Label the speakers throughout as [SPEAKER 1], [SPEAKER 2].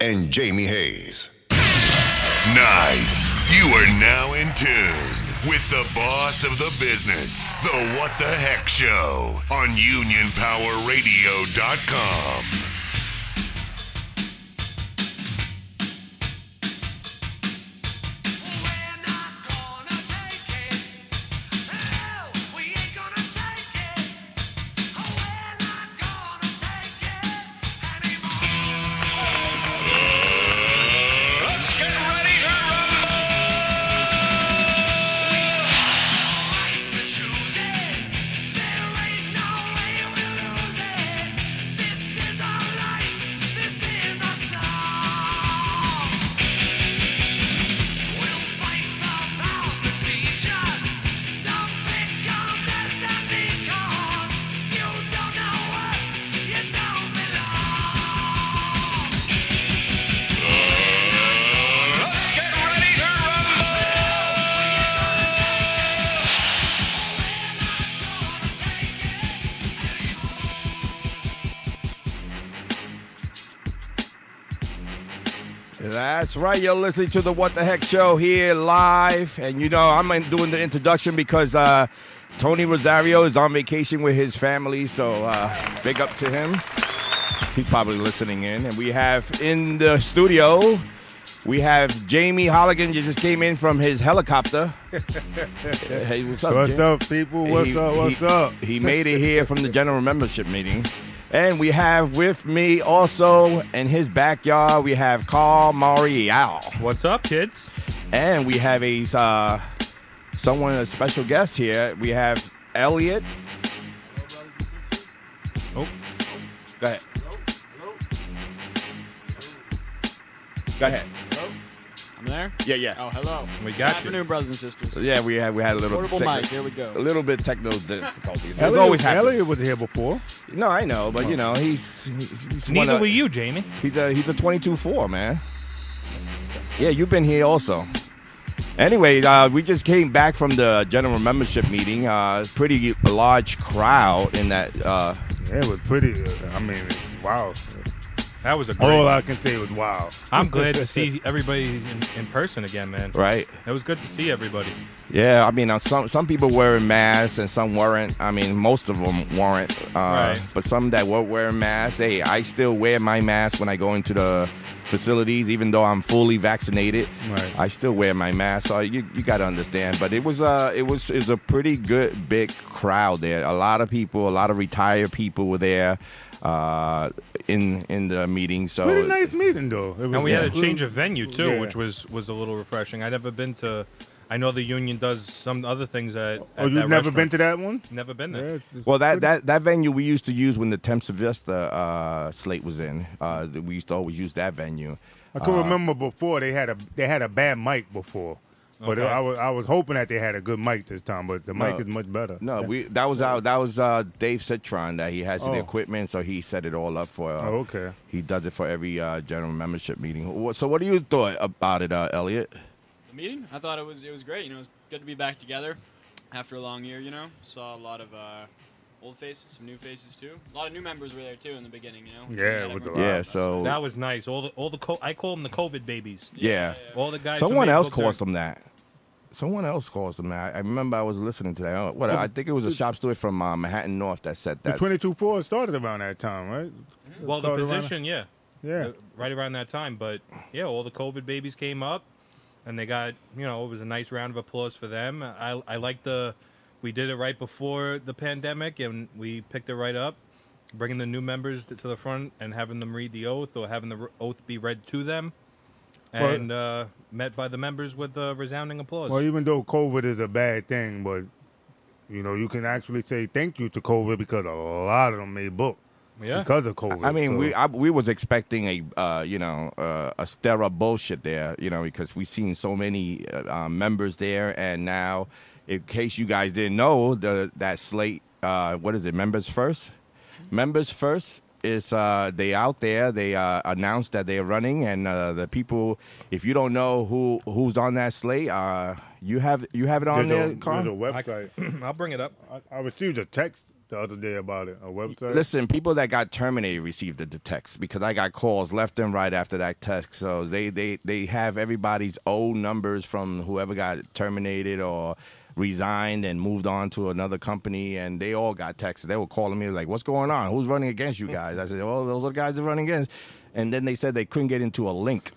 [SPEAKER 1] and Jamie Hayes. Nice. You are now in tune with the boss of the business, the What the Heck Show on UnionPowerRadio.com.
[SPEAKER 2] Let's get ready to rumble! Let's get ready to rumble!
[SPEAKER 3] That's right. You're listening to the What the Heck Show here live, and you know I'm in- doing the introduction because uh, Tony Rosario is on vacation with his family, so uh, big up to him. He's probably listening in, and we have in the studio. We have Jamie Holligan. You just came in from his helicopter. hey, what's up?
[SPEAKER 4] What's
[SPEAKER 3] Jamie?
[SPEAKER 4] up, people? What's
[SPEAKER 3] He-
[SPEAKER 4] up? What's
[SPEAKER 3] he-
[SPEAKER 4] up?
[SPEAKER 3] He made it here from the general membership meeting. And we have with me also in his backyard, we have Carl Marial.
[SPEAKER 5] What's up, kids?
[SPEAKER 3] And we have a uh, someone, a special guest here. We have Elliot.
[SPEAKER 5] Oh.
[SPEAKER 3] Go ahead. Go ahead.
[SPEAKER 6] I'm there?
[SPEAKER 3] Yeah, yeah.
[SPEAKER 6] Oh, hello.
[SPEAKER 5] We got
[SPEAKER 6] Good
[SPEAKER 5] you.
[SPEAKER 6] afternoon, brothers and sisters.
[SPEAKER 3] Yeah, we had we had a little
[SPEAKER 6] Portable
[SPEAKER 3] techni-
[SPEAKER 6] mic, there we
[SPEAKER 3] a
[SPEAKER 6] go.
[SPEAKER 3] little bit technical difficulties. It's
[SPEAKER 4] Elliot,
[SPEAKER 3] always happening.
[SPEAKER 4] Elliot Oh. was here before.
[SPEAKER 3] No, I know, but you know he's, he's one
[SPEAKER 5] Neither
[SPEAKER 3] of-
[SPEAKER 5] were you, Jamie.
[SPEAKER 3] He's a he's a 22-4, man. Yeah, you've been here also. Anyway, uh, we just came back from the general membership meeting. Uh, it's pretty large crowd in that. Uh,
[SPEAKER 4] Yeah, It was pretty. uh, I mean, wow.
[SPEAKER 5] That was a great.
[SPEAKER 4] All Oh, I can say was wow.
[SPEAKER 5] I'm glad to see everybody in, in person again, man.
[SPEAKER 3] right?
[SPEAKER 5] It was good to see everybody.
[SPEAKER 3] Yeah, I mean, uh, some some people wearing masks and some weren't. I mean, most of them weren't. Uh,
[SPEAKER 5] Right.
[SPEAKER 3] But some that were wearing masks. Hey, I still wear my mask when I go into the facilities, even though I'm fully vaccinated.
[SPEAKER 4] Right.
[SPEAKER 3] I still wear my mask. So you you gotta understand. But it was uh it was is a pretty good big crowd there. A lot of people, a lot of retired people were there. Uh, in in the meeting, so
[SPEAKER 4] Pretty nice meeting though. It was,
[SPEAKER 5] And we had a change of venue too,
[SPEAKER 4] Yeah.
[SPEAKER 5] which was was a little refreshing. I'd never been to. I know the union does some other things at.
[SPEAKER 4] Oh, you've never been to that one?
[SPEAKER 5] To- never been
[SPEAKER 4] Yeah,
[SPEAKER 5] there.
[SPEAKER 4] it's-
[SPEAKER 3] Well, that, that, that venue we used to use when the Temp Sylvester uh, slate was in. Uh, th- we used to always use that venue.
[SPEAKER 4] I could
[SPEAKER 3] uh,
[SPEAKER 4] remember before they had a they had a bad mic before, but
[SPEAKER 5] Okay.
[SPEAKER 4] I was I was hoping that they had a good mic this time, but the mic
[SPEAKER 3] No.
[SPEAKER 4] is much better.
[SPEAKER 3] No,
[SPEAKER 4] Yeah.
[SPEAKER 3] we that was our, that was uh, Dave Citron that he has the
[SPEAKER 4] Oh.
[SPEAKER 3] equipment, so he set it all up for. Uh,
[SPEAKER 4] Oh, okay.
[SPEAKER 3] He does it for every uh, general membership meeting. Wh- So, what do you thought about it, uh, Elliot?
[SPEAKER 6] The meeting? I thought it was it was great. You know, it was good to be back together after a long year. You know, saw a lot of uh, old faces, some new faces too. A lot of new members were there too in the beginning. You know.
[SPEAKER 4] Yeah,
[SPEAKER 6] Not
[SPEAKER 4] with the
[SPEAKER 6] everyone-
[SPEAKER 4] Wow.
[SPEAKER 3] yeah.
[SPEAKER 4] That's
[SPEAKER 3] So
[SPEAKER 5] That was nice. All the all the co- I call them the COVID babies.
[SPEAKER 3] yeah.
[SPEAKER 5] All the guys.
[SPEAKER 3] Someone else
[SPEAKER 5] calls
[SPEAKER 3] calls them that. Someone else calls them that. I I remember I was listening to that. Oh, What I think it was a shop steward from uh, Manhattan North that said
[SPEAKER 4] the
[SPEAKER 3] that.
[SPEAKER 4] twenty two four started around that time, right?
[SPEAKER 5] Well, the
[SPEAKER 4] Started around-
[SPEAKER 5] position, yeah,
[SPEAKER 4] Yeah.
[SPEAKER 5] Uh, right around that time. But yeah, all the COVID babies came up, and they got you know it was a nice round of applause for them. I I like the we did it right before the pandemic, and we picked it right up, bringing the new members to the front and having them read the oath or having the r- oath be read to them,
[SPEAKER 4] Well-
[SPEAKER 5] and uh, met by the members with uh, resounding applause.
[SPEAKER 4] Well, even though COVID is a bad thing, but you know you can actually say thank you to COVID because a lot of them made book
[SPEAKER 5] Yeah.
[SPEAKER 4] because of COVID.
[SPEAKER 3] I mean,
[SPEAKER 4] so-
[SPEAKER 3] we I, we was expecting a uh, you know uh, a stera bullshit there, you know, because we seen so many uh, uh, members there, and now, in case you guys didn't know, the that slate, uh, what is it, members first, members first is uh, they out there. They uh, announced that they're running, and uh, the people. If you don't know who who's on that slate, uh, you have you have it on
[SPEAKER 4] there's,
[SPEAKER 3] there,
[SPEAKER 4] a,
[SPEAKER 3] Carl?
[SPEAKER 4] there's a website.
[SPEAKER 5] I'll bring it up.
[SPEAKER 4] I, I received a text the other day about it. A website.
[SPEAKER 3] Listen, people that got terminated received the text because I got calls left and right after that text. So they they they have everybody's old numbers from whoever got terminated or resigned and moved on to another company, and they all got texts. They were calling me like, "What's going on? Who's running against you guys?" I said, "Well, those are the guys that are running against." And then they said they couldn't get into a link.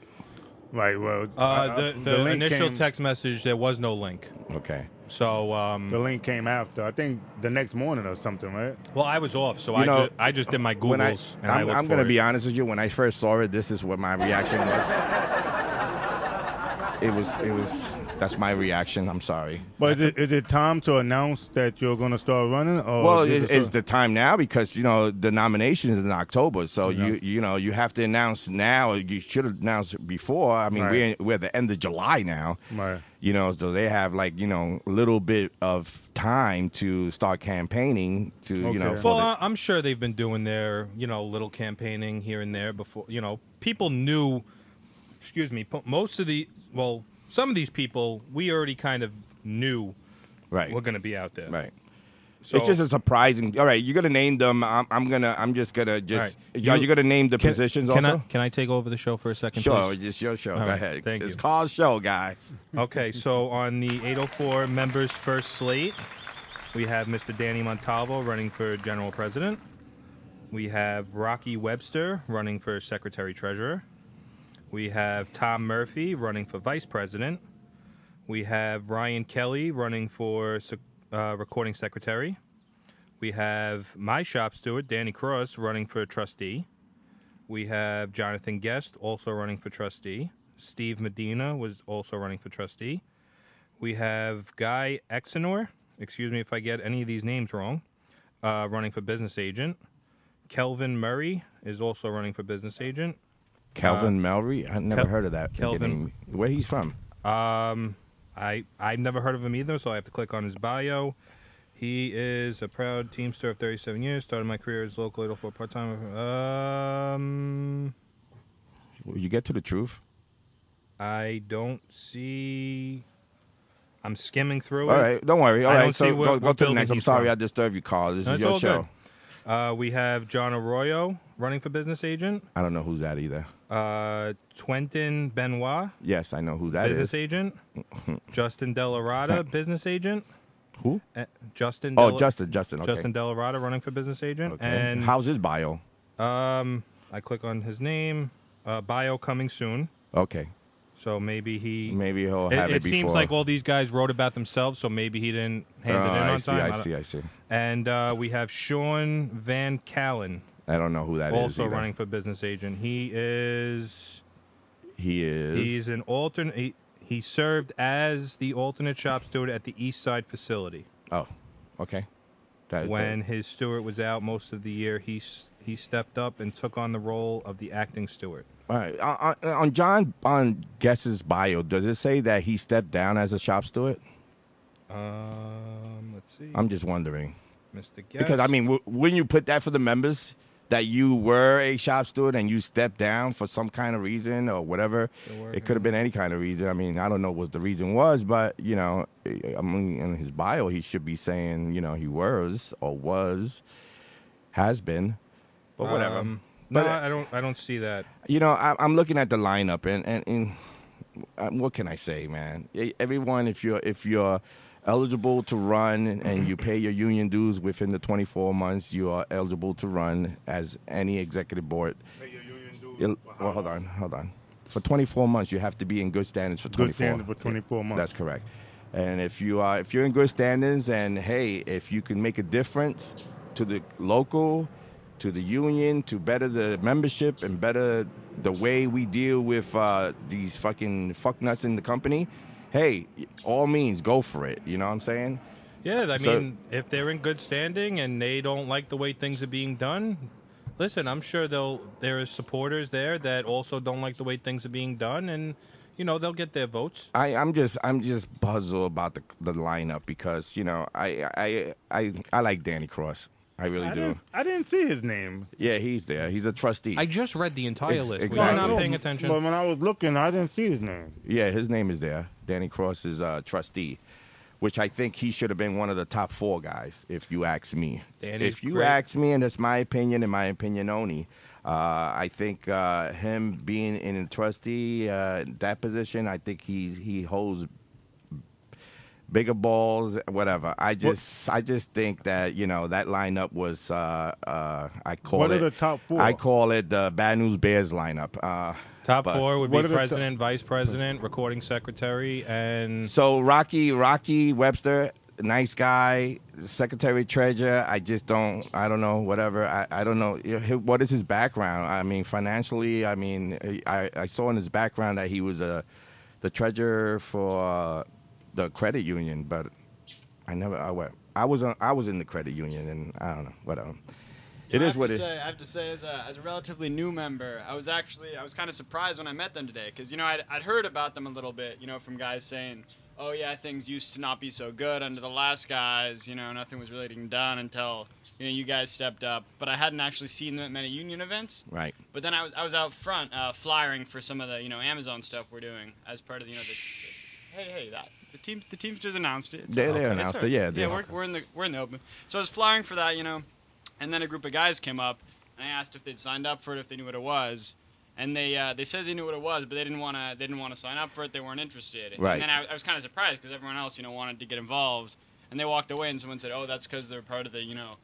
[SPEAKER 4] Right. Well, I-
[SPEAKER 5] Uh,
[SPEAKER 4] I-
[SPEAKER 5] the the,
[SPEAKER 4] link
[SPEAKER 5] initial
[SPEAKER 4] came,
[SPEAKER 5] text message, there was no link.
[SPEAKER 3] Okay.
[SPEAKER 5] So,
[SPEAKER 4] The
[SPEAKER 5] um,
[SPEAKER 4] link came after. I think the next morning or something, right?
[SPEAKER 5] well, I was off, so
[SPEAKER 3] You
[SPEAKER 5] I,
[SPEAKER 3] know,
[SPEAKER 5] ju- I just did my
[SPEAKER 3] When I,
[SPEAKER 5] Googles. and I
[SPEAKER 3] I'm,
[SPEAKER 5] looked
[SPEAKER 3] I'm going to
[SPEAKER 5] for
[SPEAKER 3] be
[SPEAKER 5] it.
[SPEAKER 3] honest with you. When I first saw it, this is what my reaction was. It was, it was. That's my reaction. I'm sorry.
[SPEAKER 4] But is it, is it time to announce that you're going to start running? Or
[SPEAKER 5] Oh,
[SPEAKER 3] Well,
[SPEAKER 4] this
[SPEAKER 3] it,
[SPEAKER 4] is
[SPEAKER 3] it's
[SPEAKER 4] a-
[SPEAKER 3] the time now because you know the nomination is in October, so you you know you have to announce now. You should announce it before. I mean,
[SPEAKER 4] Right.
[SPEAKER 3] we're we're at the end of July now.
[SPEAKER 4] Right.
[SPEAKER 3] You know, so they have like you know a little bit of time to start campaigning to you know.
[SPEAKER 4] Okay.
[SPEAKER 3] for
[SPEAKER 5] Well,
[SPEAKER 3] the-
[SPEAKER 5] I- I'm sure they've been doing their, you know, little campaigning here and there before. You know, people knew. Excuse me. po- Most of the well, some of these people we already kind of knew
[SPEAKER 3] right,
[SPEAKER 5] were going to be out there.
[SPEAKER 3] right.
[SPEAKER 5] So
[SPEAKER 3] it's just a surprising. All right, you're gonna name them. I'm, I'm gonna. I'm just gonna just.
[SPEAKER 5] right.
[SPEAKER 3] Y'all,
[SPEAKER 5] You-
[SPEAKER 3] you, are gonna name the
[SPEAKER 5] can,
[SPEAKER 3] positions
[SPEAKER 5] can
[SPEAKER 3] also.
[SPEAKER 5] I, can I take over the show for a second?
[SPEAKER 3] Sure,
[SPEAKER 5] please?
[SPEAKER 3] it's your show. Go
[SPEAKER 5] right,
[SPEAKER 3] ahead.
[SPEAKER 5] thank
[SPEAKER 3] it's
[SPEAKER 5] you.
[SPEAKER 3] called show, guy.
[SPEAKER 5] Okay, so on the 804 members first slate, we have Mr. Danny Montalvo running for general president. We have Rocky Webster running for secretary treasurer. We have Tom Murphy running for vice president. We have Ryan Kelly running for sec- uh, recording secretary. We have my shop steward, Danny Cross, running for trustee. We have Jonathan Guest also running for trustee. Steve Medina was also running for trustee. We have Guy Exenor, excuse me if I get any of these names wrong, uh, running for business agent. Kelvin Murray is also running for business agent. Uh,
[SPEAKER 3] Calvin Mallory. I never
[SPEAKER 5] Kel-
[SPEAKER 3] heard of that.
[SPEAKER 5] Kelvin-
[SPEAKER 3] Where he's from?
[SPEAKER 5] I I've never heard of him either, so I have to click on his bio. He is a proud Teamster of 37 years. Started my career as local 804 part time. Um,
[SPEAKER 3] Will you get to the truth?
[SPEAKER 5] I don't see. I'm skimming through
[SPEAKER 3] All
[SPEAKER 5] it.
[SPEAKER 3] right, don't worry. All
[SPEAKER 5] I
[SPEAKER 3] right,
[SPEAKER 5] don't see
[SPEAKER 3] so
[SPEAKER 5] where-
[SPEAKER 3] go,
[SPEAKER 5] what
[SPEAKER 3] go to the
[SPEAKER 5] building
[SPEAKER 3] next. I'm
[SPEAKER 5] he's
[SPEAKER 3] sorry
[SPEAKER 5] from.
[SPEAKER 3] I disturbed you, Carl. This
[SPEAKER 5] No,
[SPEAKER 3] is
[SPEAKER 5] it's
[SPEAKER 3] your
[SPEAKER 5] all
[SPEAKER 3] show.
[SPEAKER 5] good. Uh, we have John Arroyo running for business agent.
[SPEAKER 3] I don't know who's that either.
[SPEAKER 5] Uh, Twentin Benoit,
[SPEAKER 3] Yes, I know who that is.
[SPEAKER 5] business agent. Justin Delarada, business agent.
[SPEAKER 3] Who?
[SPEAKER 5] Uh, Justin.
[SPEAKER 3] Oh,
[SPEAKER 5] Della-
[SPEAKER 3] Justin. Justin. Okay.
[SPEAKER 5] Justin Delarada running for business agent.
[SPEAKER 3] Okay.
[SPEAKER 5] And
[SPEAKER 3] how's his bio?
[SPEAKER 5] I click on his name. Uh, bio coming soon.
[SPEAKER 3] Okay,
[SPEAKER 5] So maybe he.
[SPEAKER 3] maybe he'll
[SPEAKER 5] It,
[SPEAKER 3] have it,
[SPEAKER 5] it
[SPEAKER 3] before.
[SPEAKER 5] seems like all these guys wrote about themselves, so maybe he didn't hand
[SPEAKER 3] Oh,
[SPEAKER 5] it in
[SPEAKER 3] I
[SPEAKER 5] on
[SPEAKER 3] see.
[SPEAKER 5] time.
[SPEAKER 3] I
[SPEAKER 5] don't-
[SPEAKER 3] see. I see.
[SPEAKER 5] And uh, we have Sean Van Callen,
[SPEAKER 3] I don't know who that is.
[SPEAKER 5] also
[SPEAKER 3] either.
[SPEAKER 5] running for business agent. He is
[SPEAKER 3] He is.
[SPEAKER 5] he's an alternate. He, he served as the alternate shop steward at the East Side facility.
[SPEAKER 3] oh, okay. That is
[SPEAKER 5] When his steward was out most of the year, he s- he stepped up and took on the role of the acting steward.
[SPEAKER 3] All right. On, on- on John on Guess's bio, does it say that he stepped down as a shop steward?
[SPEAKER 5] Um, let's see,
[SPEAKER 3] I'm just wondering.
[SPEAKER 5] Mr. Guest.
[SPEAKER 3] Because I mean, w- wouldn't you put that for the members that you were a shop steward and you stepped down for some kind of reason or whatever? It could have been any kind of reason. I mean, I don't know what the reason was, but you know, I I mean, in his bio, he should be saying, you know, he was or was, has been, but whatever.
[SPEAKER 5] Um,
[SPEAKER 3] but
[SPEAKER 5] no,
[SPEAKER 3] uh,
[SPEAKER 5] I don't. I don't see that.
[SPEAKER 3] you know, I, I'm looking at the lineup, and and, and um, what can I say, man? E- Everyone, if you're if you're eligible to run and you pay your union dues within the 24 months, you are eligible to run as any executive board. You'll- Well, hold on, hold on. For 24 months, you have to be in good standings for 24.
[SPEAKER 4] Good standing for 24 months.
[SPEAKER 3] That's correct. And if you are, if you're in good standings, and hey, if you can make a difference to the local, to the union, to better the membership and better the way we deal with uh, these fucking fucknuts in the company, hey, all means go for it. You know what I'm saying?
[SPEAKER 5] Yeah, I
[SPEAKER 3] So-
[SPEAKER 5] mean, if they're in good standing and they don't like the way things are being done, listen, I'm sure they'll there are supporters there that also don't like the way things are being done, and you know they'll get their votes.
[SPEAKER 3] I, I'm just I'm just puzzled about the the lineup because you know I I I I like Danny Cross. I really
[SPEAKER 4] I
[SPEAKER 3] do.
[SPEAKER 4] didn't, I didn't see his name.
[SPEAKER 3] Yeah, he's there. He's a trustee.
[SPEAKER 5] I just read the entire
[SPEAKER 3] Ex-
[SPEAKER 5] list.
[SPEAKER 3] exactly.
[SPEAKER 5] Were you
[SPEAKER 3] Well,
[SPEAKER 5] not paying
[SPEAKER 4] But
[SPEAKER 5] attention?
[SPEAKER 4] when I was looking, I didn't see his name.
[SPEAKER 3] Yeah, his name is there. Danny Cross is uh, trustee, which I think he should have been one of the top four guys, if you ask me.
[SPEAKER 5] Danny's
[SPEAKER 3] if you
[SPEAKER 5] great.
[SPEAKER 3] ask me, and that's my opinion and my opinion only, uh, I think uh, him being in a trustee uh, that position, I think he's he holds bigger balls, whatever. I just I just think that you know that lineup was uh, uh, I call
[SPEAKER 4] What
[SPEAKER 3] it
[SPEAKER 4] are the top four?
[SPEAKER 3] I call it the Bad News Bears lineup. Uh,
[SPEAKER 5] Top
[SPEAKER 3] but-
[SPEAKER 5] four would
[SPEAKER 4] What
[SPEAKER 5] be
[SPEAKER 4] are the top-
[SPEAKER 5] president, vice president, recording secretary, and
[SPEAKER 3] So Rocky, Rocky Webster, nice guy, Secretary of Treasurer. I just don't, I don't know, whatever. I, I don't know. You know, hi- What is his background? I mean, financially, I mean, I, I saw in his background that he was a, the treasurer for uh, the credit union, but I never, I, wa- I was on, I was in the credit union and I don't know, whatever. It
[SPEAKER 6] I
[SPEAKER 3] is
[SPEAKER 6] have
[SPEAKER 3] what
[SPEAKER 6] to
[SPEAKER 3] it.
[SPEAKER 6] say, I have to say, as a, as a relatively new member, I was actually I was kind of surprised when I met them today because you know I'd, I'd heard about them a little bit, you know, from guys saying, "Oh yeah, things used to not be so good under the last guys. You know, nothing was really getting done until you know you guys stepped up." But I hadn't actually seen them at many union events.
[SPEAKER 3] Right.
[SPEAKER 6] But then I was I was out front uh, flyering for some of the you know Amazon stuff we're doing as part of you know the, hey hey that the team the Teamsters announced it. It's
[SPEAKER 3] They- they
[SPEAKER 6] okay. It's
[SPEAKER 3] announced it,
[SPEAKER 6] alright.
[SPEAKER 3] yeah, they-
[SPEAKER 6] yeah we're, we're in the we're in the open. So I was flying for that you know, and then a group of guys came up and I asked if they'd signed up for it if they knew what it was. And they uh, they said they knew what it was, but they didn't want to they didn't want to sign up for it. They weren't interested.
[SPEAKER 3] Right.
[SPEAKER 6] And then I, I was kind of surprised because everyone else you know wanted to get involved, and they walked away. And someone said, "Oh, that's because they're part of the you know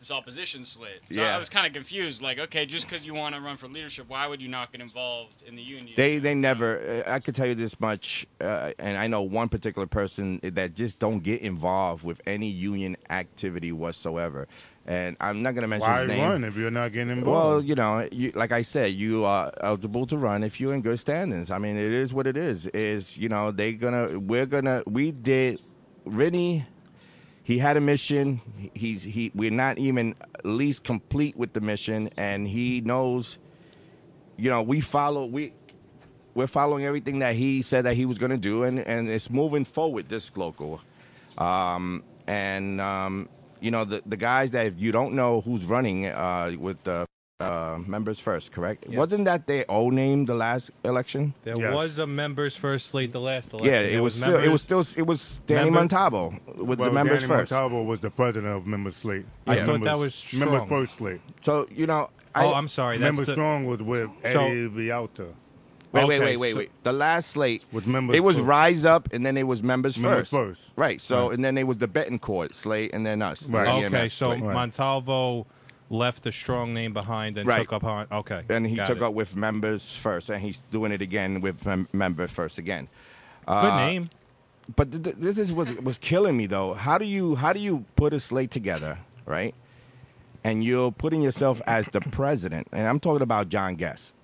[SPEAKER 6] this opposition slate." So
[SPEAKER 3] Yeah.
[SPEAKER 6] I was kind of confused. Like, okay, just because you want to run for leadership, why would you not get involved in the union?
[SPEAKER 3] They they never. uh, I could tell you this much, uh, and I know one particular person that just don't get involved with any union activity whatsoever. And I'm not going to mention
[SPEAKER 4] Why
[SPEAKER 3] his name.
[SPEAKER 4] run if you're not getting
[SPEAKER 3] Well,
[SPEAKER 4] involved?
[SPEAKER 3] you know, you, like I said, you are eligible to run if you're in good standings. I mean, it is what it is. Is you know they gonna we're gonna we did Rennie. He had a mission. He- He's he. We're not even at least complete with the mission, and he knows. You know, we follow we. We're following everything that he said that he was going to do, and, and it's moving forward. This local, and um, you know the the guys that you don't know who's running uh, with the uh, members first, correct? Wasn't that their old name the last election?
[SPEAKER 5] there
[SPEAKER 4] Yes.
[SPEAKER 5] was a members first slate the last election.
[SPEAKER 3] Yeah, it
[SPEAKER 5] There
[SPEAKER 3] was, still, it
[SPEAKER 5] members-
[SPEAKER 3] was still it was Danny
[SPEAKER 5] Member-
[SPEAKER 3] Montalvo with
[SPEAKER 4] Well,
[SPEAKER 3] the members
[SPEAKER 4] Danny
[SPEAKER 3] first.
[SPEAKER 4] Montalvo was the president of Member Slate.
[SPEAKER 5] I
[SPEAKER 4] Yeah.
[SPEAKER 5] thought that
[SPEAKER 4] Members-
[SPEAKER 5] was
[SPEAKER 4] Member
[SPEAKER 5] strong.
[SPEAKER 4] First Slate.
[SPEAKER 3] So you know, I,
[SPEAKER 5] Oh, I'm sorry. That's
[SPEAKER 4] Member
[SPEAKER 5] the,
[SPEAKER 4] Strong was with
[SPEAKER 5] So-
[SPEAKER 4] Eddie Vialta.
[SPEAKER 3] Wait, wait,
[SPEAKER 5] Okay,
[SPEAKER 3] wait, wait,
[SPEAKER 5] so-
[SPEAKER 3] wait. The last slate
[SPEAKER 4] With members
[SPEAKER 3] It was
[SPEAKER 4] first.
[SPEAKER 3] rise up, and then it was members,
[SPEAKER 4] Members
[SPEAKER 3] first.
[SPEAKER 4] first.
[SPEAKER 3] Right. So and then it was the Betancourt slate, and then us. the
[SPEAKER 4] Right.
[SPEAKER 5] Okay,
[SPEAKER 3] EMS
[SPEAKER 5] so
[SPEAKER 3] slate.
[SPEAKER 4] Right.
[SPEAKER 5] Montalvo left the strong name behind and
[SPEAKER 3] Right.
[SPEAKER 5] took up on. Okay,
[SPEAKER 3] and he
[SPEAKER 5] got
[SPEAKER 3] took
[SPEAKER 5] it.
[SPEAKER 3] up with members first, and he's doing it again with mem- members first again.
[SPEAKER 5] Good
[SPEAKER 3] uh,
[SPEAKER 5] name.
[SPEAKER 3] but th- th- this is what was killing me though. How do you how do you put a slate together, right? And you're putting yourself as the president, and I'm talking about John Guest.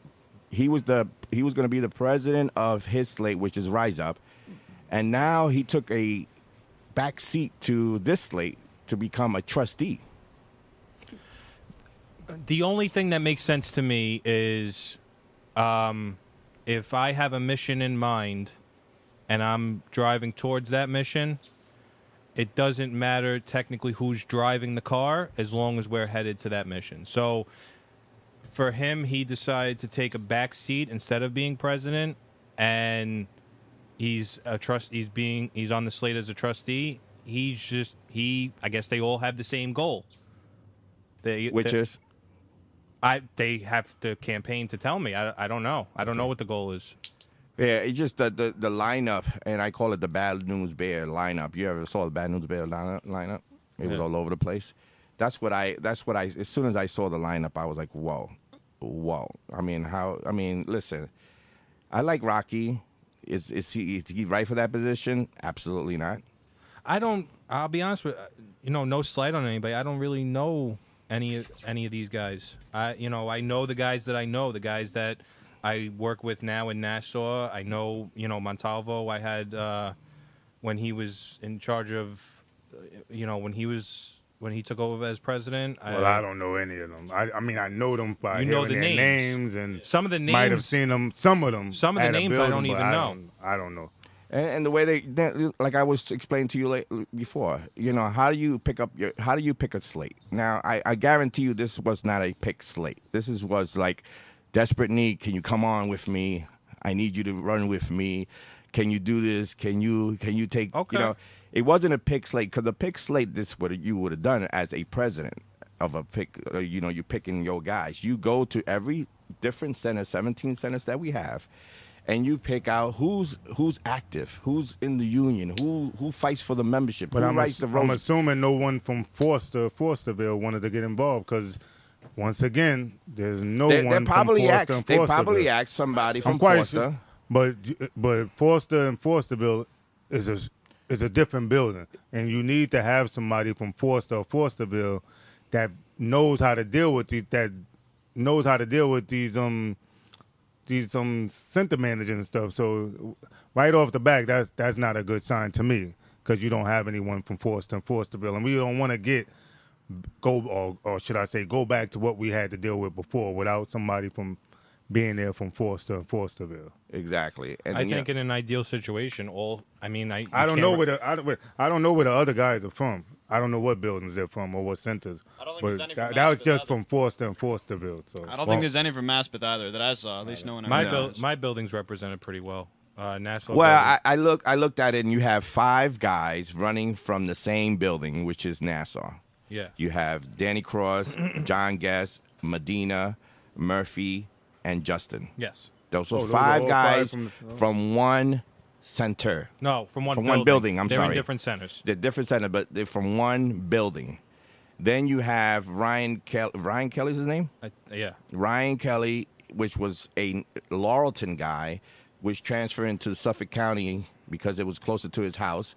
[SPEAKER 3] He was the he was going to be the president of his slate, which is Rise Up, and now he took a back seat to this slate to become a trustee.
[SPEAKER 5] The only thing that makes sense to me is, um, if I have a mission in mind, and I'm driving towards that mission, it doesn't matter technically who's driving the car as long as we're headed to that mission. So, for him, he decided to take a back seat instead of being president, and he's a trust. He's being he's on the slate as a trustee. He's just he. I guess they all have the same goal. They,
[SPEAKER 3] Which
[SPEAKER 5] they-
[SPEAKER 3] is
[SPEAKER 5] I they have to campaign to tell me. I, I don't know. I don't know what the goal is.
[SPEAKER 3] yeah, it's just the, the the lineup, and I call it the Bad News Bear lineup. You ever saw the Bad News Bear lineup? lineup? It was
[SPEAKER 5] Yeah.
[SPEAKER 3] all over the place. That's what I. That's what I. As soon as I saw the lineup, I was like, whoa, whoa. I mean, how? I mean, listen. I like Rocky. Is is he is he right for that position? Absolutely not.
[SPEAKER 5] I don't. I'll be honest with uh, you know no slight on anybody. I don't really know any any of these guys. I you know I know the guys that I know, the guys that I work with now in Nassau. I know you know Montalvo. I had uh, when he was in charge of uh, you know when he was when he took over as president.
[SPEAKER 4] Well, I don't know any of them. I, I mean, I know them by
[SPEAKER 5] You know
[SPEAKER 4] hearing
[SPEAKER 5] the
[SPEAKER 4] their
[SPEAKER 5] names.
[SPEAKER 4] names. and
[SPEAKER 5] Some of the
[SPEAKER 4] might have
[SPEAKER 5] names-
[SPEAKER 4] seen them. Some of them.
[SPEAKER 5] Some of the
[SPEAKER 4] at a
[SPEAKER 5] names I don't
[SPEAKER 4] building, but
[SPEAKER 5] even know.
[SPEAKER 4] I don't know.
[SPEAKER 3] And, and the way they, that- like I was explaining to you late, before, you know, how do you pick up your, how do you pick a slate? Now, I, I guarantee you, this was not a pick slate. This is was like, desperate need. Can you come on with me? I need you to run with me. Can you do this? Can you, can you take,
[SPEAKER 5] Okay.
[SPEAKER 3] you know, It wasn't a pick slate because the pick slate this what you would have done as a president of a pick. uh, You know, you picking your guys. You go to every different center, 17 centers that we have, and you pick out who's who's active, who's in the union, who who fights for the membership,
[SPEAKER 4] But
[SPEAKER 3] who
[SPEAKER 4] I'm,
[SPEAKER 3] writes
[SPEAKER 4] ass-
[SPEAKER 3] the
[SPEAKER 4] I'm
[SPEAKER 3] roads.
[SPEAKER 4] assuming no one from Forster, Forsterville wanted to get involved because, once again, there's no
[SPEAKER 3] They, they
[SPEAKER 4] one
[SPEAKER 3] probably
[SPEAKER 4] from Forster
[SPEAKER 3] asked.
[SPEAKER 4] and
[SPEAKER 3] They
[SPEAKER 4] Forsterville.
[SPEAKER 3] probably asked somebody
[SPEAKER 4] I'm
[SPEAKER 3] from
[SPEAKER 4] quite
[SPEAKER 3] Forster.
[SPEAKER 4] sure- But but Forster and Forsterville is a is a different building, and you need to have somebody from Forster or Forsterville that knows how to deal with these that knows how to deal with these um these um center managers and stuff. So right off the back, that's that's not a good sign to me because you don't have anyone from Forster and Forsterville, and we don't want to get go or, or should I say go back to what we had to deal with before without somebody from being there from Forster and Forsterville.
[SPEAKER 3] Exactly. And
[SPEAKER 5] I
[SPEAKER 3] then, yeah.
[SPEAKER 5] think in an ideal situation, all I mean, I
[SPEAKER 4] I
[SPEAKER 5] you
[SPEAKER 4] don't
[SPEAKER 5] can't
[SPEAKER 4] know
[SPEAKER 5] re-
[SPEAKER 4] where the I don't, where- I don't know where the other guys are from. I don't know what buildings they're from or what centers.
[SPEAKER 6] I don't think
[SPEAKER 4] but
[SPEAKER 6] there's any
[SPEAKER 4] that,
[SPEAKER 6] from
[SPEAKER 4] that was
[SPEAKER 6] Aspen
[SPEAKER 4] just
[SPEAKER 6] either.
[SPEAKER 4] from Forster and Forsterville. So
[SPEAKER 6] I don't think there's any from Maspeth either that I saw. At least no one. I
[SPEAKER 5] my
[SPEAKER 6] know.
[SPEAKER 5] buil- my building's represented pretty well. Uh, Nassau.
[SPEAKER 3] Well,
[SPEAKER 5] building.
[SPEAKER 3] I, I look I looked at it, and you have five guys running from the same building, which is Nassau.
[SPEAKER 5] yeah,
[SPEAKER 3] You have Danny Cross, John Guest, Medina, Murphy, and Justin.
[SPEAKER 5] yes,
[SPEAKER 3] Those are
[SPEAKER 4] Oh, those are
[SPEAKER 3] five
[SPEAKER 4] all five
[SPEAKER 3] guys
[SPEAKER 4] from- oh.
[SPEAKER 3] from one center.
[SPEAKER 5] no, from one
[SPEAKER 3] From
[SPEAKER 5] building.
[SPEAKER 3] one building, I'm
[SPEAKER 5] They're
[SPEAKER 3] sorry.
[SPEAKER 5] in different centers.
[SPEAKER 3] They're different center, but they're from one building. Then you have Ryan Kelly. Ryan Kelly's his name.
[SPEAKER 5] I, yeah,
[SPEAKER 3] Ryan Kelly, which was a Laurelton guy, was transferred into Suffolk County because it was closer to his house,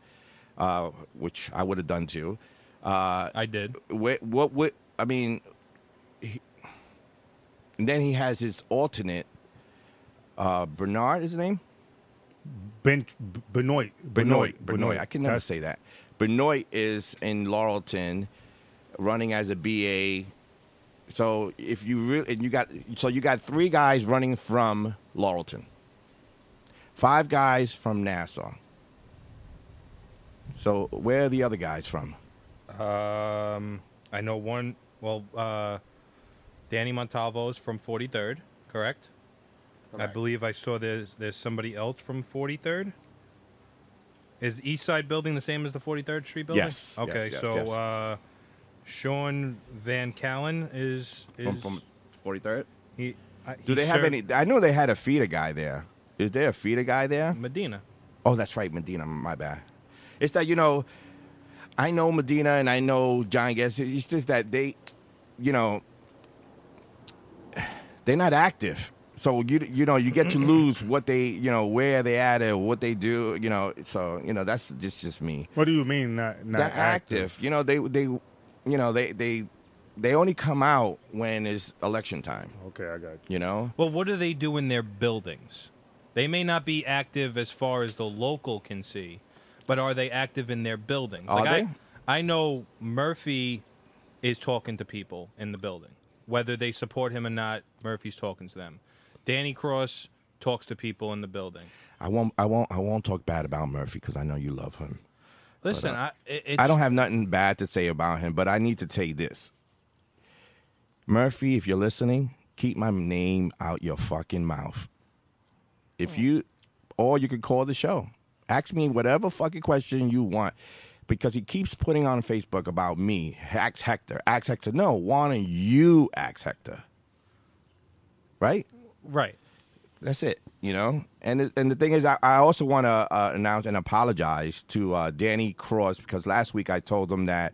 [SPEAKER 3] uh, which I would have done too.
[SPEAKER 5] I did.
[SPEAKER 3] What, what, what I mean, he, and then he has his alternate, uh, Bernard is his name?
[SPEAKER 4] Ben, B- Benoit,
[SPEAKER 3] Benoit. Benoit. I can never
[SPEAKER 4] That's-
[SPEAKER 3] say that. Benoit is in Laurelton, running as a BA. So if you really and you got so you got three guys running from Laurelton, five guys from Nassau. So where are the other guys from?
[SPEAKER 5] Um, I know one. Well, uh, Danny Montalvo's from 43rd, correct? I believe I saw there's there's somebody else from 43rd. Is East Side Building the same as the 43rd Street Building?
[SPEAKER 3] Yes, yes,
[SPEAKER 5] Okay,
[SPEAKER 3] yes,
[SPEAKER 5] so
[SPEAKER 3] yes.
[SPEAKER 5] Uh, Sean Van Callen is is
[SPEAKER 3] From from forty third.
[SPEAKER 5] he? I,
[SPEAKER 3] Do
[SPEAKER 5] he
[SPEAKER 3] they have
[SPEAKER 5] served
[SPEAKER 3] any? I know they had a feeder guy there. Is there a feeder guy there?
[SPEAKER 5] Medina?
[SPEAKER 3] Oh, that's right, Medina. My bad. It's that you know, I know Medina and I know John Guest. It's just that they, you know, they're not active. So you you know you get to lose what they you know where they at or what they do you know so you know that's just just me.
[SPEAKER 4] What do you mean not not
[SPEAKER 3] They're active. You know they they, you know they they they only come out when it's election time.
[SPEAKER 4] Okay, I got you.
[SPEAKER 3] You know.
[SPEAKER 5] Well, what do they do in their buildings? They may not be active as far as the local can see, but are they active in their buildings?
[SPEAKER 3] Are
[SPEAKER 5] like
[SPEAKER 3] they?
[SPEAKER 5] I, I know Murphy is talking to people in the building. Whether they support him or not, Murphy's talking to them. Danny Cross talks to people in the building.
[SPEAKER 3] I won't I won't I won't talk bad about Murphy because I know you love him.
[SPEAKER 5] Listen, I, it- it's,
[SPEAKER 3] uh, I don't have nothing bad to say about him, but I need to say this. Murphy, if you're listening, keep my name out your fucking mouth. If you, or you could call the show. Ask me whatever fucking question you want. Because he keeps putting on Facebook about me, Axe Hector, Axe Hector. No, why don't you Axe Hector? Right?
[SPEAKER 5] right.
[SPEAKER 3] That's it, you know. And it- and the thing is, I, I also want to uh, announce and apologize to uh, Danny Cross because last week I told him that,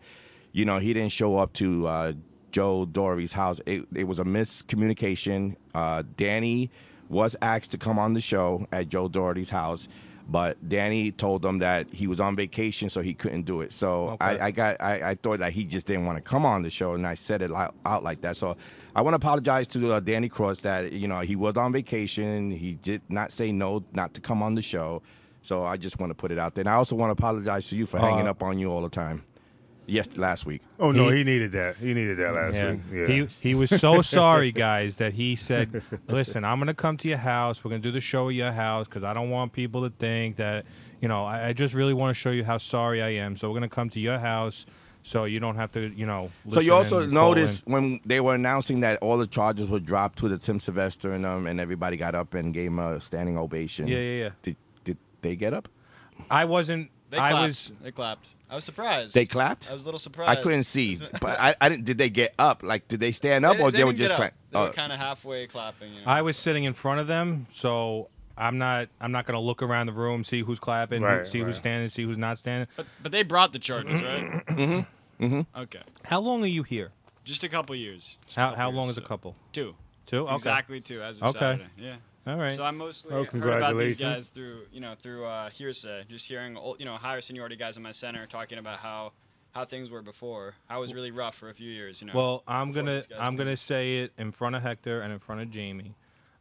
[SPEAKER 3] you know, he didn't show up to uh, Joe Dory's house. It, it was a miscommunication. Uh, Danny was asked to come on the show at Joe Doherty's house, but Danny told him that he was on vacation, so he couldn't do it. So
[SPEAKER 5] Okay.
[SPEAKER 3] I, I got I, I thought that he just didn't want to come on the show, and I said it out, out like that. So I want to apologize to uh, Danny Cross that you know he was on vacation. He did not say no not to come on the show. So I just want to put it out there. And I also want to apologize to you for hanging up on you all the time. Yes, last week.
[SPEAKER 4] Oh no,
[SPEAKER 5] He-
[SPEAKER 4] he, needed that. He needed that last
[SPEAKER 5] Yeah.
[SPEAKER 4] week. Yeah.
[SPEAKER 5] He he was so sorry, guys, that he said, "Listen, I'm gonna come to your house. We're gonna do the show at your house because I don't want people to think that you know. I, I just really want to show you how sorry I am. So we're gonna come to your house, so you don't have to, you know."
[SPEAKER 3] So
[SPEAKER 5] listen
[SPEAKER 3] you also
[SPEAKER 5] and fall in."
[SPEAKER 3] noticed when they were announcing that all the charges were dropped to the Tim Sylvester and um, and everybody got up and gave him a standing ovation.
[SPEAKER 5] Yeah, yeah, yeah.
[SPEAKER 3] Did did they get up?
[SPEAKER 5] I wasn't.
[SPEAKER 6] They
[SPEAKER 5] I
[SPEAKER 6] clapped.
[SPEAKER 5] was-
[SPEAKER 6] They clapped. I was surprised.
[SPEAKER 3] They clapped.
[SPEAKER 6] I was a little
[SPEAKER 3] I
[SPEAKER 6] surprised.
[SPEAKER 3] couldn't see, but I, I didn't. Did they get up? Like, did they stand up,
[SPEAKER 6] They,
[SPEAKER 3] or
[SPEAKER 6] they
[SPEAKER 3] they, were
[SPEAKER 6] didn't get
[SPEAKER 3] just
[SPEAKER 6] up.
[SPEAKER 3] like?
[SPEAKER 6] They
[SPEAKER 3] oh,
[SPEAKER 6] were kind of halfway clapping. You know?
[SPEAKER 5] I was sitting in front of them, so I'm not I'm not gonna look around the room, see who's clapping, who-
[SPEAKER 4] Right,
[SPEAKER 5] see who's
[SPEAKER 4] right.
[SPEAKER 5] standing, see who's not standing.
[SPEAKER 6] but but they brought the Chargers, right? mm-hmm. Mm-hmm. Okay.
[SPEAKER 5] How long are you here?
[SPEAKER 6] Just a couple years. Just a
[SPEAKER 5] How
[SPEAKER 6] couple
[SPEAKER 5] how
[SPEAKER 6] years,
[SPEAKER 5] long is a
[SPEAKER 6] so-
[SPEAKER 5] couple?
[SPEAKER 6] Two.
[SPEAKER 5] Two. Okay.
[SPEAKER 6] Exactly two as of
[SPEAKER 5] Okay.
[SPEAKER 6] Saturday. Yeah.
[SPEAKER 5] All right.
[SPEAKER 6] So I mostly
[SPEAKER 4] Oh,
[SPEAKER 6] heard about these
[SPEAKER 4] congratulations.
[SPEAKER 6] guys through you know through uh, hearsay, just hearing old, you know higher seniority guys in my center talking about how how things were before. I was really rough for a few years. You know.
[SPEAKER 5] Well, I'm
[SPEAKER 6] before
[SPEAKER 5] gonna
[SPEAKER 6] these guys
[SPEAKER 5] I'm
[SPEAKER 6] came.
[SPEAKER 5] gonna say it in front of Hector and in front of Jamie.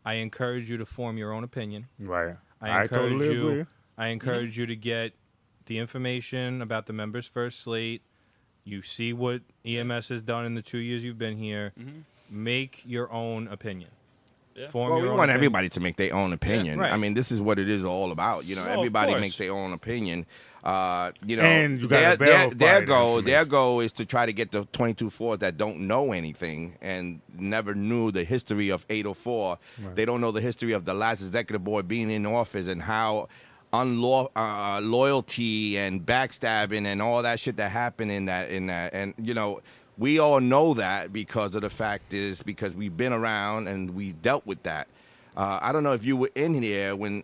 [SPEAKER 5] I encourage you to form your own opinion.
[SPEAKER 4] Right.
[SPEAKER 5] I encourage
[SPEAKER 4] totally
[SPEAKER 5] you.
[SPEAKER 4] agree.
[SPEAKER 6] Mm-hmm.
[SPEAKER 5] I encourage you to get the information about the members first slate. You see what EMS has done in the two years you've been here. Make your own opinion.
[SPEAKER 6] Mm-hmm. Yeah.
[SPEAKER 5] Form
[SPEAKER 3] Well, we
[SPEAKER 5] your own
[SPEAKER 3] want
[SPEAKER 5] opinion.
[SPEAKER 3] everybody to make their own opinion.
[SPEAKER 5] right.
[SPEAKER 3] I mean, this is what it is all about. You know,
[SPEAKER 5] No, of
[SPEAKER 3] everybody
[SPEAKER 5] course.
[SPEAKER 3] makes their own opinion. Uh, you know,
[SPEAKER 4] And you
[SPEAKER 3] their,
[SPEAKER 4] gotta
[SPEAKER 3] their,
[SPEAKER 4] verify
[SPEAKER 3] their
[SPEAKER 4] the
[SPEAKER 3] goal, their
[SPEAKER 4] information.
[SPEAKER 3] goal is to try to get the 22 fours that don't know anything and never knew the history of 804. They don't know the history of the last executive board being in office and how unlo- uh, loyalty and backstabbing and all that shit that happened in that in that and you know we all know that because of the fact is because we've been around and we dealt with that. Uh, I don't know if you were in here when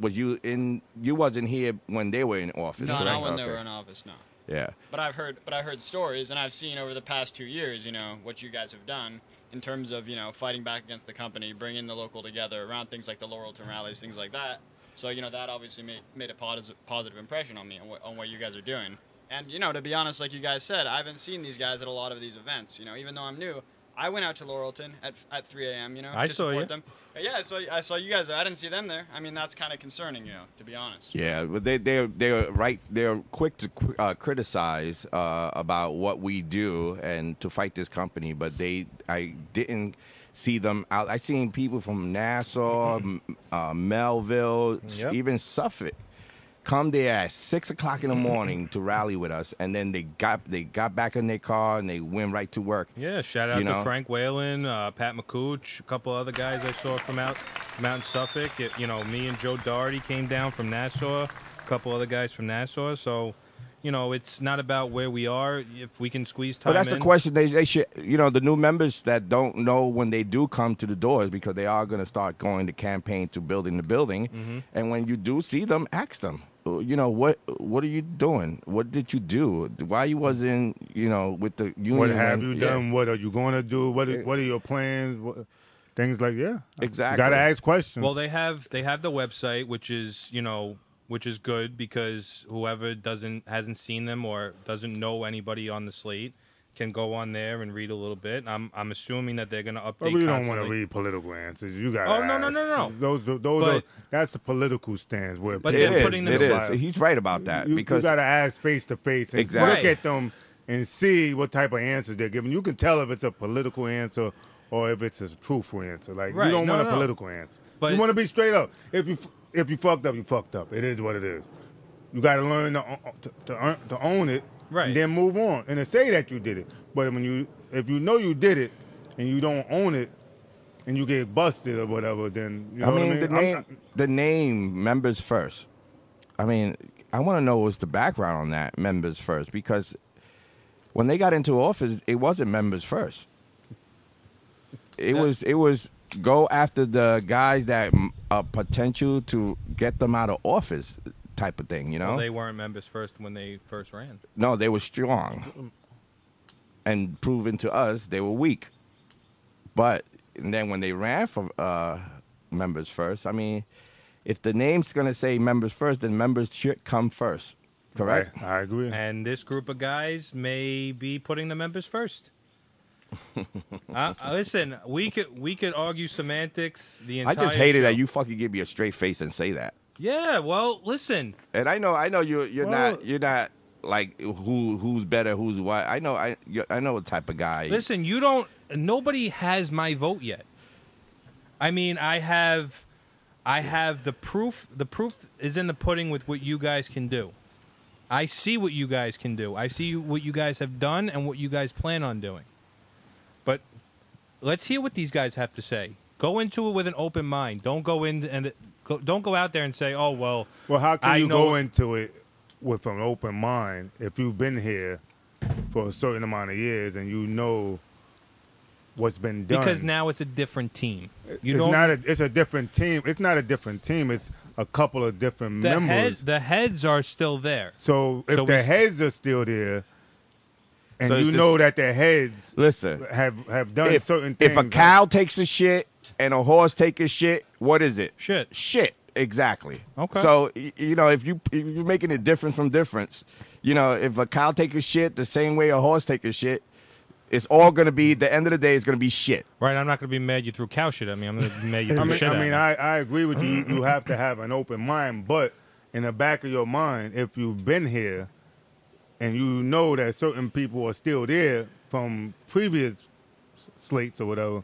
[SPEAKER 3] was you in you wasn't here when they were in office.
[SPEAKER 6] no,
[SPEAKER 3] correct?
[SPEAKER 6] not when they
[SPEAKER 3] Okay.
[SPEAKER 6] were in office. No.
[SPEAKER 3] Yeah.
[SPEAKER 6] But I've heard, but I heard stories, and I've seen over the past two years, you know, what you guys have done in terms of you know fighting back against the company, bringing the local together around things like the Laurelton rallies, things like that. So you know that obviously made made a positive positive impression on me on what, on what you guys are doing. And you know, to be honest, like you guys said, I haven't seen these guys at a lot of these events. You know, even though I'm new, I went out to Laurelton at at 3 a.m. You know,
[SPEAKER 5] I
[SPEAKER 6] to
[SPEAKER 5] saw
[SPEAKER 6] support
[SPEAKER 5] you.
[SPEAKER 6] them. Yeah, I saw I saw you guys. there. I didn't see them there. I mean, that's kind of concerning, you know, to be honest.
[SPEAKER 3] Yeah, but they they they're right. They're quick to qu- uh, criticize uh, about what we do and to fight this company, but they I didn't see them out. I seen people from Nassau, m- uh, Melville, s-
[SPEAKER 5] Yep.
[SPEAKER 3] even Suffolk come there at six o'clock in the morning to rally with us, and then they got they got back in their car and they went right to work.
[SPEAKER 5] Yeah, shout out
[SPEAKER 3] You know?
[SPEAKER 5] to Frank Whalen, uh, Pat McCooch, a couple other guys I saw from out from out in Suffolk. It- you know, me and Joe Doherty came down from Nassau, a couple other guys from Nassau. So, you know, it's not about where we are. If we can squeeze time,
[SPEAKER 3] But that's the
[SPEAKER 5] in-
[SPEAKER 3] question. They, they should, you know, the new members that don't know when they do come to the doors because they are going to start going to campaign to building the building.
[SPEAKER 5] Mm-hmm.
[SPEAKER 3] And when you do see them, ask them, uh, you know, what what are you doing? What did you do? Why you wasn't, you know, with the union?
[SPEAKER 5] Mm-hmm.
[SPEAKER 4] What have
[SPEAKER 3] and-
[SPEAKER 4] you
[SPEAKER 3] yeah.
[SPEAKER 4] done? What are you going to do? What are, what are your plans? What, things like yeah.
[SPEAKER 3] Exactly.
[SPEAKER 4] You gotta ask questions.
[SPEAKER 5] Well, they have they have the website, which is you know which is good because whoever doesn't hasn't seen them or doesn't know anybody on the slate can go on there and read a little bit. I'm I'm assuming that they're going to update.
[SPEAKER 4] But we don't want
[SPEAKER 5] constantly.
[SPEAKER 4] to read political answers. You got.
[SPEAKER 5] Oh, no, no, no, no, no.
[SPEAKER 4] Those, those, those
[SPEAKER 5] But-
[SPEAKER 4] are, that's the political stance. Where
[SPEAKER 5] But
[SPEAKER 3] It
[SPEAKER 5] they're
[SPEAKER 3] is.
[SPEAKER 5] putting them
[SPEAKER 3] it
[SPEAKER 5] aside.
[SPEAKER 3] is. He's right about that
[SPEAKER 4] you,
[SPEAKER 3] because
[SPEAKER 4] got to ask face to face and
[SPEAKER 3] Exactly.
[SPEAKER 4] look at them and see what type of answers they're giving. You can tell if it's a political answer or if it's a truthful answer. Like
[SPEAKER 5] Right.
[SPEAKER 4] you don't
[SPEAKER 5] No,
[SPEAKER 4] want
[SPEAKER 5] no,
[SPEAKER 4] a
[SPEAKER 5] no.
[SPEAKER 4] political answer.
[SPEAKER 5] But-
[SPEAKER 4] you want to be straight up. If you f- if you fucked up, you fucked up. It is what it is. You got to learn to, o- to to earn- to own it,
[SPEAKER 5] Right.
[SPEAKER 4] And then move on and to say that you did it. But when you if you know you did it and you don't own it. And you get busted or whatever, then you know
[SPEAKER 3] I mean,
[SPEAKER 4] what I mean.
[SPEAKER 3] the
[SPEAKER 4] I'm
[SPEAKER 3] name,
[SPEAKER 4] not-
[SPEAKER 3] the name members first. I mean, I want to know what's the background on that members first because when they got into office, it wasn't members first. It was it was go after the guys that mm, are potential to get them out of office type of thing. You know,
[SPEAKER 5] Well, they weren't members first when they first ran.
[SPEAKER 3] no, they were strong and proven to us they were weak. But and then when they ran for uh, members first, I mean, if the name's going to say members first, then members should come first, correct?
[SPEAKER 4] Right, I agree.
[SPEAKER 5] And this group of guys may be putting the members first. uh, uh, listen, we could we could argue semantics. The entire
[SPEAKER 3] I just hated
[SPEAKER 5] show.
[SPEAKER 3] that you fucking give me a straight face and say that.
[SPEAKER 5] Yeah, well, listen,
[SPEAKER 3] And I know, I know you, you're
[SPEAKER 4] Well-
[SPEAKER 3] not, you're not like who, who's better, who's what. I know, I, you I know what type of guy.
[SPEAKER 5] listen. You don't. Nobody has my vote yet. I mean, I have, I have the proof. The proof is in the pudding with what you guys can do. I see what you guys can do. I see what you guys have done and what you guys plan on doing. But let's hear what these guys have to say. Go into it with an open mind. Don't go in and go, don't go out there and say, "Oh well."
[SPEAKER 4] Well, how can
[SPEAKER 5] I
[SPEAKER 4] you
[SPEAKER 5] know-
[SPEAKER 4] go into it with an open mind. If you've been here for a certain amount of years and you know what's been done,
[SPEAKER 5] because now it's a different team. You
[SPEAKER 4] it's
[SPEAKER 5] don't
[SPEAKER 4] not a, it's a different team. It's not a different team. It's a couple of different
[SPEAKER 5] the head,
[SPEAKER 4] members.
[SPEAKER 5] the heads are still there.
[SPEAKER 4] so if
[SPEAKER 5] so we
[SPEAKER 4] the
[SPEAKER 5] s-
[SPEAKER 4] heads are still there, and
[SPEAKER 3] So it's
[SPEAKER 4] you
[SPEAKER 3] just-
[SPEAKER 4] know that the heads
[SPEAKER 3] Listen,
[SPEAKER 4] have have done
[SPEAKER 3] if,
[SPEAKER 4] certain things.
[SPEAKER 3] if a cow takes a shit and a horse takes a shit, what is it?
[SPEAKER 5] Shit.
[SPEAKER 3] Shit. Exactly.
[SPEAKER 5] Okay.
[SPEAKER 3] So y- you know, if you if you're making a difference from difference, you know, if a cow take a shit the same way a horse take a shit, it's all gonna be the end of the day. It's gonna be shit.
[SPEAKER 5] Right, I'm not going to be mad you threw cow shit at me. I'm going to be mad you threw
[SPEAKER 4] I mean,
[SPEAKER 5] shit
[SPEAKER 4] I,
[SPEAKER 5] at
[SPEAKER 4] mean
[SPEAKER 5] me.
[SPEAKER 4] I, I agree with you. You have to have an open mind, but in the back of your mind, if you've been here and you know that certain people are still there from previous slates or whatever,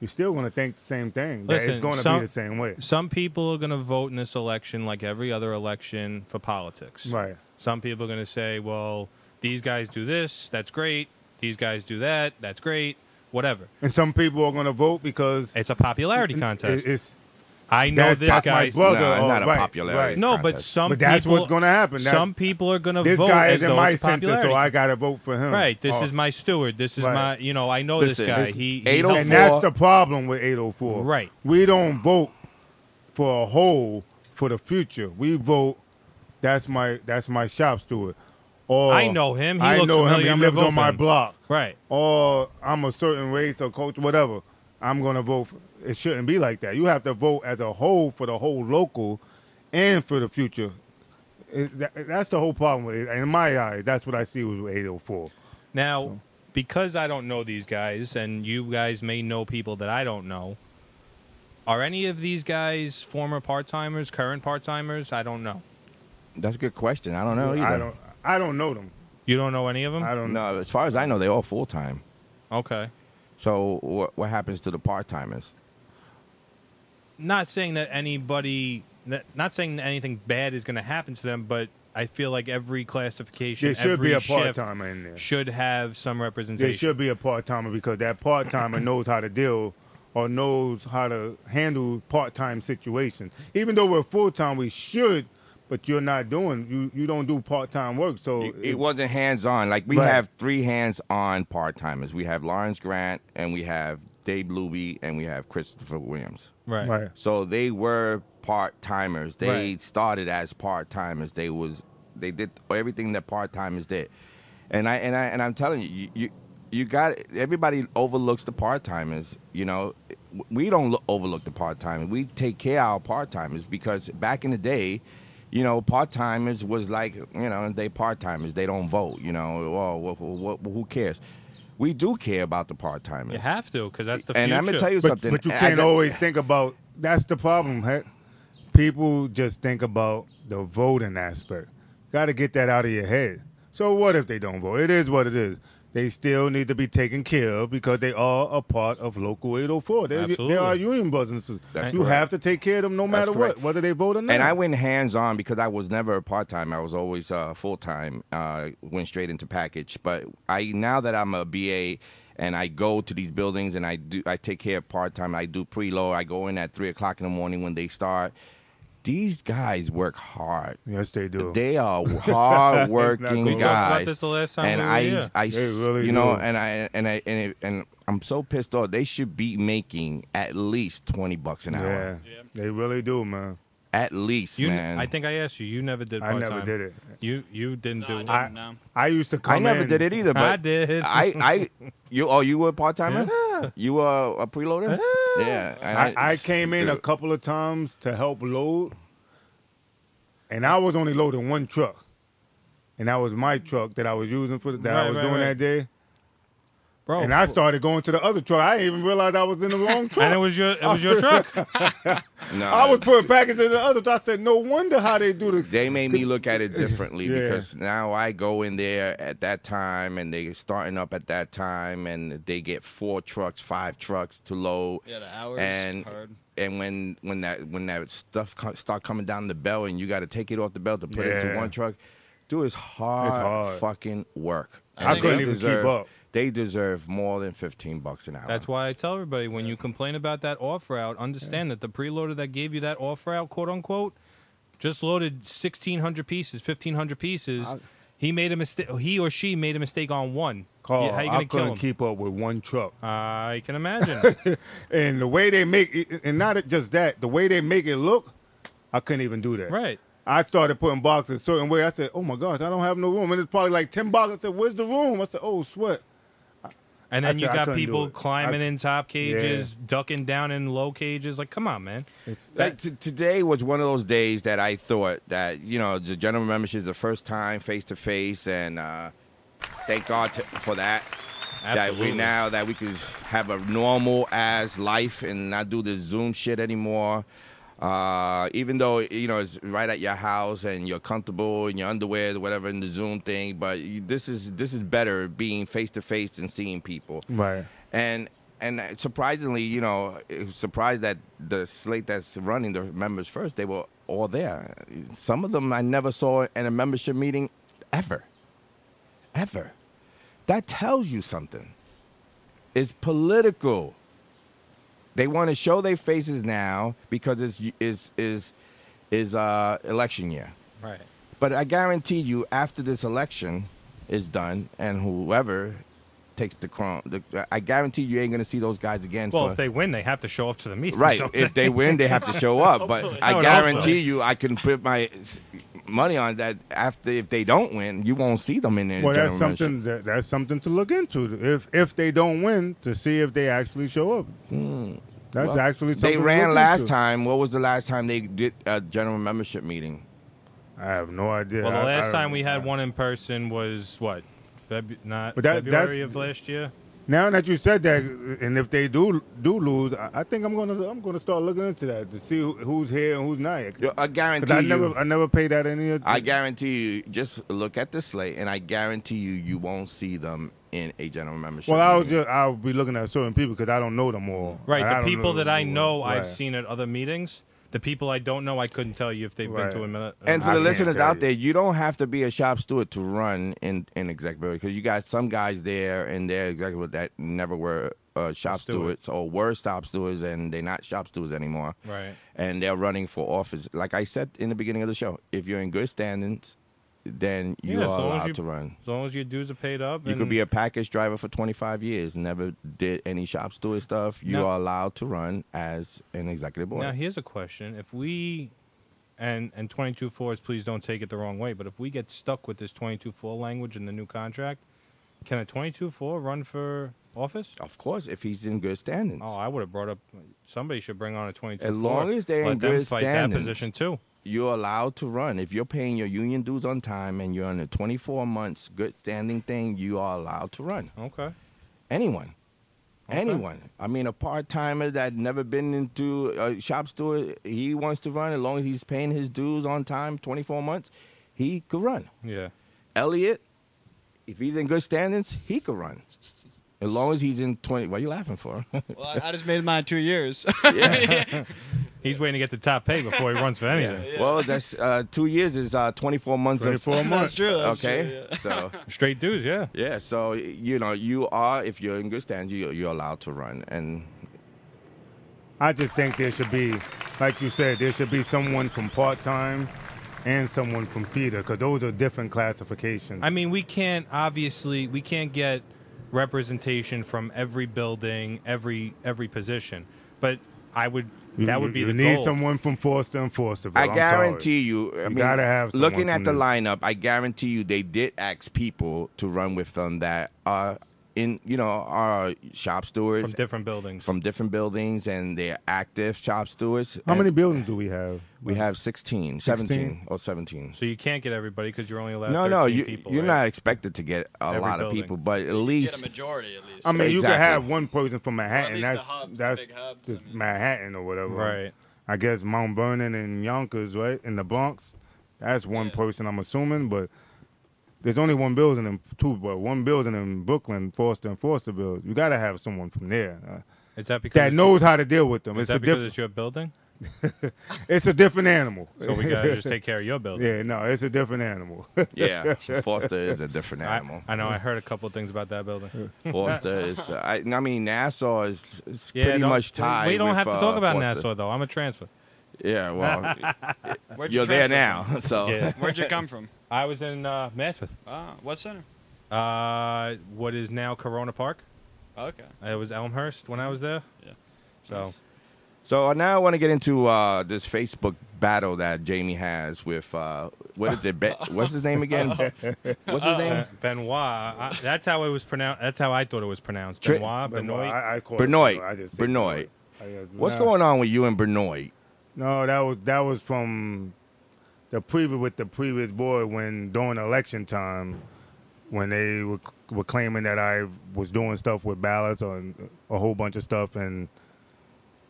[SPEAKER 4] you're still going to think the same thing. that it's
[SPEAKER 5] Listen,
[SPEAKER 4] going to
[SPEAKER 5] some-
[SPEAKER 4] be the same way.
[SPEAKER 5] Some people are going to vote in this election, like every other election, for politics.
[SPEAKER 4] Right.
[SPEAKER 5] Some people are going to say, well, these guys do this, that's great. These guys do that, that's great. Whatever.
[SPEAKER 4] And some people are going to vote because
[SPEAKER 5] It's a popularity contest.
[SPEAKER 4] it- it's
[SPEAKER 5] I know
[SPEAKER 4] that's
[SPEAKER 5] this
[SPEAKER 4] not my
[SPEAKER 5] guy's.
[SPEAKER 4] brother.
[SPEAKER 3] No, it's
[SPEAKER 4] or-
[SPEAKER 3] not a
[SPEAKER 4] right,
[SPEAKER 3] popularity.
[SPEAKER 4] right.
[SPEAKER 5] No, but
[SPEAKER 3] contest.
[SPEAKER 5] some
[SPEAKER 4] But that's
[SPEAKER 5] people,
[SPEAKER 4] what's going to happen. That-
[SPEAKER 5] Some people are going to
[SPEAKER 4] this
[SPEAKER 5] vote
[SPEAKER 4] guy
[SPEAKER 5] as
[SPEAKER 4] is in
[SPEAKER 5] though
[SPEAKER 4] my
[SPEAKER 5] it's a
[SPEAKER 4] center, so
[SPEAKER 5] popularity
[SPEAKER 4] I got to vote for him. Oh,
[SPEAKER 5] Right. This
[SPEAKER 4] Or-
[SPEAKER 5] is my steward. This is
[SPEAKER 4] Right.
[SPEAKER 5] my, you know, I know
[SPEAKER 3] Listen,
[SPEAKER 5] this guy.
[SPEAKER 3] it's
[SPEAKER 5] He, he
[SPEAKER 3] 804
[SPEAKER 5] helped
[SPEAKER 4] And
[SPEAKER 5] me.
[SPEAKER 4] that's the problem with 804.
[SPEAKER 5] Right.
[SPEAKER 4] We don't vote for a whole for the future. We vote. That's my that's my shop steward. Or
[SPEAKER 5] I know him. He
[SPEAKER 4] I
[SPEAKER 5] looks
[SPEAKER 4] know
[SPEAKER 5] familiar.
[SPEAKER 4] him.
[SPEAKER 5] I'm gonna
[SPEAKER 4] He lives
[SPEAKER 5] vote
[SPEAKER 4] on
[SPEAKER 5] for
[SPEAKER 4] my
[SPEAKER 5] him.
[SPEAKER 4] block.
[SPEAKER 5] right.
[SPEAKER 4] Or I'm a certain race or culture, whatever. I'm gonna vote. For, it shouldn't be like that. You have to vote as a whole for the whole local, and for the future. It- that- that's the whole problem with it. In my eye, that's what I see with 804.
[SPEAKER 5] Now, because I don't know these guys, and you guys may know people that I don't know, are any of these guys former part timers, current part timers? I don't know.
[SPEAKER 3] that's a good question. I don't know either.
[SPEAKER 4] I don't. I don't know them.
[SPEAKER 5] You don't know any of them?
[SPEAKER 4] I don't. know.
[SPEAKER 3] No, as far as I know, they're all full time.
[SPEAKER 5] Okay.
[SPEAKER 3] So what what happens to the part timers?
[SPEAKER 5] Not saying that anybody, n- not saying that anything bad is going to happen to them, but I feel like every classification,
[SPEAKER 4] There should
[SPEAKER 5] every
[SPEAKER 4] be a
[SPEAKER 5] shift
[SPEAKER 4] part timer in there.
[SPEAKER 5] should have some
[SPEAKER 4] There
[SPEAKER 5] representation.
[SPEAKER 4] should be a part timer because that part timer knows how to deal or knows how to handle part time situations. Even though we're full time, we should, but you're not doing you you don't do part time work. So
[SPEAKER 3] It, it wasn't hands on. Like we
[SPEAKER 4] Right.
[SPEAKER 3] have three hands on part timers. We have Lawrence Grant and we have Dave Luby and we have Christopher Williams.
[SPEAKER 5] Right.
[SPEAKER 4] right.
[SPEAKER 3] So they were part timers. They
[SPEAKER 5] Right.
[SPEAKER 3] started as part timers. They was they did everything that part timers did. And I and I and I'm telling you, you you, you got everybody overlooks the part timers. You know, we don't look, overlook the part timers. We take care of our part timers because back in the day. You know, part timers was like, you know, they part timers. They don't vote. You know, well, what, what, who cares? We do care about the part timers.
[SPEAKER 5] You have to, because that's the
[SPEAKER 3] and
[SPEAKER 5] future.
[SPEAKER 3] I'm gonna tell you
[SPEAKER 4] But,
[SPEAKER 3] something.
[SPEAKER 4] but you
[SPEAKER 3] as
[SPEAKER 4] can't
[SPEAKER 3] a-
[SPEAKER 4] always think about that's the problem, heck. People just think about the voting aspect. Gotta get that out of your head. So what if they don't vote? It is what it is. They still need to be taken care of because they are a part of local 804. They, they
[SPEAKER 5] Absolutely.
[SPEAKER 4] are union businesses.
[SPEAKER 3] That's
[SPEAKER 4] you
[SPEAKER 3] correct.
[SPEAKER 4] have to take care of them no
[SPEAKER 3] That's
[SPEAKER 4] matter
[SPEAKER 3] correct.
[SPEAKER 4] what, whether they vote or not.
[SPEAKER 3] And
[SPEAKER 5] Mm.
[SPEAKER 3] I went hands on because I was never a part time. I was always uh, full time. Uh, went straight into package. But I now that I'm a BA and I go to these buildings and I do I take care of part time. I do preload. I go in at three o'clock in the morning when they start. These guys work hard.
[SPEAKER 4] Yes, they do.
[SPEAKER 3] They are hard working
[SPEAKER 4] We
[SPEAKER 3] guys.
[SPEAKER 4] talked
[SPEAKER 5] about this the last time
[SPEAKER 3] and
[SPEAKER 5] we were
[SPEAKER 3] I,
[SPEAKER 5] here.
[SPEAKER 3] I,
[SPEAKER 4] They really
[SPEAKER 3] you know,
[SPEAKER 4] do.
[SPEAKER 3] and I, and I, and, it, and I'm so pissed off. They should be making at least twenty bucks an
[SPEAKER 4] yeah,
[SPEAKER 3] hour.
[SPEAKER 6] Yeah.
[SPEAKER 4] they really do, man.
[SPEAKER 3] At least,
[SPEAKER 5] You,
[SPEAKER 3] man.
[SPEAKER 5] I think I asked you. You never did.
[SPEAKER 4] I
[SPEAKER 5] Part-time.
[SPEAKER 4] never did it.
[SPEAKER 5] You you didn't
[SPEAKER 6] No,
[SPEAKER 5] do
[SPEAKER 6] I
[SPEAKER 5] it.
[SPEAKER 6] didn't. No.
[SPEAKER 4] I used to come
[SPEAKER 3] I never
[SPEAKER 4] in-
[SPEAKER 3] did it either. But
[SPEAKER 5] I did.
[SPEAKER 3] I, I, you. Oh, you were a part timer. You were a preloader. Yeah. and
[SPEAKER 4] I, I came in a
[SPEAKER 3] dude,
[SPEAKER 4] couple of times to help load, and I was only loading one truck, and that was my truck that I was using for the, that
[SPEAKER 5] Right,
[SPEAKER 4] I was
[SPEAKER 5] right,
[SPEAKER 4] doing
[SPEAKER 5] right. Oh,
[SPEAKER 4] that day.
[SPEAKER 5] bro.
[SPEAKER 4] and I started going to the other truck. I didn't even realize I was in the wrong truck.
[SPEAKER 5] and it was your it was your truck.
[SPEAKER 3] no,
[SPEAKER 4] I was putting packages in the other truck. I said, no wonder how they do this.
[SPEAKER 3] They made me look at it differently
[SPEAKER 4] Yeah.
[SPEAKER 3] because now I go in there at that time and they starting up at that time and they get four trucks, five trucks to load.
[SPEAKER 6] Yeah, the hours
[SPEAKER 3] and
[SPEAKER 6] hard.
[SPEAKER 3] and when when that when that stuff co- start coming down the bell and you got to take it off the bell to put it into
[SPEAKER 4] Yeah.
[SPEAKER 3] one truck, dude, it's hard,
[SPEAKER 4] hard.
[SPEAKER 3] fucking work.
[SPEAKER 6] I
[SPEAKER 3] And
[SPEAKER 6] I couldn't
[SPEAKER 3] they
[SPEAKER 4] even keep
[SPEAKER 3] deserve-
[SPEAKER 4] up.
[SPEAKER 3] They deserve more than fifteen bucks an hour.
[SPEAKER 5] That's why I tell everybody when you complain about that off route, understand that the preloader that gave you that off route, quote unquote, just loaded 1,600 pieces, 1,500 pieces.
[SPEAKER 4] I-
[SPEAKER 5] he made a mistake. He or she made a mistake on one.
[SPEAKER 4] Carl,
[SPEAKER 5] Yeah, how you
[SPEAKER 4] I
[SPEAKER 5] gonna kill
[SPEAKER 4] couldn't
[SPEAKER 5] him?
[SPEAKER 4] keep up with one truck.
[SPEAKER 5] Uh. I can imagine.
[SPEAKER 4] And the way they make it, and not just that, the way they make it look, I couldn't even do that.
[SPEAKER 5] right.
[SPEAKER 4] I started putting boxes a certain way. I said, oh my gosh, I don't have no room. And it's probably like 10 boxes. I said, where's the room? I said, oh, sweat.
[SPEAKER 5] And
[SPEAKER 4] I
[SPEAKER 5] then you
[SPEAKER 4] cou- I
[SPEAKER 5] got
[SPEAKER 4] couldn't do
[SPEAKER 5] people
[SPEAKER 4] it.
[SPEAKER 5] climbing
[SPEAKER 4] I-
[SPEAKER 5] in top cages, ducking down in low cages. Like, come on, man.
[SPEAKER 3] That, t- today was one of those days that I thought that you know the general membership is the first time face to face, and uh, thank God to, for that. That
[SPEAKER 5] Absolutely.
[SPEAKER 3] we now that we could have a normal ass life and not do the Zoom shit anymore. Uh, even though you know it's right at your house and you're comfortable in your underwear, whatever, in the Zoom thing, but you, this is this is better being face to face and seeing people
[SPEAKER 4] Right.
[SPEAKER 3] and and surprisingly, you know, it was surprised that the slate that's running the members first, they were all there. Some of them I never saw in a membership meeting ever, ever. That tells you something. It's political. They want to show their faces now because it's is is is uh, election year.
[SPEAKER 5] Right.
[SPEAKER 3] But I guarantee you, after this election is done, and whoever takes the crown, the, I guarantee you ain't gonna see those guys again.
[SPEAKER 5] Well,
[SPEAKER 3] for,
[SPEAKER 5] if they win, they have to show up to the meeting.
[SPEAKER 3] right,
[SPEAKER 5] so-
[SPEAKER 3] if they win, they have to show up.
[SPEAKER 6] Hopefully.
[SPEAKER 3] but
[SPEAKER 5] I
[SPEAKER 3] I
[SPEAKER 5] would hope so.
[SPEAKER 3] guarantee you, I can put my s- money on that. After if they don't win, you won't see them in there.
[SPEAKER 4] Well, that's something that, that's something to look into. If if they don't win, to see if they actually show up. That's actually something
[SPEAKER 3] Hmm. they
[SPEAKER 4] to
[SPEAKER 3] ran
[SPEAKER 4] look
[SPEAKER 3] last
[SPEAKER 4] into.
[SPEAKER 3] time. What was the last time they did a general membership meeting?
[SPEAKER 4] I have no idea.
[SPEAKER 5] Well, the
[SPEAKER 4] I-
[SPEAKER 5] last
[SPEAKER 4] I-
[SPEAKER 5] time we had one in person was what? Feb- not
[SPEAKER 4] But that- that's-
[SPEAKER 5] February of last year.
[SPEAKER 4] Now that you said that, and if they do do lose, I I think I'm gonna I'm gonna start looking into that to see who, who's here and who's not. here.
[SPEAKER 3] Yo, I
[SPEAKER 4] 'Cause
[SPEAKER 3] guarantee
[SPEAKER 4] I
[SPEAKER 3] you.
[SPEAKER 4] never I never paid that any.
[SPEAKER 3] I guarantee you. Just look at the slate, and I guarantee you, you won't see them in a general membership.
[SPEAKER 4] Well, I was
[SPEAKER 3] meeting.
[SPEAKER 4] just I'll be looking at certain people because I don't know them all.
[SPEAKER 5] Right.
[SPEAKER 4] And I
[SPEAKER 5] the
[SPEAKER 4] don't
[SPEAKER 5] people that I
[SPEAKER 4] who-
[SPEAKER 5] know,
[SPEAKER 4] right.
[SPEAKER 5] I've seen at other meetings. The people I don't know, I couldn't tell you if they've
[SPEAKER 4] Right.
[SPEAKER 5] been to a uh, minute.
[SPEAKER 3] And for
[SPEAKER 4] I
[SPEAKER 3] the
[SPEAKER 4] can't
[SPEAKER 3] listeners
[SPEAKER 4] tell
[SPEAKER 3] out
[SPEAKER 4] you.
[SPEAKER 3] there, you don't have to be a shop steward to run in in executive because you got some guys there and they're executive that never were uh, shop
[SPEAKER 5] Steward.
[SPEAKER 3] stewards or were shop stewards and they're not shop stewards anymore.
[SPEAKER 5] Right.
[SPEAKER 3] And they're running for office. Like I said in the beginning of the show, if you're in good standings, then you
[SPEAKER 5] Yeah, as
[SPEAKER 3] are
[SPEAKER 5] long as
[SPEAKER 3] allowed
[SPEAKER 5] you-
[SPEAKER 3] to run.
[SPEAKER 5] as long as your dues are paid up,
[SPEAKER 3] You
[SPEAKER 5] and
[SPEAKER 3] could be a package driver for 25 years, never did any shop steward stuff. You
[SPEAKER 5] Now-
[SPEAKER 3] are allowed to run as an executive board.
[SPEAKER 5] Now here's a question: If we and and twenty two fours, please don't take it the wrong way, but if we get stuck with this twenty two four language in the new contract, can a twenty two four run for office?
[SPEAKER 3] of course, if he's in good standings.
[SPEAKER 5] Oh, I would have brought up. Somebody should bring on a twenty two.
[SPEAKER 3] As long as they're
[SPEAKER 5] let
[SPEAKER 3] in
[SPEAKER 5] them
[SPEAKER 3] good
[SPEAKER 5] fight
[SPEAKER 3] standings.
[SPEAKER 5] that position too.
[SPEAKER 3] you're allowed to run if you're paying your union dues on time and you're on a 24 months good standing thing you are allowed to run
[SPEAKER 5] Okay.
[SPEAKER 3] anyone anyone i mean a part-timer that never been into a shop steward he wants to run as long as he's paying his dues on time 24 months he could run
[SPEAKER 5] Yeah.
[SPEAKER 3] elliot if he's in good standings he could run as long as he's in 20 what are you laughing for
[SPEAKER 6] Well, I, I just made mine two years.
[SPEAKER 5] He's waiting to get the top pay before he runs for anything.
[SPEAKER 3] well that's uh, two years is uh, 24 months of-
[SPEAKER 4] 24
[SPEAKER 6] that's
[SPEAKER 4] months.
[SPEAKER 6] true. That's
[SPEAKER 3] okay
[SPEAKER 6] True, yeah.
[SPEAKER 3] so
[SPEAKER 5] Straight dues, yeah.
[SPEAKER 3] Yeah, so you know, you are if you're in good stands, you you're allowed to run, and
[SPEAKER 4] I just think there should be, like you said, there should be someone from part time and someone from feeder because those are different classifications.
[SPEAKER 5] I mean, we can't obviously we can't get representation from every building, every every position. But I would
[SPEAKER 4] You-
[SPEAKER 5] that would be
[SPEAKER 4] you
[SPEAKER 5] the
[SPEAKER 4] need
[SPEAKER 5] goal.
[SPEAKER 4] someone from Forster and Forsterville.
[SPEAKER 3] I
[SPEAKER 4] I'm sorry.
[SPEAKER 3] guarantee you. I
[SPEAKER 4] You
[SPEAKER 3] mean,
[SPEAKER 4] gotta have someone
[SPEAKER 3] looking
[SPEAKER 4] from
[SPEAKER 3] at the
[SPEAKER 4] there.
[SPEAKER 3] lineup. I guarantee you, they did ask people to run with them that are in you know are shop
[SPEAKER 5] from
[SPEAKER 3] stewards
[SPEAKER 5] different buildings.
[SPEAKER 3] from different buildings, and they're active shop stewards.
[SPEAKER 4] How
[SPEAKER 3] And
[SPEAKER 4] many buildings do we have?
[SPEAKER 3] We have 16, 17, or 17.
[SPEAKER 5] so you can't get everybody because you're only allowed.
[SPEAKER 3] No, no,
[SPEAKER 5] 13
[SPEAKER 3] you,
[SPEAKER 5] Uh, people,
[SPEAKER 3] you're
[SPEAKER 5] right?
[SPEAKER 3] not expected to get a
[SPEAKER 5] Every
[SPEAKER 3] lot
[SPEAKER 5] building.
[SPEAKER 3] of people, but at
[SPEAKER 6] Get a
[SPEAKER 3] least
[SPEAKER 6] majority at least.
[SPEAKER 4] I mean, you could
[SPEAKER 3] Exactly.
[SPEAKER 4] have one person from Manhattan.
[SPEAKER 6] least the
[SPEAKER 4] that's
[SPEAKER 6] hubs, the
[SPEAKER 4] that's
[SPEAKER 6] big hubs,
[SPEAKER 4] the
[SPEAKER 6] I mean.
[SPEAKER 4] Manhattan or whatever.
[SPEAKER 5] Right.
[SPEAKER 4] I guess Mount Vernon and Yonkers, right, in the Bronx. That's one person I'm assuming, but there's only one building in two, but one building in Brooklyn, Forster and Forsterville. You gotta have someone from there uh,
[SPEAKER 5] Is that because
[SPEAKER 4] that
[SPEAKER 5] it's-
[SPEAKER 4] knows how to deal with them.
[SPEAKER 5] Is
[SPEAKER 4] It's a
[SPEAKER 5] that because
[SPEAKER 4] different,
[SPEAKER 5] it's your building?
[SPEAKER 4] it's a different animal.
[SPEAKER 5] So we gotta just take care of your building.
[SPEAKER 4] yeah, no, it's a different animal.
[SPEAKER 3] yeah, Foster is a different animal.
[SPEAKER 5] I, I know. I heard a couple of things about that building.
[SPEAKER 3] Forster is. I, I mean, Nassau is, is
[SPEAKER 5] Yeah,
[SPEAKER 3] pretty
[SPEAKER 5] don't-
[SPEAKER 3] much tied.
[SPEAKER 5] We don't
[SPEAKER 3] with,
[SPEAKER 5] have to
[SPEAKER 3] uh,
[SPEAKER 5] talk about
[SPEAKER 3] Forster.
[SPEAKER 5] Nassau though. I'm a transfer.
[SPEAKER 3] Yeah, well,
[SPEAKER 6] Where'd you
[SPEAKER 3] you're there
[SPEAKER 6] transfer
[SPEAKER 3] now. So
[SPEAKER 5] Yeah.
[SPEAKER 6] from? Where'd you come from?
[SPEAKER 5] I was in uh, Maspeth,
[SPEAKER 6] Wow. What center?
[SPEAKER 5] uh, what is now Corona Park.
[SPEAKER 6] Okay.
[SPEAKER 5] It was Elmhurst when I was there.
[SPEAKER 6] Yeah.
[SPEAKER 5] So
[SPEAKER 3] so now I want to get into uh, this Facebook battle that Jamie has with uh, what is it? Be- what's his name again? What's his name?
[SPEAKER 5] Benoit, I, that's how it was pronounced. That's how I thought it was pronounced.
[SPEAKER 3] Tri-
[SPEAKER 5] Benoit, Benoit.
[SPEAKER 4] I, I call it
[SPEAKER 3] Benoit.
[SPEAKER 4] Benoit. I just said
[SPEAKER 3] Benoit.
[SPEAKER 4] Benoit. I-
[SPEAKER 3] What's
[SPEAKER 4] nah.
[SPEAKER 3] going on with you and Benoit?
[SPEAKER 4] No, that was that was from the previous with the previous board when during election time when they were, were claiming that I was doing stuff with ballots on a whole bunch of stuff and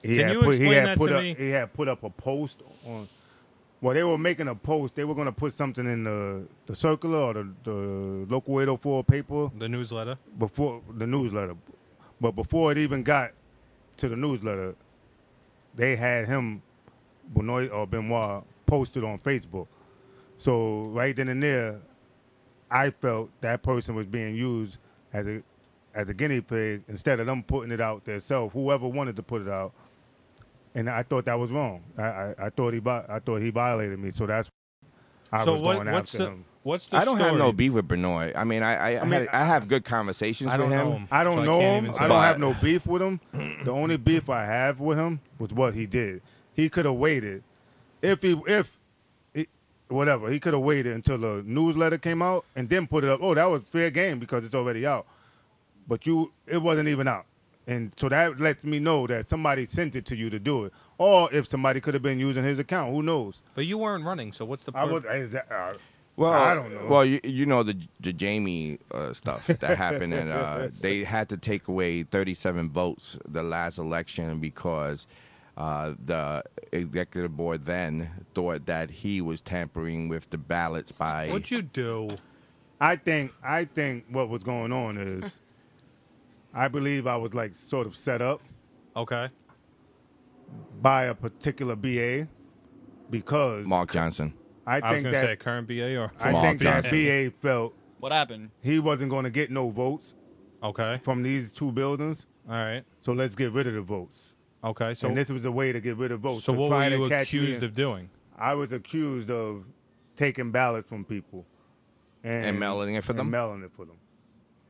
[SPEAKER 4] he
[SPEAKER 5] Can
[SPEAKER 4] had
[SPEAKER 5] you
[SPEAKER 4] put, he
[SPEAKER 5] explain
[SPEAKER 4] had
[SPEAKER 5] that
[SPEAKER 4] put
[SPEAKER 5] to
[SPEAKER 4] up
[SPEAKER 5] me?
[SPEAKER 4] he had put up a post on well they were making a post they were going to put something in the the circular or the, the local 804 paper
[SPEAKER 5] The newsletter.
[SPEAKER 4] before the newsletter, but before it even got to the newsletter, they had him Benoit or Benoit posted on Facebook. So right then and there, I felt that person was being used as a as a guinea pig instead of them putting it out themselves. Whoever wanted to put it out, and I thought that was wrong. I I, I thought he vi- I thought he violated me. So that's I
[SPEAKER 5] so
[SPEAKER 4] was
[SPEAKER 5] what,
[SPEAKER 4] going
[SPEAKER 5] what's
[SPEAKER 4] after
[SPEAKER 5] the
[SPEAKER 4] him.
[SPEAKER 5] what's the
[SPEAKER 3] I don't have no
[SPEAKER 5] story?
[SPEAKER 3] beef with Benoit. I mean, I I, I, had- I have good conversations
[SPEAKER 5] I don't
[SPEAKER 3] with him.
[SPEAKER 5] know him.
[SPEAKER 4] I don't
[SPEAKER 5] so I
[SPEAKER 4] know
[SPEAKER 5] can't
[SPEAKER 4] him.
[SPEAKER 5] even
[SPEAKER 4] I
[SPEAKER 5] say.
[SPEAKER 4] don't
[SPEAKER 3] But-
[SPEAKER 4] have no beef with him. The only beef I have with him was what he did. He could have waited if he if he, whatever he could have waited until the newsletter came out and then put it up. Oh, that was fair game because it's already out. But you, it wasn't even out, and so that lets me know that somebody sent it to you to do it, or if somebody could have been using his account. Who knows?
[SPEAKER 5] But you weren't running, so what's the
[SPEAKER 4] I
[SPEAKER 5] purpose?
[SPEAKER 4] was. Is that, uh,
[SPEAKER 3] Well,
[SPEAKER 4] I don't know.
[SPEAKER 3] Well, you, you know the the Jamie uh, stuff that happened, and uh, they had to take away 37 votes the last election because uh, the executive board then thought that he was tampering with the ballots by.
[SPEAKER 5] What'd you do?
[SPEAKER 4] I think I think what was going on is, I believe I was like sort of set up.
[SPEAKER 5] Okay.
[SPEAKER 4] by a particular BA because
[SPEAKER 3] Mark Johnson.
[SPEAKER 4] I
[SPEAKER 5] I was
[SPEAKER 4] think
[SPEAKER 5] gonna
[SPEAKER 4] that
[SPEAKER 5] say current BA or
[SPEAKER 4] I
[SPEAKER 3] Mark
[SPEAKER 4] think that
[SPEAKER 3] Johnson.
[SPEAKER 4] BA felt
[SPEAKER 6] What happened?
[SPEAKER 4] he wasn't going to get no votes
[SPEAKER 5] okay.
[SPEAKER 4] from these two buildings,
[SPEAKER 5] All right.
[SPEAKER 4] so let's get rid of the votes.
[SPEAKER 5] Okay. So
[SPEAKER 4] and this was a way to get rid of votes.
[SPEAKER 5] so
[SPEAKER 4] to
[SPEAKER 5] what were
[SPEAKER 4] try to
[SPEAKER 5] you
[SPEAKER 4] catch me
[SPEAKER 5] accused
[SPEAKER 4] in-
[SPEAKER 5] of doing?
[SPEAKER 4] I was accused of taking ballots from people and,
[SPEAKER 3] And mailing it for
[SPEAKER 4] and
[SPEAKER 3] them?
[SPEAKER 4] mailing it for them.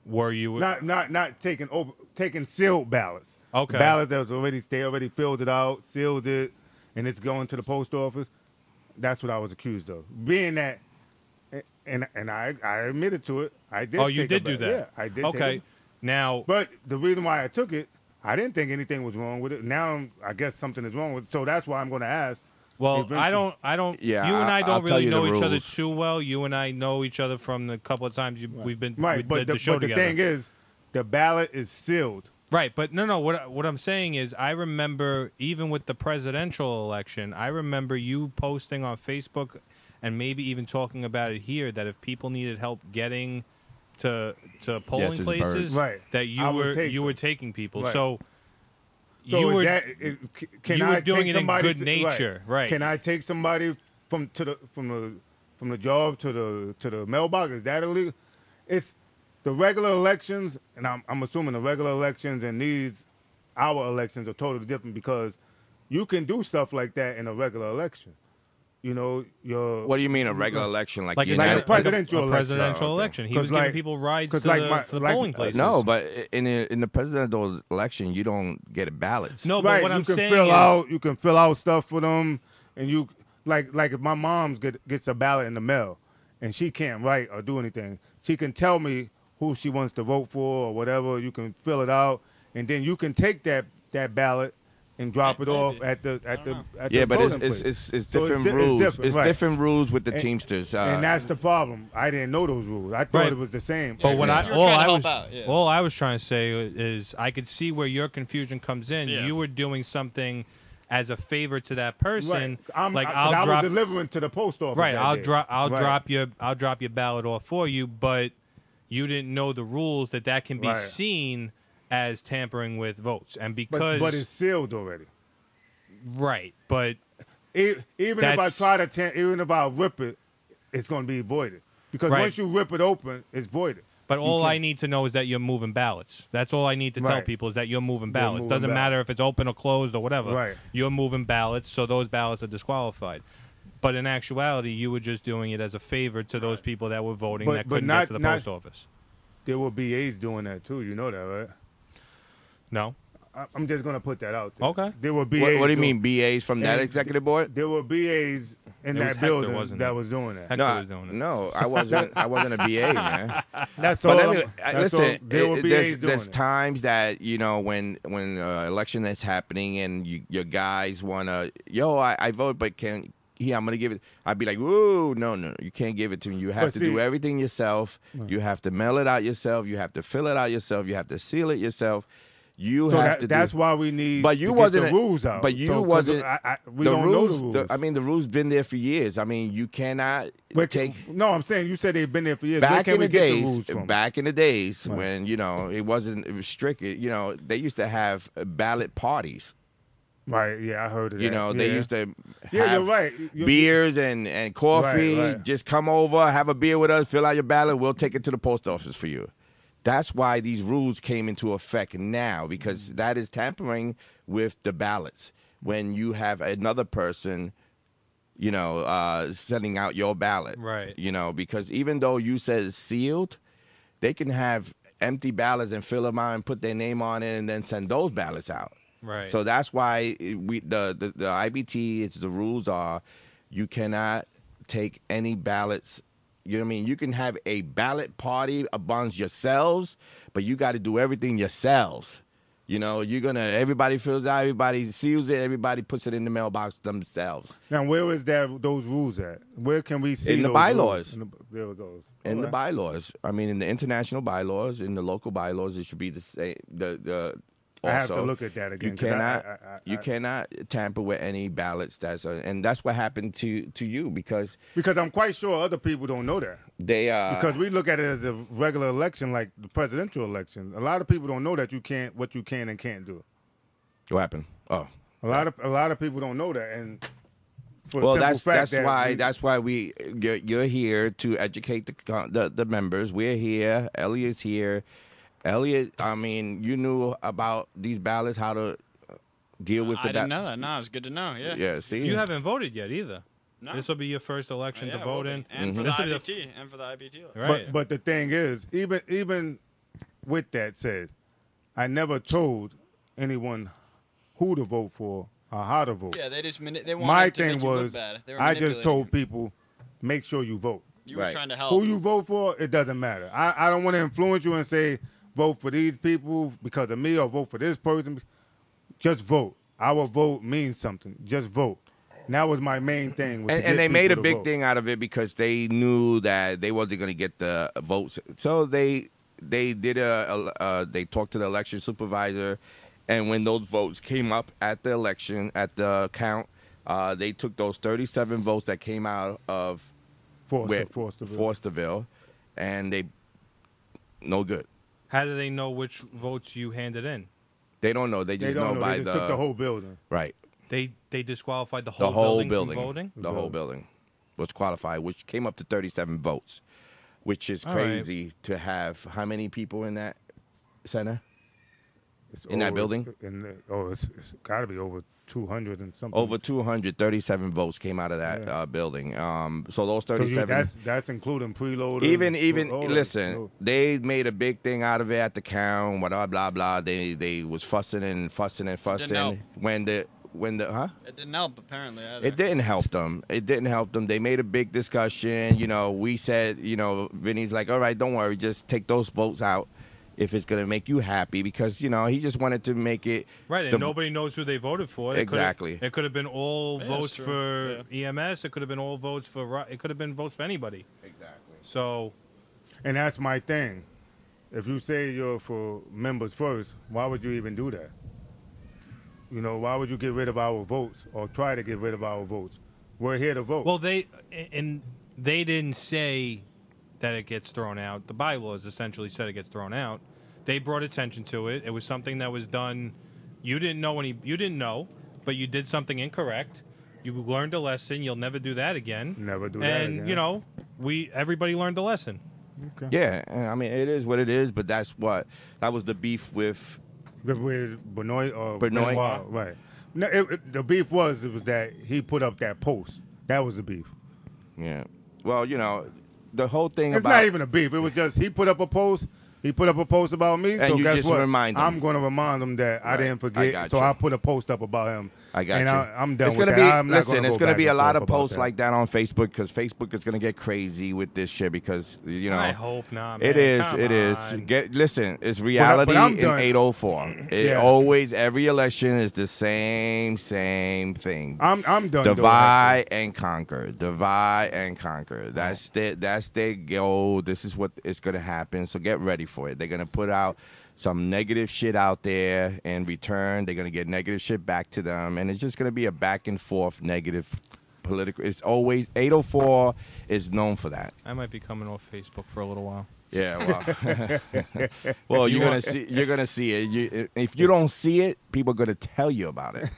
[SPEAKER 5] Were you
[SPEAKER 4] Not not not taking over taking sealed ballots.
[SPEAKER 5] Okay.
[SPEAKER 4] Ballots that was already they already filled it out, sealed it, and it's going to the post office. That's what I was accused of. Being that and and I I admitted to it. I did
[SPEAKER 5] Oh, you
[SPEAKER 4] take
[SPEAKER 5] did
[SPEAKER 4] a
[SPEAKER 5] do
[SPEAKER 4] ba-
[SPEAKER 5] that.
[SPEAKER 4] Yeah, I did take
[SPEAKER 5] Okay.
[SPEAKER 4] it.
[SPEAKER 5] Now
[SPEAKER 4] But the reason why I took it, I didn't think anything was wrong with it. Now I'm- I guess something is wrong with it. So that's why I'm going to ask.
[SPEAKER 5] Well,
[SPEAKER 4] Eventually.
[SPEAKER 5] I don't, I don't.
[SPEAKER 3] Yeah,
[SPEAKER 5] you and
[SPEAKER 3] I-
[SPEAKER 5] I,
[SPEAKER 3] I'll
[SPEAKER 5] don't
[SPEAKER 3] tell
[SPEAKER 5] really
[SPEAKER 3] you the
[SPEAKER 5] know each other
[SPEAKER 3] rules.
[SPEAKER 5] too well. You and I know each other from the couple of times you, we've been
[SPEAKER 4] Right,
[SPEAKER 5] we
[SPEAKER 4] but
[SPEAKER 5] did
[SPEAKER 4] the,
[SPEAKER 5] the, show
[SPEAKER 4] but the
[SPEAKER 5] together.
[SPEAKER 4] thing is, the ballot is sealed.
[SPEAKER 5] right, but no, no. What I- what I'm saying is, I remember even with the presidential election, I remember you posting on Facebook, and maybe even talking about it here that if people needed help getting to to polling
[SPEAKER 3] it's birds.
[SPEAKER 5] places,
[SPEAKER 4] Right.
[SPEAKER 5] that you
[SPEAKER 4] I would
[SPEAKER 5] were
[SPEAKER 4] take
[SPEAKER 5] you
[SPEAKER 4] them.
[SPEAKER 5] were taking people.
[SPEAKER 4] Right.
[SPEAKER 5] So,
[SPEAKER 4] So
[SPEAKER 5] you
[SPEAKER 4] is
[SPEAKER 5] were
[SPEAKER 4] that, is, c- can
[SPEAKER 5] you
[SPEAKER 4] I
[SPEAKER 5] were doing
[SPEAKER 4] take
[SPEAKER 5] it in
[SPEAKER 4] somebody
[SPEAKER 5] good
[SPEAKER 4] to-
[SPEAKER 5] nature, right.
[SPEAKER 4] Can I take somebody from to the from the from the job to the to the mailbox? Is that illegal? It's the regular elections, and I'm I'm assuming the regular elections and these our elections are totally different because you can do stuff like that in a regular election. You know, your
[SPEAKER 3] What do you mean a regular election like,
[SPEAKER 5] like,
[SPEAKER 3] the
[SPEAKER 5] in
[SPEAKER 4] Like
[SPEAKER 3] United-
[SPEAKER 4] a presidential
[SPEAKER 5] a
[SPEAKER 4] election.
[SPEAKER 5] presidential
[SPEAKER 3] Oh, okay.
[SPEAKER 5] election, he
[SPEAKER 4] 'Cause
[SPEAKER 5] was giving
[SPEAKER 4] like-
[SPEAKER 5] people rides to
[SPEAKER 4] 'cause
[SPEAKER 5] the,
[SPEAKER 4] like my-
[SPEAKER 5] to the
[SPEAKER 4] like-
[SPEAKER 5] polling
[SPEAKER 4] Uh,
[SPEAKER 5] places.
[SPEAKER 3] No, but i- in the, in the presidential election, you don't get ballots.
[SPEAKER 5] no. But
[SPEAKER 4] right,
[SPEAKER 5] what
[SPEAKER 4] you
[SPEAKER 5] I'm
[SPEAKER 4] can
[SPEAKER 5] saying
[SPEAKER 4] fill
[SPEAKER 5] is,
[SPEAKER 4] out you can fill out stuff for them, and you like like if my mom's get gets a ballot in the mail, and she can't write or do anything, she can tell me who she wants to vote for or whatever. You can fill it out, and then you can take that that ballot and drop it off at the at the at
[SPEAKER 3] Yeah,
[SPEAKER 4] the
[SPEAKER 3] but it's
[SPEAKER 4] voting
[SPEAKER 3] it's,
[SPEAKER 4] place.
[SPEAKER 3] it's, it's
[SPEAKER 4] So
[SPEAKER 3] different
[SPEAKER 4] di-
[SPEAKER 3] rules. It's,
[SPEAKER 4] different,
[SPEAKER 3] different,
[SPEAKER 4] right.
[SPEAKER 3] rules with the
[SPEAKER 4] And-
[SPEAKER 3] Teamsters. Uh,
[SPEAKER 4] and that's the problem. I didn't know those rules. I thought
[SPEAKER 5] Right.
[SPEAKER 4] it was the same.
[SPEAKER 5] But what
[SPEAKER 6] You
[SPEAKER 5] I
[SPEAKER 6] were
[SPEAKER 5] all
[SPEAKER 6] trying to
[SPEAKER 5] I
[SPEAKER 6] help
[SPEAKER 5] was
[SPEAKER 6] out, yeah.
[SPEAKER 5] all I was trying to say is I could see where your confusion comes in.
[SPEAKER 6] Yeah.
[SPEAKER 5] You were doing something as a favor to that person,
[SPEAKER 4] right. I'm,
[SPEAKER 5] like
[SPEAKER 4] I, 'cause
[SPEAKER 5] will
[SPEAKER 4] I
[SPEAKER 5] drop
[SPEAKER 4] was delivering to the post office.
[SPEAKER 5] right.
[SPEAKER 4] that
[SPEAKER 5] I'll
[SPEAKER 4] day.
[SPEAKER 5] drop I'll
[SPEAKER 4] Right.
[SPEAKER 5] drop your I'll drop your ballot off for you, but you didn't know the rules that that can be
[SPEAKER 4] Right.
[SPEAKER 5] seen as tampering with votes, and because
[SPEAKER 4] But, but it's sealed already.
[SPEAKER 5] right, but
[SPEAKER 4] E- even if I
[SPEAKER 5] That's-
[SPEAKER 4] try to, ta- even if I rip it, it's going to be voided because
[SPEAKER 5] Right.
[SPEAKER 4] once you rip it open, it's voided.
[SPEAKER 5] But all I need to know is that you're moving ballots. That's all I need to tell
[SPEAKER 4] Right.
[SPEAKER 5] people is that you're moving ballots.
[SPEAKER 4] moving
[SPEAKER 5] Doesn't
[SPEAKER 4] ballots.
[SPEAKER 5] matter if it's open or closed or whatever.
[SPEAKER 4] Right.
[SPEAKER 5] You're moving ballots, so those ballots are disqualified. But in actuality, you were just doing it as a favor to those people that were voting
[SPEAKER 4] But-
[SPEAKER 5] that
[SPEAKER 4] but
[SPEAKER 5] couldn't
[SPEAKER 4] not-
[SPEAKER 5] get to the
[SPEAKER 4] not-
[SPEAKER 5] post office.
[SPEAKER 4] There will be A's doing that too. You know that, right?
[SPEAKER 5] No.
[SPEAKER 4] I- I'm just gonna put that out there.
[SPEAKER 5] Okay.
[SPEAKER 4] There will be.
[SPEAKER 3] What,
[SPEAKER 4] A's
[SPEAKER 3] what do you mean,
[SPEAKER 4] doing-
[SPEAKER 3] BAs from that
[SPEAKER 4] And-
[SPEAKER 3] executive board?
[SPEAKER 4] There were BAs in
[SPEAKER 5] It was
[SPEAKER 4] that
[SPEAKER 5] Hector,
[SPEAKER 4] building
[SPEAKER 5] wasn't
[SPEAKER 4] that
[SPEAKER 5] it?
[SPEAKER 4] was doing that.
[SPEAKER 5] Hector
[SPEAKER 3] No,
[SPEAKER 5] was doing it.
[SPEAKER 3] no, I wasn't. I wasn't a BA, man.
[SPEAKER 4] That's all.
[SPEAKER 3] But
[SPEAKER 4] I'm-
[SPEAKER 3] anyway, I-
[SPEAKER 4] that's
[SPEAKER 3] listen,
[SPEAKER 4] all- there
[SPEAKER 3] it-
[SPEAKER 4] will
[SPEAKER 3] it-
[SPEAKER 4] be
[SPEAKER 3] there's,
[SPEAKER 4] A's doing
[SPEAKER 3] there's
[SPEAKER 4] it.
[SPEAKER 3] times that you know when when uh, election that's happening and you, your guys want to, yo, I, I vote, but can yeah, I'm gonna give it. I'd be like, woo, no, no, you can't give it to me. You have
[SPEAKER 4] But
[SPEAKER 3] to
[SPEAKER 4] see-
[SPEAKER 3] do everything yourself. You have to mail it out yourself. You have to fill it out yourself. You have to seal it yourself. You
[SPEAKER 4] So
[SPEAKER 3] have
[SPEAKER 4] that-
[SPEAKER 3] to.
[SPEAKER 4] that's
[SPEAKER 3] do,
[SPEAKER 4] why we need.
[SPEAKER 3] But you
[SPEAKER 4] to get
[SPEAKER 3] wasn't
[SPEAKER 4] the rules out.
[SPEAKER 3] But you
[SPEAKER 4] So, 'cause
[SPEAKER 3] wasn't.
[SPEAKER 4] I, I, we
[SPEAKER 3] the
[SPEAKER 4] don't
[SPEAKER 3] rules,
[SPEAKER 4] know the
[SPEAKER 3] the-
[SPEAKER 4] rules.
[SPEAKER 3] I mean, the rules been there for years. I mean, you cannot
[SPEAKER 4] Where can-
[SPEAKER 3] take
[SPEAKER 4] no, I'm saying you said they've been there for years. Where
[SPEAKER 3] back
[SPEAKER 4] can
[SPEAKER 3] in
[SPEAKER 4] we
[SPEAKER 3] the
[SPEAKER 4] get
[SPEAKER 3] days.
[SPEAKER 4] the rules from?
[SPEAKER 3] back in the days when you know it wasn't it was strict. it- You know, they used to have uh, ballot parties.
[SPEAKER 4] right? Yeah, I heard of that.
[SPEAKER 3] You know, they
[SPEAKER 4] yeah.
[SPEAKER 3] used to
[SPEAKER 4] Yeah,
[SPEAKER 3] have
[SPEAKER 4] you're right. You're-
[SPEAKER 3] beers and and coffee.
[SPEAKER 4] Right, right.
[SPEAKER 3] Just come over, have a beer with us, fill out your ballot. We'll take it to the post office for you. That's why these rules came into effect now because
[SPEAKER 4] Mm.
[SPEAKER 3] that is tampering with the ballots when you have another person. You know, uh, sending out your ballot.
[SPEAKER 5] Right.
[SPEAKER 3] You know, because even though you said it's sealed, they can have empty ballots and fill them out and put their name on it and then send those ballots out.
[SPEAKER 5] Right.
[SPEAKER 3] So that's why it- we the the, the IBT it's the rules are you cannot take any ballots. You know what I mean? You can have a ballot party amongst yourselves, but you got to do everything yourselves. You know, you're gonna everybody fills out, everybody seals it, everybody puts it in the mailbox themselves
[SPEAKER 4] Now, where is that? Those rules at? Where can we see
[SPEAKER 3] In the
[SPEAKER 4] those
[SPEAKER 3] bylaws.
[SPEAKER 4] rules? In the- there it goes.
[SPEAKER 3] in the
[SPEAKER 4] Alright.
[SPEAKER 3] bylaws. I mean, in the international bylaws, in the local bylaws, it should be the same. The the
[SPEAKER 4] I have to
[SPEAKER 3] also,
[SPEAKER 4] look at that again,
[SPEAKER 3] You
[SPEAKER 4] 'cause I-
[SPEAKER 3] cannot
[SPEAKER 4] I- I-
[SPEAKER 3] you
[SPEAKER 4] I-
[SPEAKER 3] cannot tamper with any ballots. That's uh and that's what happened to to you because
[SPEAKER 4] Because I'm quite sure other people don't know that.
[SPEAKER 3] they uh
[SPEAKER 4] Because we look at it as a regular election, like the presidential election. A lot of people don't know that you can't what you can and can't do.
[SPEAKER 3] what happened? Oh,
[SPEAKER 4] A lot of a lot of people don't know that, and for the
[SPEAKER 3] well,
[SPEAKER 4] simple
[SPEAKER 3] that's
[SPEAKER 4] fact
[SPEAKER 3] that's
[SPEAKER 4] that
[SPEAKER 3] why
[SPEAKER 4] we-
[SPEAKER 3] that's why we you're, you're here to educate the, con- the the members. We're here. Elliot's here. Elliot, I mean, you knew about these ballots, how to deal with
[SPEAKER 6] I
[SPEAKER 3] the
[SPEAKER 6] didn't
[SPEAKER 3] ba-
[SPEAKER 6] know that. No, it's good to know. Yeah.
[SPEAKER 3] Yeah, see,
[SPEAKER 5] You haven't voted yet either.
[SPEAKER 6] No. Oh,
[SPEAKER 5] This will be your first election
[SPEAKER 6] Yeah,
[SPEAKER 5] to
[SPEAKER 6] it will
[SPEAKER 5] vote
[SPEAKER 6] be.
[SPEAKER 5] in. Mm-hmm.
[SPEAKER 6] And for the
[SPEAKER 5] This will be
[SPEAKER 6] IBT. and for the IBT.
[SPEAKER 5] f-
[SPEAKER 4] But
[SPEAKER 5] right.
[SPEAKER 4] but the thing is, even even with that said, I never told anyone who to vote for or how to vote.
[SPEAKER 6] Yeah, they just mani- they wanted
[SPEAKER 4] My
[SPEAKER 6] to make
[SPEAKER 4] thing
[SPEAKER 6] you look
[SPEAKER 4] was,
[SPEAKER 6] bad. They were
[SPEAKER 4] I just
[SPEAKER 6] manipulating
[SPEAKER 4] told
[SPEAKER 6] you.
[SPEAKER 4] people, make sure you vote.
[SPEAKER 6] you were
[SPEAKER 3] Right.
[SPEAKER 6] trying to help.
[SPEAKER 4] Who you vote for, it doesn't matter. I, I don't want to influence you and say vote for these people because of me or vote for this person. Just vote. Our vote means something. Just vote. And that was my main thing. was to
[SPEAKER 3] and, and
[SPEAKER 4] get
[SPEAKER 3] they made a
[SPEAKER 4] people to
[SPEAKER 3] big
[SPEAKER 4] vote.
[SPEAKER 3] thing out of it because they knew that they wasn't going to get the votes. So they they did a, a uh, they talked to the election supervisor, and when those votes came up at the election at the count, uh, they took those thirty seven votes that came out of
[SPEAKER 4] Forced,
[SPEAKER 3] where-
[SPEAKER 4] forced to vote.
[SPEAKER 3] Forsterville, and they no good.
[SPEAKER 5] How do they know which votes you handed in?
[SPEAKER 3] They don't know. They
[SPEAKER 4] They
[SPEAKER 3] just
[SPEAKER 4] don't
[SPEAKER 3] know,
[SPEAKER 4] know.
[SPEAKER 3] by
[SPEAKER 4] They just
[SPEAKER 3] the,
[SPEAKER 4] took the whole building.
[SPEAKER 3] right
[SPEAKER 5] They they disqualified the whole,
[SPEAKER 3] the whole
[SPEAKER 5] building,
[SPEAKER 3] building,
[SPEAKER 5] from voting.
[SPEAKER 3] the whole building was qualified, which came up to 37 votes, which is
[SPEAKER 5] All right.
[SPEAKER 3] crazy to have how many people in that center?
[SPEAKER 4] It's
[SPEAKER 3] In that
[SPEAKER 4] over-
[SPEAKER 3] building?
[SPEAKER 4] In the, oh, it's, it's got to be over 200 and something.
[SPEAKER 3] Over 237 votes came out of that
[SPEAKER 4] Yeah.
[SPEAKER 3] uh, building. Um, so those
[SPEAKER 4] So you-
[SPEAKER 3] 37,
[SPEAKER 4] that's, that's including preloaders.
[SPEAKER 3] even
[SPEAKER 4] and
[SPEAKER 3] even
[SPEAKER 4] all that.
[SPEAKER 3] listen,
[SPEAKER 4] So-
[SPEAKER 3] they made a big thing out of it at the count. Blah blah blah. They they was fussing and fussing and
[SPEAKER 6] help.
[SPEAKER 3] fussing when the when the huh.
[SPEAKER 6] It didn't help apparently. Either.
[SPEAKER 3] It didn't help them. It didn't help them. They made a big discussion. You know, we said, you know, Vinny's like, all right, don't worry, just take those votes out if it's gonna make you happy because you know he just wanted to make it
[SPEAKER 5] Right, and
[SPEAKER 3] the-
[SPEAKER 5] nobody knows who they voted for. It could've-
[SPEAKER 3] Exactly.
[SPEAKER 5] It could have been all
[SPEAKER 6] Yeah, that's
[SPEAKER 5] votes
[SPEAKER 6] true.
[SPEAKER 5] for EMS. It could have been all votes for. Ru- It could have been votes for anybody.
[SPEAKER 3] Exactly.
[SPEAKER 5] So
[SPEAKER 4] And that's my thing. If you say you're for members first, why would you even do that? You know, why would you get rid of our votes or try to get rid of our votes? We're here to vote.
[SPEAKER 5] Well, they and they didn't say that it gets thrown out. The bylaws essentially said it gets thrown out. They brought attention to it. It was something that was done. You didn't know any. You didn't know, but you did something incorrect. You learned a lesson. You'll never do that again.
[SPEAKER 4] Never
[SPEAKER 5] and,
[SPEAKER 4] do that again.
[SPEAKER 5] you know, we everybody learned a lesson.
[SPEAKER 4] Okay.
[SPEAKER 3] Yeah, and I mean it is what it is, but that's what that was the beef with.
[SPEAKER 4] The- With Benoit or
[SPEAKER 3] Benoit.
[SPEAKER 4] Benoit, right? No, it, it- the beef was it was that he put up that post. That was the beef.
[SPEAKER 3] Yeah, well, you know, the whole thing
[SPEAKER 4] It's
[SPEAKER 3] about
[SPEAKER 4] not even a beef. It was just he put up a post. He put up a post about me.
[SPEAKER 3] And
[SPEAKER 4] so
[SPEAKER 3] you
[SPEAKER 4] guess
[SPEAKER 3] just
[SPEAKER 4] what?
[SPEAKER 3] remind him.
[SPEAKER 4] I'm going to remind him that I
[SPEAKER 3] Right.
[SPEAKER 4] didn't
[SPEAKER 3] I
[SPEAKER 4] forget.
[SPEAKER 3] got
[SPEAKER 4] so
[SPEAKER 3] you.
[SPEAKER 4] I put a post up about him.
[SPEAKER 3] I got
[SPEAKER 4] and
[SPEAKER 3] you.
[SPEAKER 4] I, am done
[SPEAKER 3] It's
[SPEAKER 4] with
[SPEAKER 3] gonna
[SPEAKER 4] that.
[SPEAKER 3] Be,
[SPEAKER 4] I'm not
[SPEAKER 3] listen,
[SPEAKER 4] gonna
[SPEAKER 3] it's
[SPEAKER 4] go
[SPEAKER 3] gonna
[SPEAKER 4] back
[SPEAKER 3] be a
[SPEAKER 4] and
[SPEAKER 3] lot
[SPEAKER 4] forth
[SPEAKER 3] of
[SPEAKER 4] about
[SPEAKER 3] posts
[SPEAKER 4] that.
[SPEAKER 3] like that on Facebook because Facebook is gonna get crazy with this shit because you know.
[SPEAKER 5] I hope not.
[SPEAKER 3] It
[SPEAKER 5] man.
[SPEAKER 3] is.
[SPEAKER 5] Come
[SPEAKER 3] It is.
[SPEAKER 5] on.
[SPEAKER 3] Get listen. It's reality
[SPEAKER 4] I'm
[SPEAKER 3] in
[SPEAKER 4] done.
[SPEAKER 3] 804. It
[SPEAKER 4] Yeah.
[SPEAKER 3] always every election is the same same thing.
[SPEAKER 4] I'm I'm done. doing that.
[SPEAKER 3] divide and conquer divide and conquer that's their that's their goal this is what is going to happen so get ready for it they're going to put out some negative shit out there in return they're going to get negative shit back to them and it's just going to be a back and forth negative political it's always 804 is known for that
[SPEAKER 5] I might be coming off Facebook for a little while.
[SPEAKER 3] yeah well well you're going to see you're going to see it you, if you don't see it people are going to tell you about it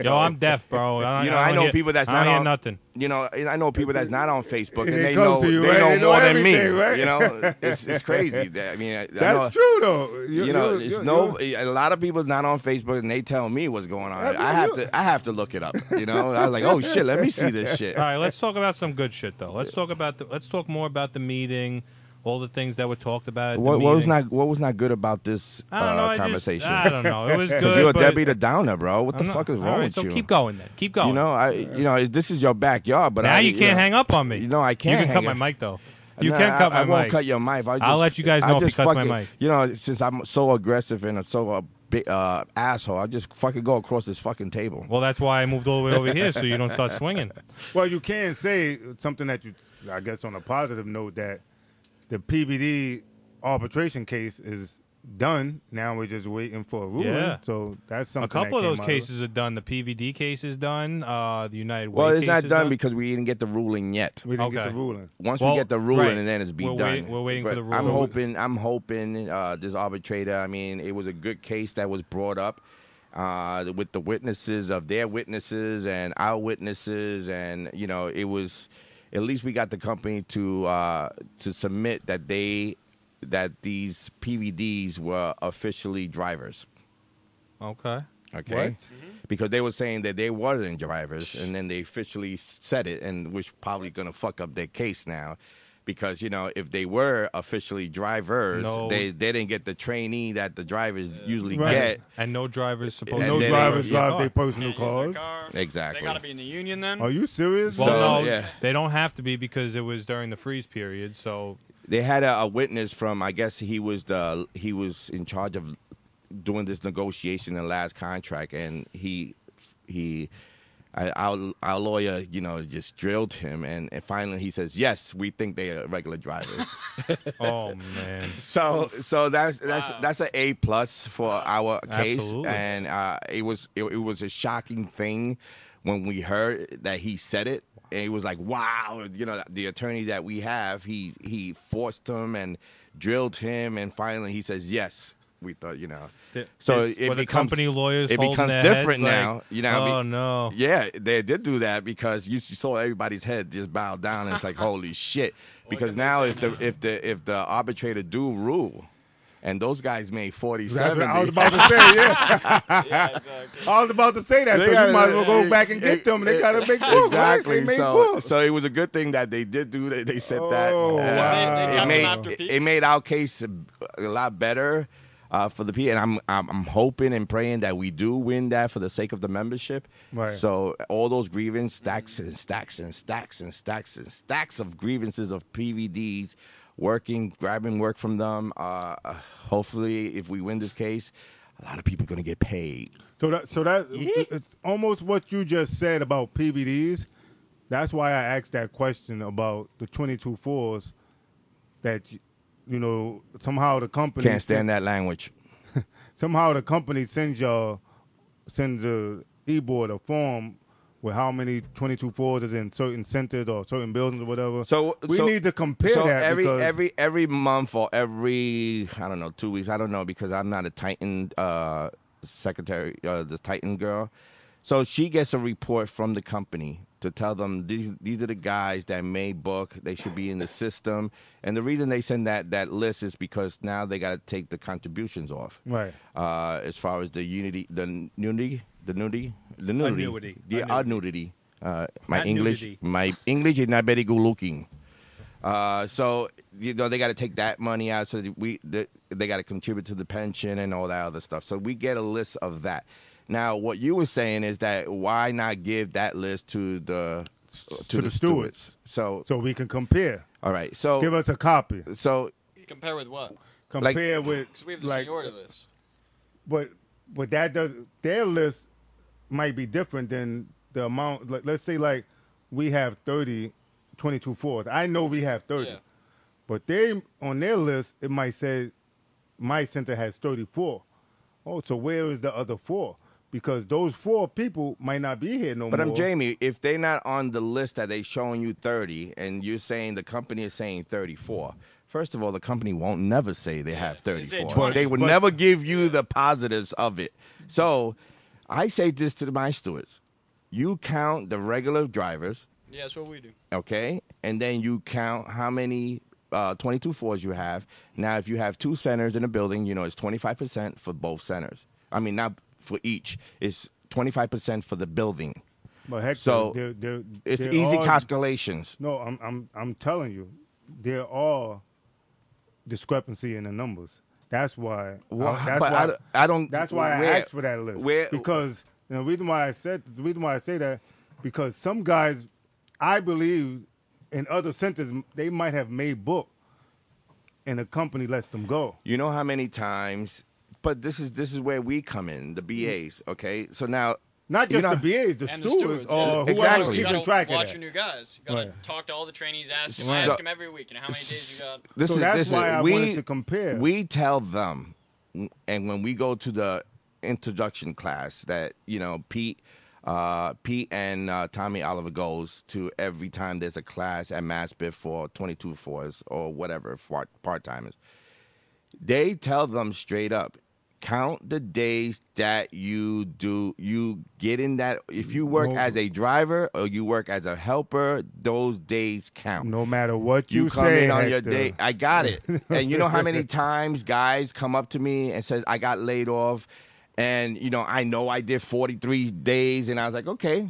[SPEAKER 5] Yo, I'm deaf, bro. I, don't-
[SPEAKER 3] You know,
[SPEAKER 5] I,
[SPEAKER 3] I
[SPEAKER 5] don't
[SPEAKER 3] know
[SPEAKER 5] hear-
[SPEAKER 3] people that's
[SPEAKER 5] I
[SPEAKER 3] not
[SPEAKER 5] don't hear
[SPEAKER 3] on-
[SPEAKER 5] nothing.
[SPEAKER 3] you know, and I know people that's not on Facebook, and
[SPEAKER 4] They
[SPEAKER 3] they
[SPEAKER 4] come
[SPEAKER 3] know
[SPEAKER 4] to you,
[SPEAKER 3] they
[SPEAKER 4] right?
[SPEAKER 3] know
[SPEAKER 4] They know
[SPEAKER 3] more than me.
[SPEAKER 4] everything, right?
[SPEAKER 3] You know, it's, it's crazy. That, I mean, I, I know,
[SPEAKER 4] That's true though.
[SPEAKER 3] You,
[SPEAKER 4] You,
[SPEAKER 3] know,
[SPEAKER 4] you-
[SPEAKER 3] it's
[SPEAKER 4] you-
[SPEAKER 3] no. A lot of people not on Facebook, and they tell me what's going on.
[SPEAKER 4] Yeah,
[SPEAKER 3] I have
[SPEAKER 4] you-
[SPEAKER 3] to, I have to look it up. You know, I was like, oh shit, let me see this shit.
[SPEAKER 5] All right, let's talk about some good shit though. Let's talk about the, let's talk more about the meeting, all the things that were talked about. At the
[SPEAKER 3] What, what was
[SPEAKER 5] meeting.
[SPEAKER 3] not What was not good about this
[SPEAKER 5] I don't
[SPEAKER 3] uh,
[SPEAKER 5] know, I just-
[SPEAKER 3] conversation?
[SPEAKER 5] I don't know. It was good.
[SPEAKER 3] You're a
[SPEAKER 5] but
[SPEAKER 3] Debbie the Downer, bro. What the
[SPEAKER 5] I'm not-
[SPEAKER 3] fuck is
[SPEAKER 5] all
[SPEAKER 3] wrong
[SPEAKER 5] right,
[SPEAKER 3] with
[SPEAKER 5] so
[SPEAKER 3] you?
[SPEAKER 5] keep going then. Keep going.
[SPEAKER 3] You know, I, you know, this is your backyard, but
[SPEAKER 5] Oh. now
[SPEAKER 3] I,
[SPEAKER 5] you can't
[SPEAKER 3] know,
[SPEAKER 5] hang up on me.
[SPEAKER 3] You know, I can't
[SPEAKER 5] You can
[SPEAKER 3] hang
[SPEAKER 5] cut
[SPEAKER 3] up.
[SPEAKER 5] my mic though. You
[SPEAKER 3] No,
[SPEAKER 5] can
[SPEAKER 3] I,
[SPEAKER 5] cut
[SPEAKER 3] I
[SPEAKER 5] my
[SPEAKER 3] won't
[SPEAKER 5] mic.
[SPEAKER 3] cut your mic. I just,
[SPEAKER 5] let you guys
[SPEAKER 3] I
[SPEAKER 5] know if
[SPEAKER 3] just
[SPEAKER 5] he cuts my
[SPEAKER 3] fucking-
[SPEAKER 5] mic.
[SPEAKER 3] You know, since I'm so aggressive and so a big uh, asshole, I just fucking go across this fucking table.
[SPEAKER 5] Well, that's why I moved all the way over here so you don't start swinging.
[SPEAKER 4] Well, you can say something that you, I guess, on a positive note that the PVD arbitration case is done. Now we're just waiting for a ruling.
[SPEAKER 5] Yeah.
[SPEAKER 4] So that's something.
[SPEAKER 5] A couple
[SPEAKER 4] that
[SPEAKER 5] of those
[SPEAKER 4] came out it.
[SPEAKER 5] cases are done. The PVD case is done. Uh, the United
[SPEAKER 3] well,
[SPEAKER 5] Way
[SPEAKER 3] it's
[SPEAKER 5] case
[SPEAKER 3] not
[SPEAKER 5] is
[SPEAKER 3] done because we didn't get the ruling yet.
[SPEAKER 4] We didn't get
[SPEAKER 5] Okay.
[SPEAKER 4] the ruling.
[SPEAKER 3] Once
[SPEAKER 5] Well,
[SPEAKER 3] we get the ruling,
[SPEAKER 5] right.
[SPEAKER 3] and then it's be
[SPEAKER 5] We're
[SPEAKER 3] done.
[SPEAKER 5] waiting- we're waiting for
[SPEAKER 3] But
[SPEAKER 5] the
[SPEAKER 3] I'm
[SPEAKER 5] ruling.
[SPEAKER 3] hoping. I'm hoping uh, this arbitrator. I mean, it was a good case that was brought up uh, with the witnesses of their witnesses and our witnesses, and you know, it was. At least we got the company to uh, to submit that they that these PVDs were officially drivers.
[SPEAKER 5] okay.
[SPEAKER 3] Okay. Because they were saying that they wasn't drivers, and then they officially said it, and which probably gonna fuck up their case now, because you know if they were officially drivers,
[SPEAKER 5] No.
[SPEAKER 3] they they didn't get the trainee that the drivers usually
[SPEAKER 4] Right.
[SPEAKER 3] get.
[SPEAKER 5] And no drivers supposed
[SPEAKER 3] And
[SPEAKER 5] to
[SPEAKER 4] no
[SPEAKER 3] then they-
[SPEAKER 4] drivers
[SPEAKER 3] yeah.
[SPEAKER 4] drive their
[SPEAKER 5] Well,
[SPEAKER 4] personal
[SPEAKER 6] Can't use their
[SPEAKER 4] cars.
[SPEAKER 6] car.
[SPEAKER 3] Exactly.
[SPEAKER 6] They gotta be in the union then.
[SPEAKER 4] Are you serious?
[SPEAKER 3] Well, So-
[SPEAKER 5] no,
[SPEAKER 3] yeah.
[SPEAKER 5] they don't have to be because it was during the freeze period. So
[SPEAKER 3] They had a, a witness from, I guess he was the he was in charge of doing this negotiation in the last contract, and he he. I, our, our lawyer, you know, just drilled him, and, and finally he says, "Yes, we think they are regular drivers."
[SPEAKER 5] Oh man.
[SPEAKER 3] So so that's that's
[SPEAKER 6] Wow.
[SPEAKER 3] that's an A plus for our case,
[SPEAKER 5] Absolutely.
[SPEAKER 3] and uh, it was it, it was a shocking thing when we heard that he said it. And it was like, wow, you know, the attorney that we have, he he forced him and drilled him, and finally he says yes. We thought, you know,
[SPEAKER 5] Th-
[SPEAKER 3] so
[SPEAKER 5] it's-
[SPEAKER 3] it
[SPEAKER 5] were the
[SPEAKER 3] becomes
[SPEAKER 5] company lawyers
[SPEAKER 3] It
[SPEAKER 5] holding
[SPEAKER 3] becomes
[SPEAKER 5] their
[SPEAKER 3] different
[SPEAKER 5] heads, like,
[SPEAKER 3] now, you know. what I
[SPEAKER 5] "Oh,
[SPEAKER 3] mean?
[SPEAKER 5] no."
[SPEAKER 3] Yeah, they did do that because you saw everybody's head just bow down, and it's like, holy shit. Because now, if the if the if the arbitrator do rule, and those guys made forty
[SPEAKER 4] That's
[SPEAKER 3] seven,
[SPEAKER 4] what I was about to say. Yeah,
[SPEAKER 6] yeah, exactly.
[SPEAKER 4] I was about to say that. so you might as well
[SPEAKER 3] eh,
[SPEAKER 4] go back and get them. They gotta make proof, right? They
[SPEAKER 3] exactly.
[SPEAKER 4] made
[SPEAKER 3] So,
[SPEAKER 4] proof.
[SPEAKER 3] so it was a good thing that they did do that. They said that. Uh,
[SPEAKER 6] wow.
[SPEAKER 4] Oh,
[SPEAKER 6] They- they
[SPEAKER 3] it
[SPEAKER 6] kept
[SPEAKER 3] made
[SPEAKER 6] them after
[SPEAKER 3] it,
[SPEAKER 6] peak.
[SPEAKER 3] it made our case a, a lot better uh, for the P. And I'm, I'm I'm hoping and praying that we do win that for the sake of the membership.
[SPEAKER 4] Right.
[SPEAKER 3] So all those grievance stacks and stacks and stacks and stacks and stacks of grievances of PVDs. Working, grabbing work from them. Uh, hopefully, if we win this case, a lot of people are going to get paid.
[SPEAKER 4] So that so that it's almost what you just said about PVDs. That's why I asked that question about the 22 fours that y- you know somehow the company
[SPEAKER 3] Can't stand that language.
[SPEAKER 4] Somehow the company sends y'all sends the e-board a form with how many 22 fours is in certain centers or certain buildings or whatever.
[SPEAKER 3] So
[SPEAKER 4] we
[SPEAKER 3] so-
[SPEAKER 4] need to compare
[SPEAKER 3] so
[SPEAKER 4] that
[SPEAKER 3] every
[SPEAKER 4] because
[SPEAKER 3] every every month or every I don't know two weeks I don't know because I'm not a Titan uh, secretary uh, the Titan girl, so she gets a report from the company to tell them these these are the guys that may book. They should be in the system. And the reason they send that that list is because now they got to take the contributions off.
[SPEAKER 4] Right.
[SPEAKER 3] Uh, as far as the unity, the nudity, the nudity, the nudity,
[SPEAKER 5] Annuity.
[SPEAKER 3] the
[SPEAKER 5] Annuity.
[SPEAKER 3] annuity. Uh, my
[SPEAKER 5] Not
[SPEAKER 3] English,
[SPEAKER 5] nudity.
[SPEAKER 3] my English is not very good looking. Uh, so you know they got to take that money out. So that we the, they got to contribute to the pension and all that other stuff. So we get a list of that. Now, what you were saying is that why not give that list to the to,
[SPEAKER 4] the stewards.
[SPEAKER 3] So,
[SPEAKER 4] So we can compare.
[SPEAKER 3] all right. So
[SPEAKER 4] Give us a copy.
[SPEAKER 3] so
[SPEAKER 6] Compare with what?
[SPEAKER 4] Compare with
[SPEAKER 6] Because we have the
[SPEAKER 4] like,
[SPEAKER 6] seniority list.
[SPEAKER 4] but but that does their list might be different than the amount. Like, let's say like we have 30, 22 fours. I know we have thirty,
[SPEAKER 6] Yeah.
[SPEAKER 4] but they on their list it might say my center has thirty four. Oh, so where is the other four? Because those four people might not be here no
[SPEAKER 3] But
[SPEAKER 4] more.
[SPEAKER 3] I'm Jamie. If they're not on the list that they showing you 30, and you're saying the company is saying 34. First of all, the company won't never say they have
[SPEAKER 6] They say
[SPEAKER 3] 34.
[SPEAKER 6] 20.
[SPEAKER 3] they would
[SPEAKER 4] But-
[SPEAKER 3] never give you the positives of it. So, I say this to my stewards: you count the regular drivers,
[SPEAKER 6] Yeah, that's what we do.
[SPEAKER 3] okay, and then you count how many. Uh, 22 fours you have now. If you have two centers in a building, you know it's 25% for both centers. I mean, not for each, it's 25% for the building.
[SPEAKER 4] But heck,
[SPEAKER 3] So,
[SPEAKER 4] they're, they're,
[SPEAKER 3] It's
[SPEAKER 4] they're
[SPEAKER 3] easy
[SPEAKER 4] all-
[SPEAKER 3] calculations.
[SPEAKER 4] No, I'm I'm I'm telling you, there are discrepancy in the numbers. That's why.
[SPEAKER 3] Well,
[SPEAKER 4] I, that's
[SPEAKER 3] but
[SPEAKER 4] why
[SPEAKER 3] I, don't- I don't.
[SPEAKER 4] that's why
[SPEAKER 3] where-
[SPEAKER 4] I asked for that list.
[SPEAKER 3] Where,
[SPEAKER 4] because and the reason why I said the reason why I say that because some guys, I believe, in other centers they might have made book, and the company lets them go.
[SPEAKER 3] you know how many times? But this is this is where we come in, the BAs. Okay, so now
[SPEAKER 4] Not just
[SPEAKER 3] you know,
[SPEAKER 4] the BAs, the
[SPEAKER 6] And
[SPEAKER 4] stewards,
[SPEAKER 6] the stewards,
[SPEAKER 4] or
[SPEAKER 6] yeah.
[SPEAKER 4] whoever's
[SPEAKER 3] Exactly.
[SPEAKER 6] You
[SPEAKER 4] keeping
[SPEAKER 6] gotta
[SPEAKER 4] track of
[SPEAKER 6] watch
[SPEAKER 4] that.
[SPEAKER 6] your new guys. You gotta
[SPEAKER 4] Right.
[SPEAKER 6] talk to all the trainees, ask them,
[SPEAKER 3] So-
[SPEAKER 6] ask them every week, and how many days you got.
[SPEAKER 3] This
[SPEAKER 4] So
[SPEAKER 3] is,
[SPEAKER 4] that's
[SPEAKER 3] this is-
[SPEAKER 4] why I
[SPEAKER 3] we,
[SPEAKER 4] wanted to compare.
[SPEAKER 3] We tell them, and when we go to the introduction class, that you know Pete, uh, Pete and uh, Tommy Oliver goes to every time there's a class at Massbiff for 22 fours or whatever part timers. They tell them straight up. Count the days that you do you get in that if you work
[SPEAKER 4] No.
[SPEAKER 3] as a driver or you work as a helper, those days count
[SPEAKER 4] No matter what you,
[SPEAKER 3] you, come
[SPEAKER 4] say
[SPEAKER 3] in on your
[SPEAKER 4] Hector.
[SPEAKER 3] date. I got it. and you know how many times guys come up to me and says I got laid off, and you know I know I did forty three days, and I was like, okay,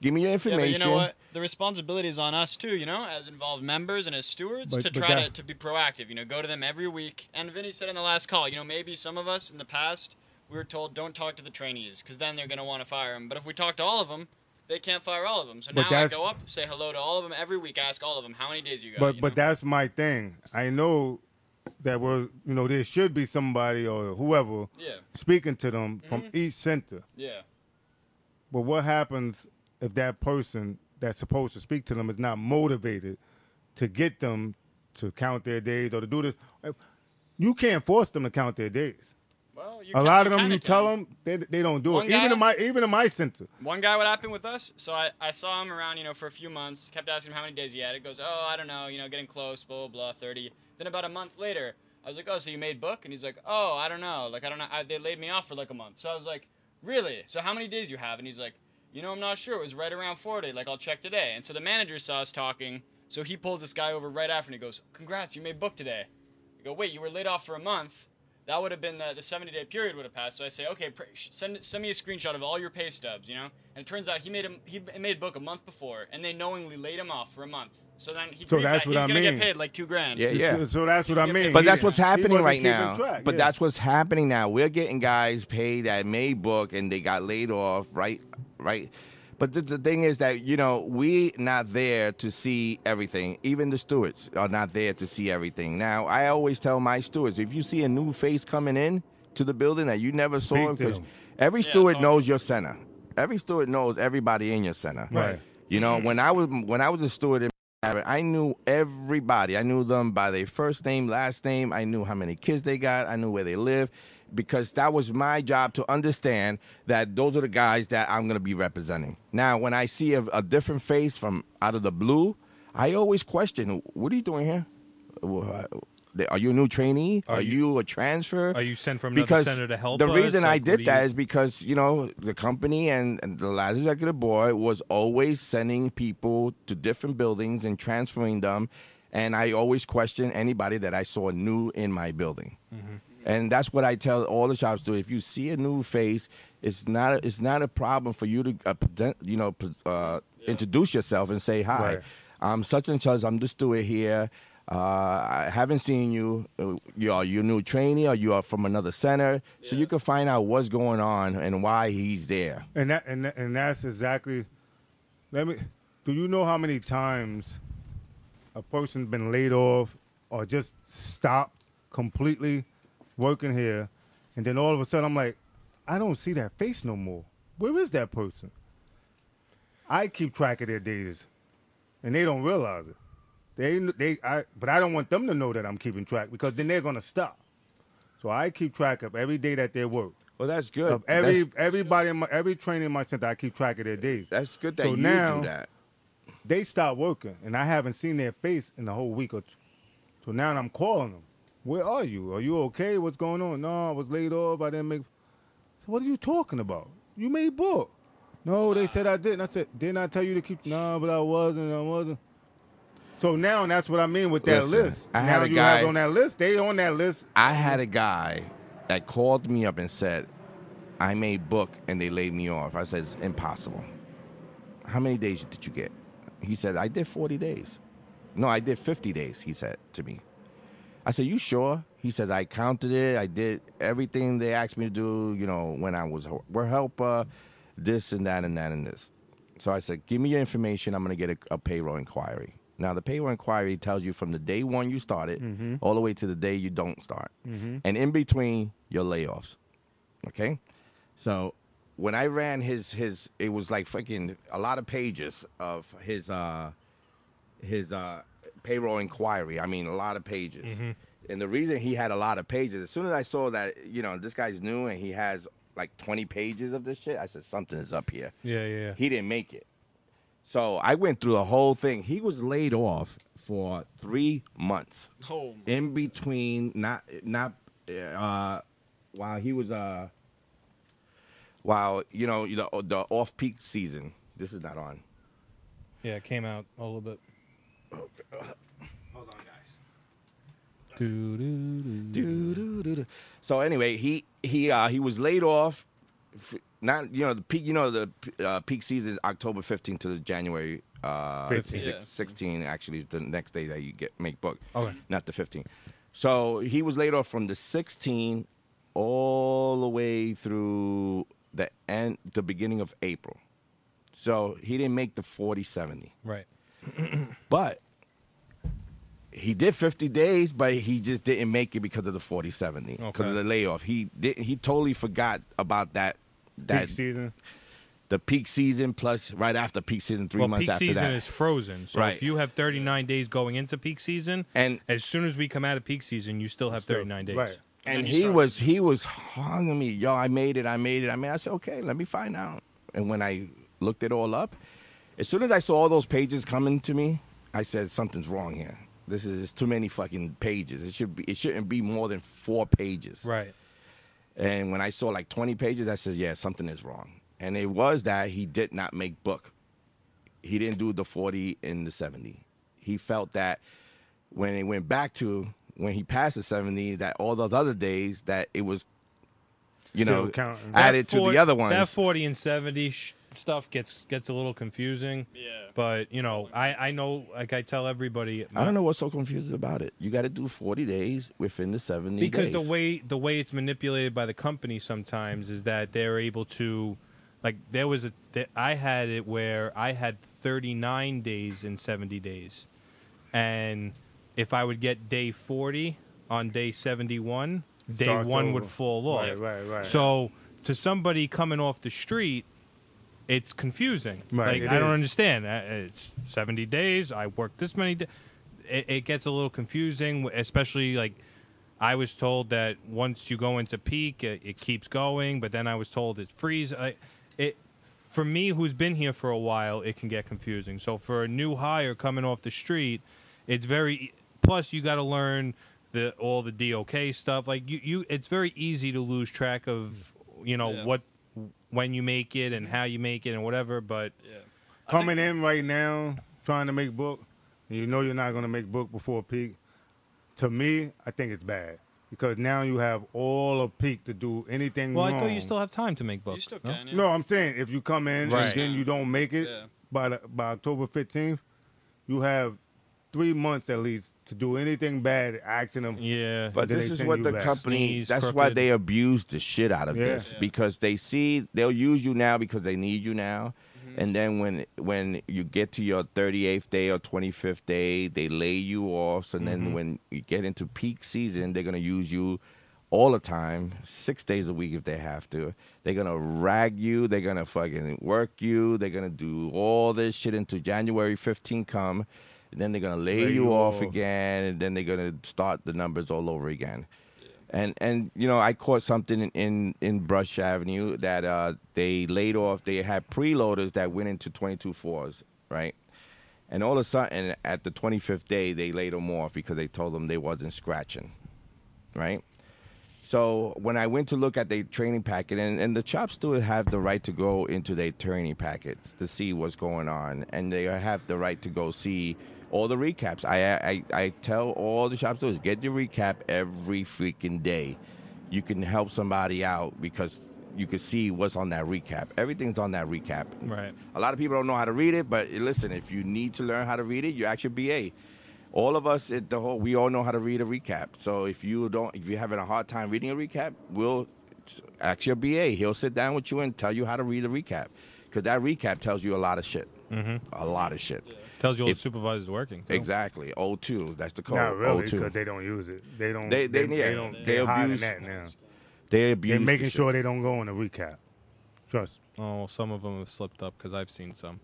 [SPEAKER 3] give me your
[SPEAKER 6] Yeah, but
[SPEAKER 3] information.
[SPEAKER 6] you know what? The responsibility is on us too, you know, as involved members and as stewards
[SPEAKER 4] But-
[SPEAKER 6] to
[SPEAKER 4] but
[SPEAKER 6] try to,
[SPEAKER 4] that-
[SPEAKER 6] to be proactive. You know, go to them every week. And Vinny said in the last call, you know, maybe some of us in the past we were told don't talk to the trainees because then they're going to want to fire them. But if we talk to all of them, they can't fire all of them. So
[SPEAKER 4] But
[SPEAKER 6] now I
[SPEAKER 4] that's-
[SPEAKER 6] go up, say hello to all of them every week, ask all of them how many days you got.
[SPEAKER 4] But
[SPEAKER 6] you
[SPEAKER 4] but
[SPEAKER 6] know?
[SPEAKER 4] that's my thing. I know that we're you know there should be somebody or whoever
[SPEAKER 6] Yeah. Mm-hmm.
[SPEAKER 4] speaking to them from each center.
[SPEAKER 6] yeah.
[SPEAKER 4] But what happens if that person that's supposed to speak to them is not motivated to get them to count their days or to do this? You can't force them to count their days.
[SPEAKER 6] Well, you
[SPEAKER 4] A
[SPEAKER 6] ca-
[SPEAKER 4] lot of them,
[SPEAKER 6] kinda
[SPEAKER 4] you tell
[SPEAKER 6] can.
[SPEAKER 4] them they, they don't do
[SPEAKER 6] One
[SPEAKER 4] it. Even
[SPEAKER 6] guy-
[SPEAKER 4] in my even in my center,
[SPEAKER 6] One guy, what happened with us? So I, I saw him around, you know, for a few months. Kept asking him how many days he had. It goes, oh, I don't know, you know, getting close, blah blah blah, thirty. Then about a month later, I was like, oh, so you made book? And he's like, oh, I don't know, like I don't know, I, they laid me off for like a month. So I was like, really? So how many days you have? And he's like, you know, I'm not sure. It was right around forty. Like I'll check today. And so the manager saw us talking, so he pulls this guy over right after and he goes, congrats, you made book today. I go, wait, you were laid off for a month. That would have been the, the 70 day period would have passed. So I say, okay, pr- sh- send, send me a screenshot of all your pay stubs, you know? And it turns out he made him he b- made book a month before, and they knowingly laid him off for a month. So then he
[SPEAKER 4] So
[SPEAKER 6] grieved
[SPEAKER 4] that's
[SPEAKER 6] that.
[SPEAKER 4] what
[SPEAKER 6] he's
[SPEAKER 4] I
[SPEAKER 6] gonna
[SPEAKER 4] mean.
[SPEAKER 6] get paid like two grand.
[SPEAKER 3] Yeah, yeah.
[SPEAKER 4] So, so that's what I mean.
[SPEAKER 3] But
[SPEAKER 4] He
[SPEAKER 3] that's
[SPEAKER 4] didn't-
[SPEAKER 3] what's
[SPEAKER 4] he
[SPEAKER 3] happening
[SPEAKER 4] wasn't
[SPEAKER 3] right
[SPEAKER 4] keeping
[SPEAKER 3] now.
[SPEAKER 4] track,
[SPEAKER 3] but
[SPEAKER 4] yeah.
[SPEAKER 3] that's what's happening now. We're getting guys paid at Maybook and they got laid off, right? Right. But the, the thing is that you know we not there to see everything. Even the stewards are not there to see everything. Now I always tell my stewards if you see a new face coming in to the building that you never saw,
[SPEAKER 4] Speak to
[SPEAKER 3] because
[SPEAKER 4] them.
[SPEAKER 3] every
[SPEAKER 6] Yeah,
[SPEAKER 3] steward
[SPEAKER 6] talk.
[SPEAKER 3] knows your center. Every steward knows everybody in your center.
[SPEAKER 4] Right.
[SPEAKER 3] You know when I was when I was a steward. In Abbott. I knew everybody. I knew them by their first name, last name. I knew how many kids they got. I knew where they live because that was my job to understand that those are the guys that I'm going to be representing. Now, when I see a, a different face from out of the blue, I always question, what are you doing here? Wh- They- Are you a new trainee? Are,
[SPEAKER 5] Are
[SPEAKER 3] you,
[SPEAKER 5] you-
[SPEAKER 3] a transfer?
[SPEAKER 5] Are you sent from another
[SPEAKER 3] because
[SPEAKER 5] center to help
[SPEAKER 3] the
[SPEAKER 5] us?
[SPEAKER 3] reason I
[SPEAKER 5] Like, what do
[SPEAKER 3] did that
[SPEAKER 5] you-
[SPEAKER 3] is because you know the company and, and the last executive board was always sending people to different buildings and transferring them, and I always questioned anybody that I saw new in my building,
[SPEAKER 5] Mm-hmm.
[SPEAKER 3] and that's what I tell all the shops to. If you see a new face, it's not it's not a problem for you to uh, present, you know pre- uh, introduce yourself and say hi.
[SPEAKER 4] Right.
[SPEAKER 3] I'm such and such. I'm the steward here. Uh, I haven't seen you. Uh, You are you a new trainee, or you are from another center, so you can find out what's going on and why he's there.
[SPEAKER 4] And that and that, and that's exactly. Let me. Do you know how many times a person's been laid off or just stopped completely working here, and then all of a sudden I'm like, I don't see that face no more. Where is that person? I keep track of their days, and they don't realize it. They they I but I don't want them to know that I'm keeping track because then they're gonna stop. So I keep track of every day that they work
[SPEAKER 3] Well, that's good.
[SPEAKER 4] of every
[SPEAKER 3] that's,
[SPEAKER 4] everybody in my every trainer in my center. I keep track of their days.
[SPEAKER 3] that's good that
[SPEAKER 4] so
[SPEAKER 3] you
[SPEAKER 4] now-
[SPEAKER 3] do that.
[SPEAKER 4] They stop working, and I haven't seen their face in a whole week or two. So now I'm calling them. Where are you? Are you okay? What's going on? No, I was laid off. I didn't make. So what are you talking about? You made book. No, they said I didn't. I said, didn't I tell you to keep? No, but I wasn't. I wasn't. So now that's what I mean with that
[SPEAKER 3] Listen,
[SPEAKER 4] list.
[SPEAKER 3] I
[SPEAKER 4] now
[SPEAKER 3] had a
[SPEAKER 4] you
[SPEAKER 3] guy-
[SPEAKER 4] have on that list. They on that list.
[SPEAKER 3] I had a guy that called me up and said, I made book and they laid me off. I said, it's impossible. How many days did you get? He said, I did 40 days. No, I did 50 days, he said to me. I said, you sure? He says, I counted it. I did everything they asked me to do, you know, when I was were helper, this and that and that and this. So I said, give me your information. I'm going to get a, a payroll inquiry. Now, the payroll inquiry tells you from the day one you started all the way to the day you don't start. And in between, your layoffs. Okay? So when I ran his his it was like freaking a lot of pages of his uh his uh payroll inquiry. I mean a lot of pages. And the reason he had a lot of pages, as soon as I saw that, you know, this guy's new and he has like 20 pages of this shit, I said something is up here.
[SPEAKER 5] Yeah, yeah. yeah.
[SPEAKER 3] He didn't make it. So I went through the whole thing. He was laid off for 3 months
[SPEAKER 6] Oh,
[SPEAKER 3] in between not not uh while he was uh while you know the the off peak season this is not on
[SPEAKER 5] Yeah, it came out a little bit. Hold on, guys.
[SPEAKER 3] Doo-doo-doo-doo. so anyway he he uh he was laid off f- not you know the peak you know the uh, peak season is october 15th to January uh
[SPEAKER 4] Fifteen.
[SPEAKER 3] six- 16
[SPEAKER 6] Yeah.
[SPEAKER 3] actually is the next day that you get make book
[SPEAKER 5] Okay.
[SPEAKER 3] not the 15 so he was laid off from the 16 all the way through the end the beginning of april so he didn't make the 40 70
[SPEAKER 5] Right.
[SPEAKER 3] but he did 50 days, but he just didn't make it because of the 40 70 because of
[SPEAKER 5] Okay.
[SPEAKER 3] the layoff. He did he totally forgot about that that
[SPEAKER 4] Peak season.
[SPEAKER 3] the peak season plus right after peak season 3
[SPEAKER 5] well,
[SPEAKER 3] months
[SPEAKER 5] peak
[SPEAKER 3] after
[SPEAKER 5] season
[SPEAKER 3] that.
[SPEAKER 5] is frozen. So
[SPEAKER 3] Right.
[SPEAKER 5] if you have 39 days going into peak season,
[SPEAKER 3] And-
[SPEAKER 5] as soon as we come out of peak season, you still have 39 days.
[SPEAKER 4] Right.
[SPEAKER 3] and
[SPEAKER 6] you
[SPEAKER 3] he
[SPEAKER 6] start.
[SPEAKER 3] was he was hung on me, yo, I made it, I made it. I mean, I said, "Okay, let me find out." And when I looked it all up, as soon as I saw all those pages coming to me, I said something's wrong here. This is it's too many fucking pages. It should be it shouldn't be more than 4 pages.
[SPEAKER 5] Right.
[SPEAKER 3] And when I saw like 20 pages, I said, yeah, something is wrong. And it was that he did not make book. He didn't do the 40 and the 70. He felt that when it went back to when he passed the 70, that all those other days that it was, you
[SPEAKER 4] Still
[SPEAKER 3] know,
[SPEAKER 4] counting.
[SPEAKER 3] added
[SPEAKER 5] That
[SPEAKER 3] to
[SPEAKER 5] four-
[SPEAKER 3] the other ones.
[SPEAKER 5] That 40 and 70 sh- stuff gets gets a little confusing.
[SPEAKER 6] Yeah.
[SPEAKER 5] But, you know, I, I know, like I tell everybody,
[SPEAKER 3] I don't know what's so confusing about it. You got to do 40 days within the 70 days.
[SPEAKER 5] because the way the way it's manipulated by the company sometimes is that they're able to like there was a th- I had it where I had 39 days in 70 days and if I would get day 40 on day 71 day
[SPEAKER 4] starts
[SPEAKER 5] 1 would
[SPEAKER 4] over.
[SPEAKER 5] fall off
[SPEAKER 4] Right, right, right.
[SPEAKER 5] so to somebody coming off the street it's confusing
[SPEAKER 4] Right,
[SPEAKER 5] like
[SPEAKER 4] it
[SPEAKER 5] I don't
[SPEAKER 4] is.
[SPEAKER 5] understand Uh, it's 70 days I worked this many days it, it gets a little confusing especially like I was told that once you go into peak, it, it keeps going, but then I was told it freeze. I, it for me, who's been here for a while, it can get confusing. e, So for a new hire coming off the street, it's very. Plus, you got to learn the all the DOK stuff. Like you, you it's very easy to lose track of you know
[SPEAKER 6] Yeah.
[SPEAKER 5] what when you make it and how you make it and whatever. But
[SPEAKER 6] Yeah. I think-
[SPEAKER 4] Coming in right now, trying to make book, and you know you're not gonna make book before peak. To me, I think it's bad because now you have all of peak to do anything
[SPEAKER 5] well,
[SPEAKER 4] wrong.
[SPEAKER 5] I thought you still have time to make books.
[SPEAKER 6] You still
[SPEAKER 5] no?
[SPEAKER 6] can. yeah.
[SPEAKER 4] No, I'm saying if you come in
[SPEAKER 5] Right.
[SPEAKER 4] and then you don't make it
[SPEAKER 6] Yeah.
[SPEAKER 4] by the, by October 15th, you have three months at least to do anything bad, acting them.
[SPEAKER 5] Yeah,
[SPEAKER 3] But
[SPEAKER 4] Then
[SPEAKER 3] this
[SPEAKER 4] they
[SPEAKER 3] is
[SPEAKER 4] send
[SPEAKER 3] what
[SPEAKER 4] you
[SPEAKER 3] the
[SPEAKER 4] back.
[SPEAKER 3] company.
[SPEAKER 5] Sneeze,
[SPEAKER 3] that's why
[SPEAKER 5] crooked.
[SPEAKER 3] they abuse the shit out of
[SPEAKER 4] Yeah.
[SPEAKER 3] this
[SPEAKER 6] Yeah.
[SPEAKER 3] because they see they'll use you now because they need you now,
[SPEAKER 5] Mm-hmm.
[SPEAKER 3] and then when when you get to your thirty eighth day or twenty fifth day, they lay you off. And
[SPEAKER 4] Mm-hmm.
[SPEAKER 3] then when you get into peak season, they're gonna use you all the time, six days a week if they have to. They're gonna rag you. They're gonna fucking work you. They're gonna do all this shit until January fifteenth come. And then they're gonna lay, you off again again, and then they're gonna start the numbers all over again. And and you know, I caught something in in, in Brush Avenue that uh, they laid off. They had preloaders that went into 22 fours, right? And all of a sudden, at the 25th day, they laid them off because they told them they wasn't scratching, right? So when I went to look at their training packet, and, and the shop steward have the right to go into their training packets to see what's going on, and they have the right to go see all the recaps. I I, I tell all the shop stewards get the recap every freaking day. You can help somebody out because you can see what's on that recap. Everything's on that recap.
[SPEAKER 5] Right.
[SPEAKER 3] A lot of people don't know how to read it, but listen, if you need to learn how to read it, you actually BA. All of us at the whole, we all know how to read a recap. So if you don't, if you're having a hard time reading a recap, we'll ask your BA. He'll sit down with you and tell you how to read a recap, because that recap tells you a lot of shit. Mm-hmm. A lot of shit.
[SPEAKER 5] tells you all
[SPEAKER 3] If-
[SPEAKER 5] the supervisor's working. so.
[SPEAKER 3] Exactly. O2. That's the code.
[SPEAKER 4] Not really,
[SPEAKER 3] O2.
[SPEAKER 4] because they don't use it. They don't.
[SPEAKER 3] Oh, They- they- yeah,
[SPEAKER 4] don't.
[SPEAKER 3] they
[SPEAKER 4] They are hiding
[SPEAKER 3] abuse-
[SPEAKER 4] that now.
[SPEAKER 3] They abuse.
[SPEAKER 4] They're
[SPEAKER 3] the
[SPEAKER 4] making
[SPEAKER 3] shit.
[SPEAKER 4] sure they don't go on a recap. Trust. me.
[SPEAKER 5] Oh, some of them have slipped up because I've seen some.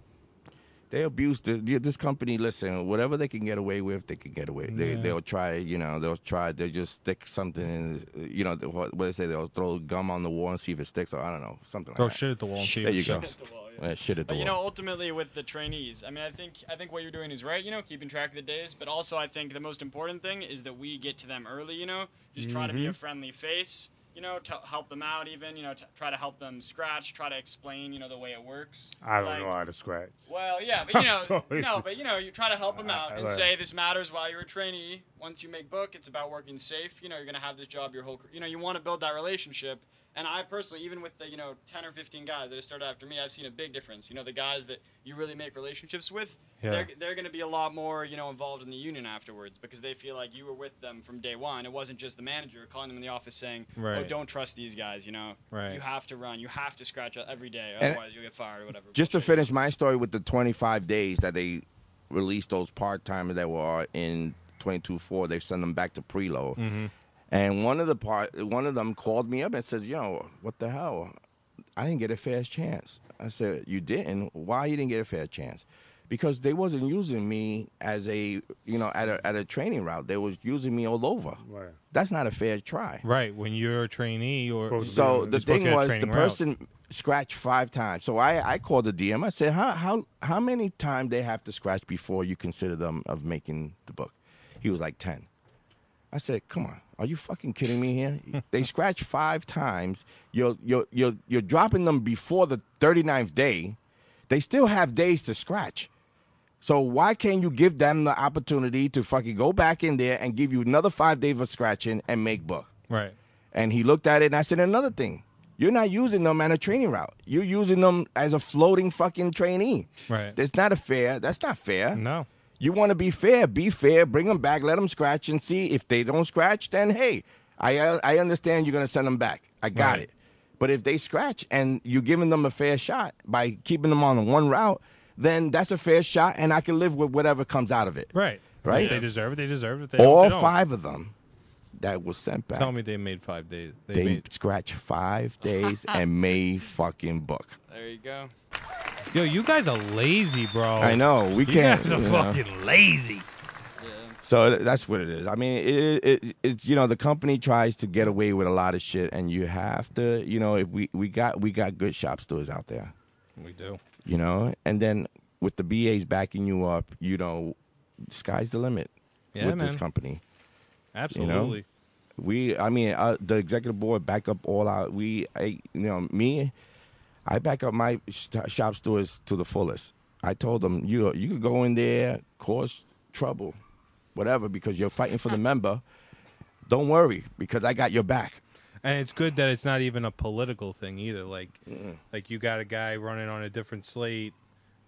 [SPEAKER 3] they abuse the, the- this company. Listen, whatever they can get away with, they can get away. They,
[SPEAKER 5] Yeah.
[SPEAKER 3] They'll try, you know, they'll try. They'll just stick something in, you know, the- what, what they say. They'll throw gum on the wall and see if it sticks. Or I don't know, something
[SPEAKER 5] Throw
[SPEAKER 3] like
[SPEAKER 5] shit at the wall and see.
[SPEAKER 3] that. There
[SPEAKER 5] if
[SPEAKER 3] you
[SPEAKER 5] it
[SPEAKER 3] go.
[SPEAKER 5] sticks.
[SPEAKER 6] The wall, yeah.
[SPEAKER 3] Yeah, shit at the
[SPEAKER 6] But you know,
[SPEAKER 3] wall.
[SPEAKER 6] ultimately with the trainees, I mean, I think I think what you're doing is right. You know, keeping track of the days, but also I think the most important thing is that we get to them early. You know, just try to
[SPEAKER 4] Mm-hmm.
[SPEAKER 6] be a friendly face. You know, to help them out, even you know, t- try to help them scratch, try to explain, you know, the way it works.
[SPEAKER 4] I don't
[SPEAKER 6] Like,
[SPEAKER 4] know how to scratch.
[SPEAKER 6] Well, yeah, but you know,
[SPEAKER 4] Sorry.
[SPEAKER 6] no, but you know, you try to help them out
[SPEAKER 4] I- I
[SPEAKER 6] and
[SPEAKER 4] like-
[SPEAKER 6] say this matters while you're a trainee. Once you make book, it's about working safe. You know, you're gonna have this job your whole, car- you know, you want to build that relationship. And I personally, even with the you know ten or fifteen guys that have started after me, I've seen a big difference. You know, the guys that you really make relationships with,
[SPEAKER 5] Yeah.
[SPEAKER 6] they're they're gonna be a lot more you know involved in the union afterwards because they feel like you were with them from day one. It wasn't just the manager calling them in the office saying, "Oh,
[SPEAKER 5] Right.
[SPEAKER 6] don't trust these guys." You know,
[SPEAKER 5] Right.
[SPEAKER 6] You have to run. You have to scratch every day,
[SPEAKER 3] And-
[SPEAKER 6] otherwise you'll get fired or whatever.
[SPEAKER 3] Just to
[SPEAKER 6] bullshit.
[SPEAKER 3] finish my story with the 25 days that they released those part timers that were uh, in 22-4, they sent them back to preload. And one of the part, one of them called me up and says, "Yo, what the hell? I didn't get a fair chance." I said, "You didn't? Why you didn't get a fair chance?" Because they wasn't using me as a, you know, at a at a training route. They was using me all over.
[SPEAKER 4] Right.
[SPEAKER 3] That's not a fair try.
[SPEAKER 5] Right, when you're a trainee or
[SPEAKER 4] Supposed to
[SPEAKER 3] So
[SPEAKER 4] You're
[SPEAKER 3] the
[SPEAKER 5] supposed to
[SPEAKER 3] thing
[SPEAKER 5] get a
[SPEAKER 3] was, the
[SPEAKER 5] training route.
[SPEAKER 3] person scratched five times. So I, I called the DM. I said, how how how many times they have to scratch before you consider them of making the book? He was like ten. I said, come on, are you fucking kidding me here? they scratch five times. You're you're you're you're dropping them before the 39th day. They still have days to scratch. So why can't you give them the opportunity to fucking go back in there and give you another five days of scratching and make book?
[SPEAKER 5] right,
[SPEAKER 3] And he looked at it and I said, another thing. You're not using them on a training route. You're using them as a floating fucking trainee.
[SPEAKER 5] Right.
[SPEAKER 3] That's not a fair. That's not fair.
[SPEAKER 5] no,
[SPEAKER 3] You want to be fair. Be fair. Bring them back. Let them scratch and see. If they don't scratch, then hey, I I understand you're gonna send them back. I got
[SPEAKER 5] Right.
[SPEAKER 3] it. But if they scratch and you're giving them a fair shot by keeping them on one route, then that's a fair shot, and I can live with whatever comes out of it.
[SPEAKER 5] right,
[SPEAKER 3] Right.
[SPEAKER 5] If they deserve it. They deserve it. They don't, they
[SPEAKER 3] All
[SPEAKER 5] don't.
[SPEAKER 3] five of them that was sent back
[SPEAKER 5] Tell me they made five days. They,
[SPEAKER 3] they
[SPEAKER 5] made.
[SPEAKER 3] scratch five days and may fucking book.
[SPEAKER 6] There you go.
[SPEAKER 5] Yo, you guys are lazy, bro.
[SPEAKER 3] I know we
[SPEAKER 5] Oh. You
[SPEAKER 3] can't.
[SPEAKER 5] guys are
[SPEAKER 3] you know.
[SPEAKER 5] fucking lazy.
[SPEAKER 3] So that's what it is. I mean, it, it, it's you know the company tries to get away with a lot of shit, and you have to you know if we we got we got good shop stores out there,
[SPEAKER 5] We do.
[SPEAKER 3] you know, and then with the BAs backing you up, you know, sky's the limit
[SPEAKER 5] Yeah,
[SPEAKER 3] with this
[SPEAKER 5] man.
[SPEAKER 3] company.
[SPEAKER 5] Absolutely.
[SPEAKER 3] We, I mean, uh, the executive board back up all our. We, I, you know, me, I back up my sh- shop stores to the fullest. I told them you you could go in there, cause trouble, whatever, because you're fighting for the
[SPEAKER 6] Uh.
[SPEAKER 3] member. Don't worry, because I got your back.
[SPEAKER 5] And it's good that it's not even a political thing either. Like,
[SPEAKER 3] Mm.
[SPEAKER 5] like you got a guy running on a different slate,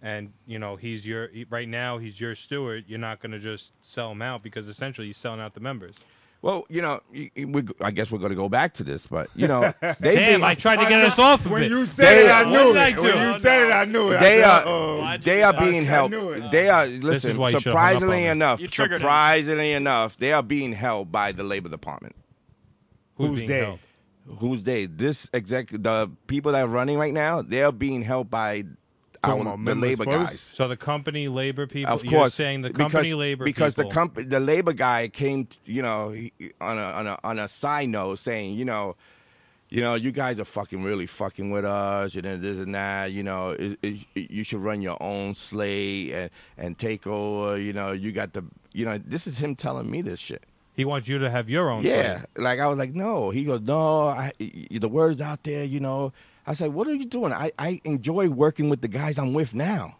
[SPEAKER 5] and you know he's your he- right now he's your steward. You're not going to just sell him out because essentially he's selling out the members.
[SPEAKER 3] Well, you know, y- y- we, I guess we're going to go back to this, but you know, they
[SPEAKER 5] Damn,
[SPEAKER 3] been-
[SPEAKER 5] I tried to
[SPEAKER 4] I
[SPEAKER 5] get
[SPEAKER 4] know-
[SPEAKER 5] us off of
[SPEAKER 4] When
[SPEAKER 5] it.
[SPEAKER 4] you said
[SPEAKER 3] They-
[SPEAKER 4] it, I
[SPEAKER 3] What
[SPEAKER 4] knew
[SPEAKER 5] did I
[SPEAKER 4] it. When
[SPEAKER 5] do?
[SPEAKER 4] you said it, I knew it. I
[SPEAKER 3] they
[SPEAKER 4] said,
[SPEAKER 3] are
[SPEAKER 4] "Uh-oh."
[SPEAKER 5] Oh,
[SPEAKER 6] Why'd you
[SPEAKER 3] they
[SPEAKER 6] do
[SPEAKER 3] are
[SPEAKER 6] that?
[SPEAKER 3] being
[SPEAKER 4] I
[SPEAKER 3] held.
[SPEAKER 4] knew it.
[SPEAKER 3] They are
[SPEAKER 5] This is
[SPEAKER 3] listen.
[SPEAKER 5] why you should have hung up on
[SPEAKER 3] Surprisingly
[SPEAKER 5] me.
[SPEAKER 3] enough,
[SPEAKER 6] You triggered him.
[SPEAKER 3] surprisingly enough, they are being held by the labor department.
[SPEAKER 4] Who's
[SPEAKER 5] being
[SPEAKER 4] they?
[SPEAKER 5] held?
[SPEAKER 3] Who's they? This exec, the people that are running right now, they are being held by
[SPEAKER 4] Talking
[SPEAKER 3] our,
[SPEAKER 4] about
[SPEAKER 3] the
[SPEAKER 4] members
[SPEAKER 3] labor
[SPEAKER 4] first?
[SPEAKER 3] guys.
[SPEAKER 5] So the company labor people.
[SPEAKER 3] Of course,
[SPEAKER 5] you're saying the company
[SPEAKER 3] because,
[SPEAKER 5] labor
[SPEAKER 3] because
[SPEAKER 5] people,
[SPEAKER 3] the comp- the labor guy came, t- you know, he- on a on a on a side note saying, you know. You know, you guys are fucking really fucking with us, and then this and that. You know, it, it, you should run your own slate and, and take over. You know, you got the. You know, this is him telling me this shit.
[SPEAKER 5] he wants you to have your own.
[SPEAKER 3] Yeah,
[SPEAKER 5] slate.
[SPEAKER 3] like I was like, no. He goes, no. I, y- y- the words out there, you know. I said, what are you doing? I, I enjoy working with the guys I'm with now.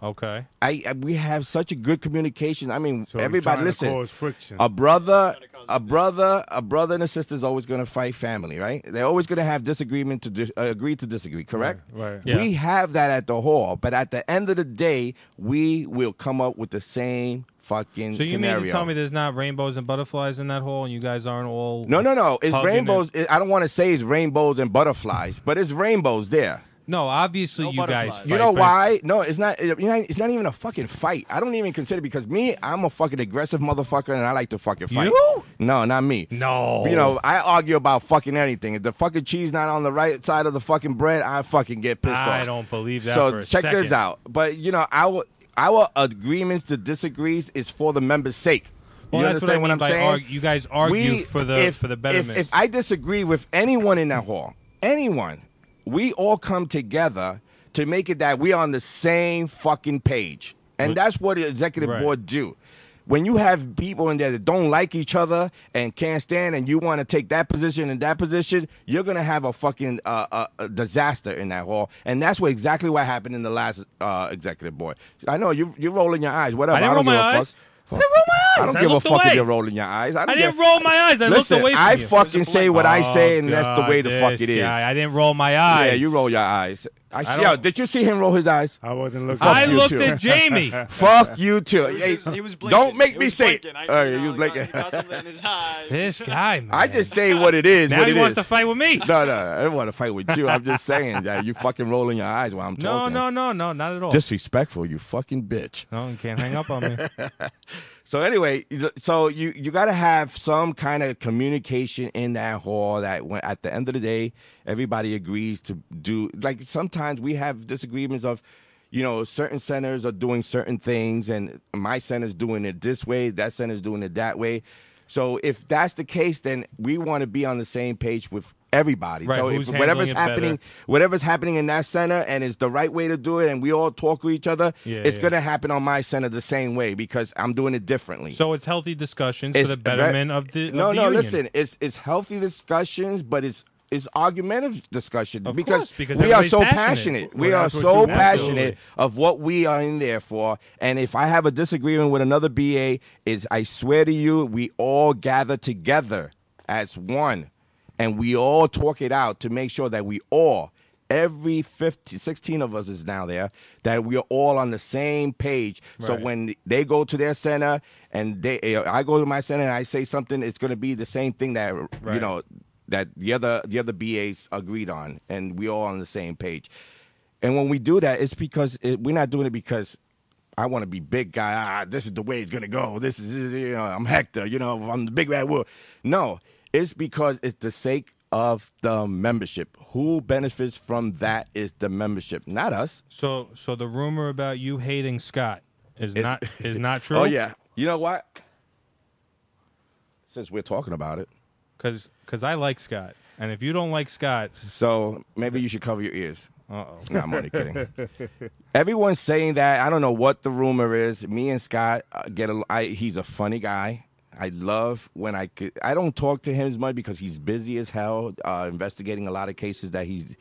[SPEAKER 5] Okay.
[SPEAKER 3] I, I we have such a good communication. I mean,
[SPEAKER 4] So he's
[SPEAKER 3] everybody
[SPEAKER 4] trying to
[SPEAKER 3] listen.
[SPEAKER 4] cause friction.
[SPEAKER 3] A brother,
[SPEAKER 6] to cause
[SPEAKER 3] a brother, a brother and a sister is always going to fight family, right? They're always going to have disagreement to dis- uh, agree to disagree, correct?
[SPEAKER 4] Right, right.
[SPEAKER 5] Yeah.
[SPEAKER 3] We have that at the hall, but at the end of the day, we will come up with the same fucking
[SPEAKER 5] So you
[SPEAKER 3] scenario.
[SPEAKER 5] mean to tell me there's not rainbows and butterflies in that hole, and you guys aren't all
[SPEAKER 3] no, no, no. It's
[SPEAKER 5] Hugging
[SPEAKER 3] rainbows. It. I don't want to say it's rainbows and butterflies, but it's rainbows there.
[SPEAKER 5] No, obviously
[SPEAKER 6] No
[SPEAKER 5] you guys.
[SPEAKER 6] butterflies.
[SPEAKER 3] You
[SPEAKER 5] fight,
[SPEAKER 3] know
[SPEAKER 5] but-
[SPEAKER 3] why? No, it's not. it- you know, It's not even a fucking fight. I don't even consider because me, I'm a fucking aggressive motherfucker, and I like to fucking fight.
[SPEAKER 5] You?
[SPEAKER 3] No, not me.
[SPEAKER 5] No.
[SPEAKER 3] You know, I argue about fucking anything. If the fucking cheese not on the right side of the fucking bread, I fucking get pissed off.
[SPEAKER 5] I don't believe that
[SPEAKER 3] So
[SPEAKER 5] for a
[SPEAKER 3] check this
[SPEAKER 5] second.
[SPEAKER 3] out. But you know, our our agreements to disagrees is for the members' sake.
[SPEAKER 5] Well,
[SPEAKER 3] you
[SPEAKER 5] that's what I
[SPEAKER 3] understand
[SPEAKER 5] mean
[SPEAKER 3] I'm
[SPEAKER 5] by
[SPEAKER 3] saying?
[SPEAKER 5] argue- you guys argue
[SPEAKER 3] We-
[SPEAKER 5] for the-
[SPEAKER 3] if,
[SPEAKER 5] for the
[SPEAKER 3] if-
[SPEAKER 5] betterment.
[SPEAKER 3] If, I disagree with anyone in that hall, anyone, we all come together to make it that we are on the same fucking page, and that's what the executive
[SPEAKER 5] Right.
[SPEAKER 3] board do. When you have people in there that don't like each other and can't stand, and you want to take that position and that position, you're gonna have a fucking uh, uh, uh, disaster in that hall, and that's what exactly what happened in the last uh, executive board. I know you you're rolling your eyes, whatever.
[SPEAKER 5] I didn't
[SPEAKER 3] don't
[SPEAKER 5] roll my
[SPEAKER 3] give a
[SPEAKER 5] eyes.
[SPEAKER 3] fuck.
[SPEAKER 5] I didn't roll my
[SPEAKER 3] I
[SPEAKER 5] eyes.
[SPEAKER 3] don't
[SPEAKER 5] I
[SPEAKER 3] give a
[SPEAKER 5] looked
[SPEAKER 3] fuck if
[SPEAKER 5] away.
[SPEAKER 3] you're rolling your eyes. I, don't
[SPEAKER 5] I didn't
[SPEAKER 3] give-
[SPEAKER 5] roll my eyes. I
[SPEAKER 3] Listen,
[SPEAKER 5] looked away from
[SPEAKER 3] I
[SPEAKER 5] you.
[SPEAKER 3] fucking say what I
[SPEAKER 5] Oh,
[SPEAKER 3] say, and that's the way the
[SPEAKER 5] God,
[SPEAKER 3] fuck it
[SPEAKER 5] this
[SPEAKER 3] is.
[SPEAKER 5] guy. I didn't roll my eyes.
[SPEAKER 3] yeah, you roll your eyes. I, see,
[SPEAKER 5] don't-
[SPEAKER 3] yo, did you see him roll his eyes?
[SPEAKER 4] I wasn't looking.
[SPEAKER 5] I
[SPEAKER 3] Fuck you
[SPEAKER 5] looked
[SPEAKER 3] too.
[SPEAKER 5] at Jamie.
[SPEAKER 3] Fuck you too.
[SPEAKER 6] He
[SPEAKER 3] Hey,
[SPEAKER 6] was, he was blinking.
[SPEAKER 3] don't make
[SPEAKER 6] He
[SPEAKER 3] me
[SPEAKER 6] was
[SPEAKER 3] say.
[SPEAKER 6] blinking. I,
[SPEAKER 3] All right,
[SPEAKER 6] you know,
[SPEAKER 3] you
[SPEAKER 6] he
[SPEAKER 3] blinking.
[SPEAKER 6] Got, he got something in his eyes.
[SPEAKER 5] this guy, man.
[SPEAKER 3] I just say what it is.
[SPEAKER 5] now
[SPEAKER 3] what
[SPEAKER 5] he
[SPEAKER 3] it
[SPEAKER 5] wants
[SPEAKER 3] is.
[SPEAKER 5] to fight with me.
[SPEAKER 3] No, no, I don't want to fight with you. I'm just saying that you fucking rolling your eyes while I'm
[SPEAKER 5] No,
[SPEAKER 3] talking.
[SPEAKER 5] no, no, no, not at all.
[SPEAKER 3] Disrespectful, you fucking bitch.
[SPEAKER 5] no, you can't hang up on me.
[SPEAKER 3] So anyway, so you you got to have some kind of communication in that hall that when at the end of the day everybody agrees to do like sometimes we have disagreements of you know certain centers are doing certain things and my center's doing it this way, that center's doing it that way. So if that's the case then we want to be on the same page with everybody.
[SPEAKER 5] Right,
[SPEAKER 3] so if
[SPEAKER 5] who's
[SPEAKER 3] whatever's
[SPEAKER 5] handling it better?
[SPEAKER 3] happening whatever's happening in that center and it's the right way to do it and we all talk to each other,
[SPEAKER 5] Yeah,
[SPEAKER 3] it's
[SPEAKER 5] yeah.
[SPEAKER 3] going to happen on my center the same way because I'm doing it differently.
[SPEAKER 5] So it's healthy discussions
[SPEAKER 3] It's
[SPEAKER 5] for the
[SPEAKER 3] ve-
[SPEAKER 5] betterment of the. of
[SPEAKER 3] no,
[SPEAKER 5] the
[SPEAKER 3] no.
[SPEAKER 5] union.
[SPEAKER 3] Listen, it's it's healthy discussions, but it's it's argumentative discussion
[SPEAKER 5] Of
[SPEAKER 3] because,
[SPEAKER 5] course, because
[SPEAKER 3] we are
[SPEAKER 5] everybody's
[SPEAKER 3] so passionate.
[SPEAKER 5] passionate.
[SPEAKER 3] We
[SPEAKER 4] Well,
[SPEAKER 3] are
[SPEAKER 4] that's what
[SPEAKER 3] so
[SPEAKER 4] you-
[SPEAKER 3] passionate
[SPEAKER 5] Absolutely.
[SPEAKER 3] of what we are in there for. And if I have a disagreement with another BA, is I swear to you, we all gather together as one, and we all talk it out to make sure that we all. Every 15, 16 of us is now there that we are all on the same page. So
[SPEAKER 5] Right.
[SPEAKER 3] when and they go to their center and they eh, I go to my center and I say something, it's going to be the same thing that you
[SPEAKER 5] Right.
[SPEAKER 3] know that the other the other BAs agreed on, and we all on the same page. And when we do that, it's because it, we're not doing it because I want to be big guy. Ah, this is the way it's going to go. This is- this is you know I'm Hector. You know I'm the big bad wolf. No, it's because it's the sake of the membership. Who benefits from that is the membership, not us.
[SPEAKER 5] So, so the rumor about you hating Scott is not is not true.
[SPEAKER 3] Oh yeah. You know what? Since we're talking about it,
[SPEAKER 5] because I like Scott, and if you don't like Scott,
[SPEAKER 3] so maybe you should cover your ears.
[SPEAKER 5] uh oh.
[SPEAKER 3] No, I'm only kidding. Everyone's saying that. I don't know what the rumor is. Me and Scott uh, get. al- I, he's a funny guy. I love when I could. I don't talk to him as much because he's busy as hell uh, investigating a lot of cases that he's.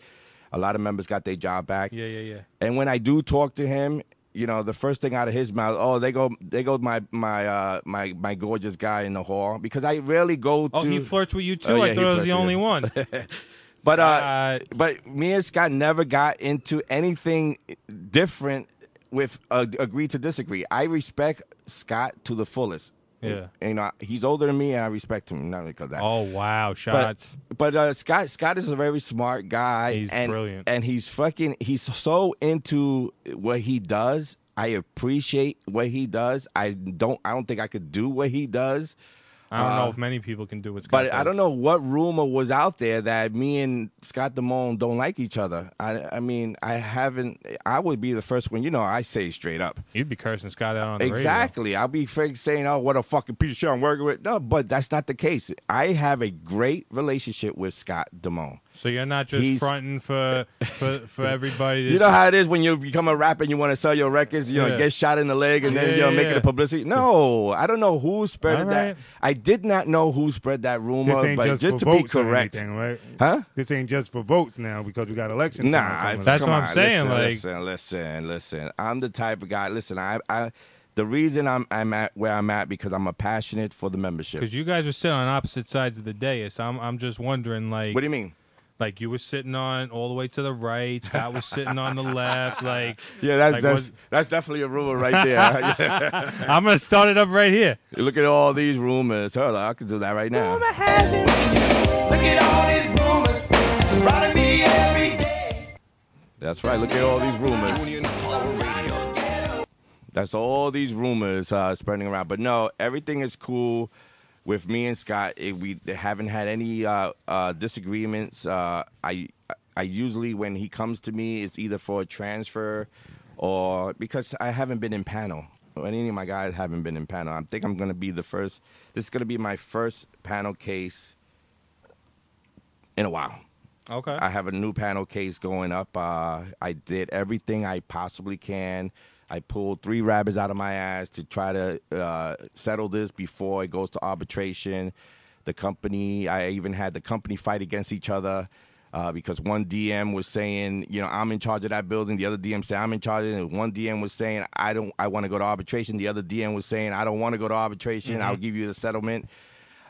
[SPEAKER 3] A lot of members got their job back.
[SPEAKER 5] Yeah, yeah, yeah.
[SPEAKER 3] And when I do talk to him, you know, the first thing out of his mouth, oh, they go, they go, my, my, uh, my, my gorgeous guy in the hall, because I rarely go.
[SPEAKER 5] Oh,
[SPEAKER 3] to,
[SPEAKER 5] he flirts with you too.
[SPEAKER 3] Oh, yeah,
[SPEAKER 5] I
[SPEAKER 3] he
[SPEAKER 5] thought I was
[SPEAKER 3] flirts
[SPEAKER 5] the
[SPEAKER 3] with
[SPEAKER 5] only
[SPEAKER 3] you.
[SPEAKER 5] one.
[SPEAKER 3] But uh,
[SPEAKER 5] Uh,
[SPEAKER 3] but me and Scott never got into anything different with uh, agree to disagree. I respect Scott to the fullest.
[SPEAKER 5] Yeah.
[SPEAKER 3] you know he's older than me, and I respect him not because of that.
[SPEAKER 5] oh wow, shots.
[SPEAKER 3] But, but uh, Scott Scott is a very smart guy.
[SPEAKER 5] He's
[SPEAKER 3] and,
[SPEAKER 5] brilliant.
[SPEAKER 3] and he's fucking. He's so into what he does. I appreciate what he does. I don't. I don't think I could do what he does.
[SPEAKER 5] I don't know
[SPEAKER 3] uh,
[SPEAKER 5] if many people can do what's.
[SPEAKER 3] But I don't know what rumor was out there that me and Scott Damone don't like each other. I, I mean, I haven't. I would be the first one. You know, I say straight up.
[SPEAKER 5] You'd be cursing Scott out on the radio.
[SPEAKER 3] Exactly. I'll be fake saying, "Oh, what a fucking piece of shit I'm working with." No, but that's not the case. I have a great relationship with Scott Damone.
[SPEAKER 5] So you're not just
[SPEAKER 3] He's-
[SPEAKER 5] fronting for for for everybody. To,
[SPEAKER 3] You know how it is when you become a rapper and you want to sell your records, you know,
[SPEAKER 5] Yeah.
[SPEAKER 3] get shot in the leg and then
[SPEAKER 5] Yeah,
[SPEAKER 3] you know,
[SPEAKER 5] yeah,
[SPEAKER 3] make it
[SPEAKER 5] yeah.
[SPEAKER 3] a publicity. No, I don't know who spread
[SPEAKER 5] All
[SPEAKER 3] that.
[SPEAKER 5] right.
[SPEAKER 3] I did not know who spread that rumor,
[SPEAKER 4] This ain't
[SPEAKER 3] but
[SPEAKER 4] just,
[SPEAKER 3] just
[SPEAKER 4] for
[SPEAKER 3] to be
[SPEAKER 4] votes
[SPEAKER 3] correct,
[SPEAKER 4] or anything, right?
[SPEAKER 3] Huh?
[SPEAKER 4] This ain't just for votes now because we got election time
[SPEAKER 3] Nah,
[SPEAKER 4] coming
[SPEAKER 3] I-
[SPEAKER 4] up.
[SPEAKER 5] That's
[SPEAKER 3] come
[SPEAKER 5] what I'm
[SPEAKER 3] on,
[SPEAKER 5] saying,
[SPEAKER 3] Listen,
[SPEAKER 5] like-
[SPEAKER 3] listen, listen, listen. I'm the type of guy. Listen, I, I, the reason I'm, I'm at where I'm at because I'm a passionate for the membership.
[SPEAKER 5] Because you guys are sitting on opposite sides of the dais. I'm I'm just wondering, like,
[SPEAKER 3] What do you mean?
[SPEAKER 5] Like you were sitting on all the way to the right. Scott was sitting on the left. Like,
[SPEAKER 3] Yeah, that's
[SPEAKER 5] like,
[SPEAKER 3] that's
[SPEAKER 5] was-
[SPEAKER 3] that's definitely a rumor right there. Yeah.
[SPEAKER 5] I'm gonna start it up right here.
[SPEAKER 3] You Look at all these rumors. Hold on, I can do that right now.
[SPEAKER 7] Look at all these rumors surrounding me every day.
[SPEAKER 3] That's right. Look at all these rumors.
[SPEAKER 1] Union Power Radio.
[SPEAKER 3] That's all these rumors uh, spreading around. But no, everything is cool with me and Scott. It, we haven't had any uh, uh, disagreements. Uh, I I usually when he comes to me, it's either for a transfer or because I haven't been in panel. Any of my guys haven't been in panel. I think I'm going to be the first. This is going to be my first panel case in a while.
[SPEAKER 5] Okay.
[SPEAKER 3] I have a new panel case going up. Uh, I did everything I possibly can. I pulled three rabbits out of my ass to try to uh, settle this before it goes to arbitration. The company, I even had the company fight against each other uh, because one DM was saying, you know, I'm in charge of that building. The other DM said, I'm in charge. of it. And one DM was saying, I don't, I want to go to arbitration. The other DM was saying, I don't want to go to arbitration. I'll give you the settlement.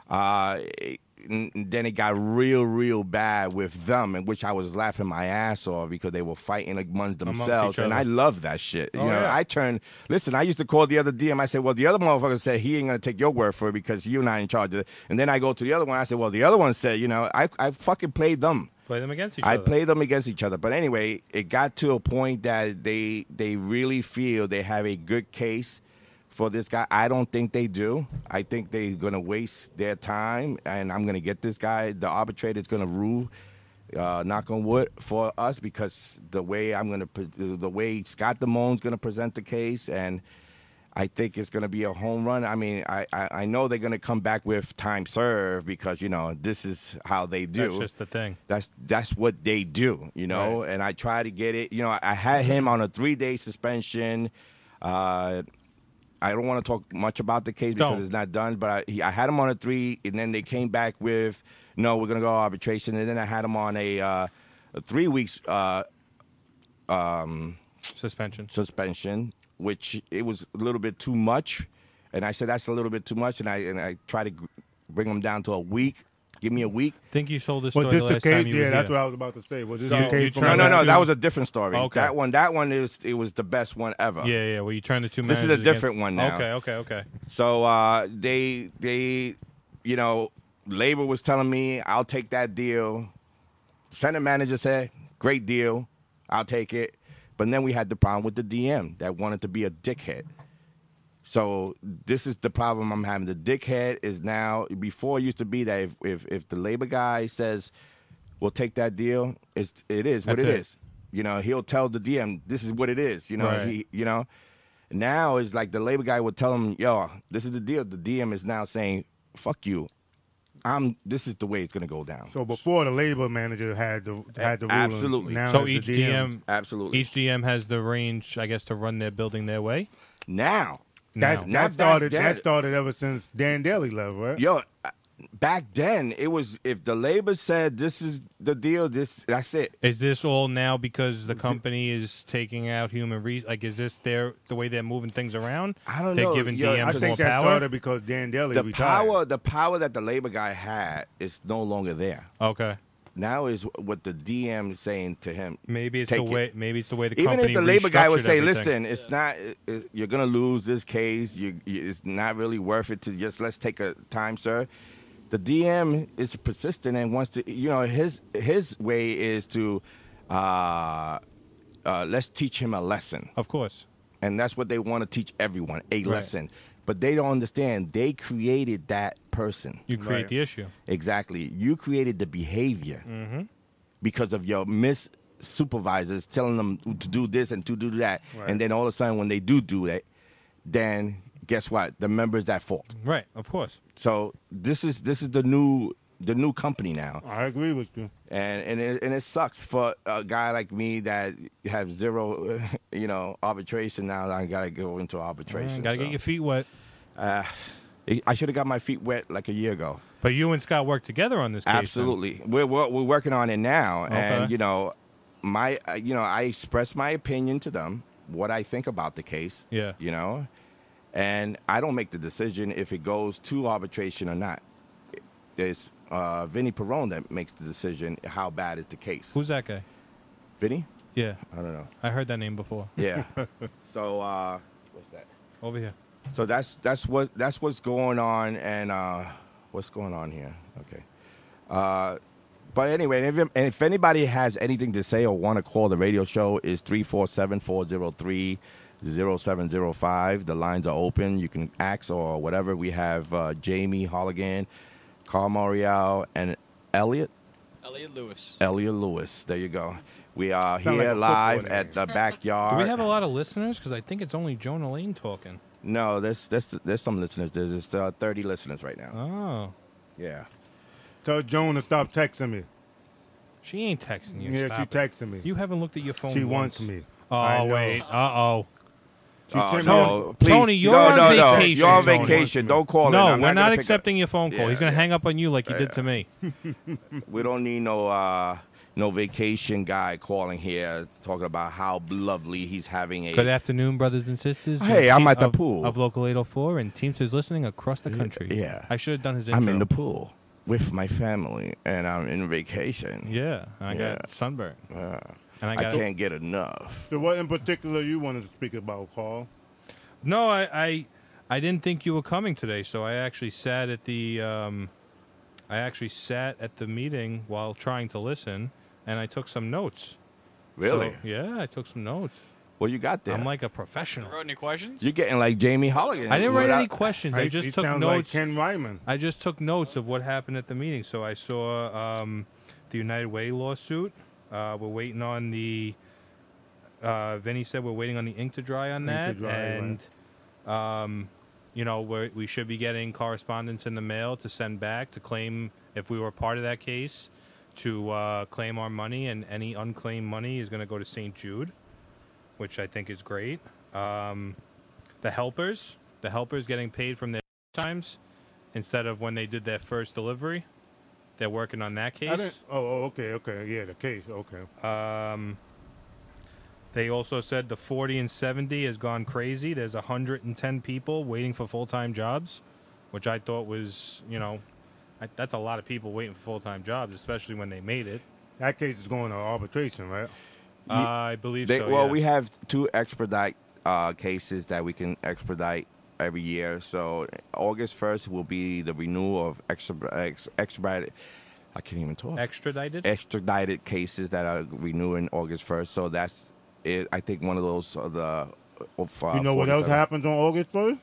[SPEAKER 3] Uh, it- n- then it got real, real bad with them, in which I was laughing my ass off because they were fighting amongst themselves,
[SPEAKER 5] each
[SPEAKER 3] and
[SPEAKER 5] other.
[SPEAKER 3] I love that shit. you
[SPEAKER 5] Oh,
[SPEAKER 3] know,
[SPEAKER 5] yeah.
[SPEAKER 3] I turn. Listen, I used to call the other DM. I said, "Well, the other motherfucker said he ain't gonna take your word for it because you're not in charge of it." And then I go to the other one. I said, "Well, the other one said, you know, I I fucking played them."
[SPEAKER 5] play them against each
[SPEAKER 3] I
[SPEAKER 5] other.
[SPEAKER 3] play them against each other. But anyway, it got to a point that they they really feel they have a good case for this guy. I don't think they do. I think they're gonna waste their time, and I'm gonna get this guy. The arbitrator's gonna rule. Uh, knock on wood for us because the way I'm gonna pre- the way Scott Damone's gonna present the case and I think it's going to be a home run. I mean, I, I, I know they're going to come back with time served because you know this is how they do.
[SPEAKER 5] That's just the thing.
[SPEAKER 3] That's that's what they do, you know. And I try to get it. You know, I, I had him on a three day suspension. Uh, I don't want to talk much about the case because
[SPEAKER 5] Don't.
[SPEAKER 3] it's not done. But I, he, I had him on a three, and then they came back with, no, we're gonna go arbitration. And then I had him on a, uh, a three weeks uh,
[SPEAKER 5] Suspension.
[SPEAKER 3] suspension, which it was a little bit too much. And I said that's a little bit too much, and I and I try to gr- bring him down to a week. Give me a week.
[SPEAKER 5] think you sold this
[SPEAKER 4] Was
[SPEAKER 5] story
[SPEAKER 4] this
[SPEAKER 5] the
[SPEAKER 4] the
[SPEAKER 5] last
[SPEAKER 4] case?
[SPEAKER 5] time you
[SPEAKER 4] Yeah,
[SPEAKER 5] were
[SPEAKER 4] that's
[SPEAKER 5] here.
[SPEAKER 4] what I was about to say. Was this
[SPEAKER 5] So
[SPEAKER 4] the case
[SPEAKER 5] you
[SPEAKER 4] from
[SPEAKER 3] No,
[SPEAKER 5] turned
[SPEAKER 4] last
[SPEAKER 3] no, no.
[SPEAKER 4] year?
[SPEAKER 3] That was a different story.
[SPEAKER 5] Okay.
[SPEAKER 3] That one, that one is it was the best one ever.
[SPEAKER 5] yeah, yeah. Well, you turned the two.
[SPEAKER 3] This is a
[SPEAKER 5] managers against-
[SPEAKER 3] different one now.
[SPEAKER 5] Okay, okay, okay.
[SPEAKER 3] So uh, they they, you know, labor was telling me I'll take that deal. Center manager said, "Great deal, I'll take it." But then we had the problem with the DM that wanted to be a dickhead. So this is the problem I'm having. The dickhead is now. Before it used to be that if if, if the labor guy says, "We'll take that deal," it's it is what
[SPEAKER 5] That's
[SPEAKER 3] it
[SPEAKER 5] it.
[SPEAKER 3] is. You know, he'll tell the DM, "This is what it is." You know,
[SPEAKER 5] Right.
[SPEAKER 3] he you know. Now it's like the labor guy would tell him, "Yo, this is the deal." The DM is now saying, "Fuck you." I'm. This is the way it's gonna go down.
[SPEAKER 4] So before the labor manager had the had the ruling.
[SPEAKER 3] Absolutely.
[SPEAKER 4] Now
[SPEAKER 5] So
[SPEAKER 4] it's
[SPEAKER 5] each
[SPEAKER 4] the
[SPEAKER 5] DM,
[SPEAKER 3] Absolutely.
[SPEAKER 5] each DM has the range, I guess, to run their building their way.
[SPEAKER 3] now
[SPEAKER 4] That's,
[SPEAKER 5] now.
[SPEAKER 3] Not back
[SPEAKER 4] that started.
[SPEAKER 3] then.
[SPEAKER 4] That started ever since Dan Daly left, right?
[SPEAKER 3] Yo, uh, back then it was if the labor said this is the deal, this that's it.
[SPEAKER 5] Is this all now because the company is taking out human re Like, is this their the way they're moving things around?
[SPEAKER 3] I don't
[SPEAKER 5] they're
[SPEAKER 3] know,
[SPEAKER 5] giving
[SPEAKER 3] yo,
[SPEAKER 5] DMs
[SPEAKER 4] I
[SPEAKER 5] more
[SPEAKER 4] think that
[SPEAKER 5] power.
[SPEAKER 4] started because Dan Daly
[SPEAKER 3] The
[SPEAKER 4] retired.
[SPEAKER 3] power, the power that the labor guy had is no longer there.
[SPEAKER 5] Okay,
[SPEAKER 3] Now is what the DM is saying to him.
[SPEAKER 5] maybe it's
[SPEAKER 3] Take
[SPEAKER 5] the
[SPEAKER 3] it.
[SPEAKER 5] way. Maybe it's the way the
[SPEAKER 3] Even if
[SPEAKER 5] company
[SPEAKER 3] the labor guy would
[SPEAKER 5] restructured
[SPEAKER 3] say,
[SPEAKER 5] everything.
[SPEAKER 3] "Listen, it's not. it- it- you're gonna lose this case. You, you, it's not really worth it to just let's take a time, sir." The DM is persistent and wants to. You know, his his way is to, uh, uh, let's teach him a lesson,
[SPEAKER 5] Of course.
[SPEAKER 3] and that's what they want to teach everyone a
[SPEAKER 5] Right.
[SPEAKER 3] lesson. But they don't understand. They created that person.
[SPEAKER 5] You create
[SPEAKER 4] Right.
[SPEAKER 5] the issue.
[SPEAKER 3] Exactly. You created the behavior because of your mis supervisors telling them to do this and to do that.
[SPEAKER 4] Right.
[SPEAKER 3] And then all of a sudden, when they do do it, then guess what? The member's at fault.
[SPEAKER 5] Right, of course.
[SPEAKER 3] So this is this is the new the new company now,
[SPEAKER 4] I agree with you.
[SPEAKER 3] and and it, and it sucks for a guy like me that have zero, you know, arbitration now. I gotta go into arbitration.
[SPEAKER 5] Got to
[SPEAKER 3] so.
[SPEAKER 5] get your feet wet.
[SPEAKER 3] I should have got my feet wet like a year ago.
[SPEAKER 5] But you and Scott work together on this case. then.
[SPEAKER 3] Absolutely, we're, we're we're working on it now, and
[SPEAKER 5] Okay.
[SPEAKER 3] you know, my uh, you know, I express my opinion to them, what I think about the case.
[SPEAKER 5] Yeah.
[SPEAKER 3] you know, and I don't make the decision if it goes to arbitration or not. It's uh, Vinny Perone that makes the decision how bad is the case.
[SPEAKER 5] Who's that guy?
[SPEAKER 3] Vinny?
[SPEAKER 5] Yeah,
[SPEAKER 3] I don't know.
[SPEAKER 5] I heard that name before.
[SPEAKER 3] Yeah. so uh, what's that?
[SPEAKER 5] Over here.
[SPEAKER 3] So that's that's what that's what's going on and uh, what's going on here. Okay. Uh, but anyway, and if, and if anybody has anything to say or want to call the radio show, is 347-403-0705. The lines are open. You can ask or whatever. We have uh, Jamie Holligan, Carl Morial, and Elliot.
[SPEAKER 6] Elliot Lewis.
[SPEAKER 3] Elliot Lewis. There you go. We are
[SPEAKER 4] Sound like
[SPEAKER 3] here
[SPEAKER 4] a football
[SPEAKER 3] live
[SPEAKER 4] name.
[SPEAKER 3] at the backyard.
[SPEAKER 5] Do we have a lot of listeners? Because I think it's only Joan Elaine talking.
[SPEAKER 3] no, there's, there's there's some listeners. There's just, uh, 30 listeners right now.
[SPEAKER 5] Oh,
[SPEAKER 3] Yeah.
[SPEAKER 4] Tell Joan to stop texting me.
[SPEAKER 5] she ain't texting you.
[SPEAKER 4] yeah,
[SPEAKER 5] Stop
[SPEAKER 4] she
[SPEAKER 5] it.
[SPEAKER 4] texting me.
[SPEAKER 5] You haven't looked at your phone.
[SPEAKER 4] she
[SPEAKER 5] once.
[SPEAKER 4] wants me. I
[SPEAKER 5] Oh
[SPEAKER 4] know.
[SPEAKER 5] wait. Uh oh.
[SPEAKER 4] She
[SPEAKER 3] Oh,
[SPEAKER 4] sent me a-
[SPEAKER 3] no, please.
[SPEAKER 5] Tony, you're
[SPEAKER 3] no,
[SPEAKER 5] on
[SPEAKER 3] no, no.
[SPEAKER 5] vacation,
[SPEAKER 3] You're on
[SPEAKER 5] Tony.
[SPEAKER 3] vacation. Don't call in.
[SPEAKER 5] No,
[SPEAKER 3] I'm
[SPEAKER 5] we're not
[SPEAKER 3] gonna pick
[SPEAKER 5] accepting your phone call.
[SPEAKER 3] Yeah,
[SPEAKER 5] He's gonna
[SPEAKER 3] yeah.
[SPEAKER 5] hang up on you like he did to me.
[SPEAKER 3] Up. We don't need no uh, no vacation guy calling here talking about how lovely he's having a.
[SPEAKER 5] Good afternoon, brothers and sisters.
[SPEAKER 3] Hey,
[SPEAKER 5] of
[SPEAKER 3] I'm
[SPEAKER 5] Te-
[SPEAKER 3] at the
[SPEAKER 5] of-
[SPEAKER 3] pool.
[SPEAKER 5] of Local 804 and Teamsters listening across the country.
[SPEAKER 3] yeah.
[SPEAKER 5] I should have done his intro.
[SPEAKER 3] I'm in the pool with my family and I'm in vacation.
[SPEAKER 5] Yeah, I
[SPEAKER 3] Yeah.
[SPEAKER 5] got sunburned.
[SPEAKER 3] Yeah.
[SPEAKER 5] And I
[SPEAKER 3] I,
[SPEAKER 5] got
[SPEAKER 3] can't get enough.
[SPEAKER 4] So what in particular you wanted to speak about, Carl?
[SPEAKER 5] No, I, I I didn't think you were coming today, so I actually sat at the um, I actually sat at the meeting while trying to listen, and I took some notes. So-
[SPEAKER 3] Really?
[SPEAKER 5] yeah, I took some notes.
[SPEAKER 3] Well, you got there.
[SPEAKER 5] I'm like a professional.
[SPEAKER 6] Wrote any questions?
[SPEAKER 3] you're getting like Jamie Holligan.
[SPEAKER 5] I didn't write
[SPEAKER 3] without-
[SPEAKER 5] any questions. I
[SPEAKER 4] He-
[SPEAKER 5] just
[SPEAKER 4] he
[SPEAKER 5] took
[SPEAKER 4] sounds
[SPEAKER 5] notes.
[SPEAKER 4] like Ken Ryman.
[SPEAKER 5] I just took notes of what happened at the meeting. So I saw um, the United Way lawsuit. Uh, we're waiting on the. Uh, Vinny said we're waiting on the ink to dry on
[SPEAKER 4] to
[SPEAKER 5] that,
[SPEAKER 4] dry, right.
[SPEAKER 5] and um, you know we're, we should be getting correspondence in the mail to send back to claim if we were part of that case to uh, claim our money, and any unclaimed money is going to go to St. Jude, which I think is great. Um, the helpers, the helpers getting paid from their times instead of when they did their first delivery. They're working on that
[SPEAKER 4] I didn't,
[SPEAKER 5] case.
[SPEAKER 4] oh, oh, okay, okay, yeah, the case, okay.
[SPEAKER 5] They also said the 40 and 70 has gone crazy. There's 110 people waiting for full time jobs, which I thought was, you know, I, that's a lot of people waiting for full time jobs, especially when they made it.
[SPEAKER 4] That case is going to arbitration, right?
[SPEAKER 5] I believe
[SPEAKER 3] They,
[SPEAKER 5] so.
[SPEAKER 3] well,
[SPEAKER 5] yeah.
[SPEAKER 3] we have two expedite uh, cases that we can expedite every year. So August 1st will be the renewal of extra, ex, extradited. I can't even talk.
[SPEAKER 5] extradited.
[SPEAKER 3] extradited cases that are renewing August 1st. So that's, it, I think, one of those uh, the. Of, uh,
[SPEAKER 4] You know what else
[SPEAKER 3] 47.
[SPEAKER 4] happens on August 1st?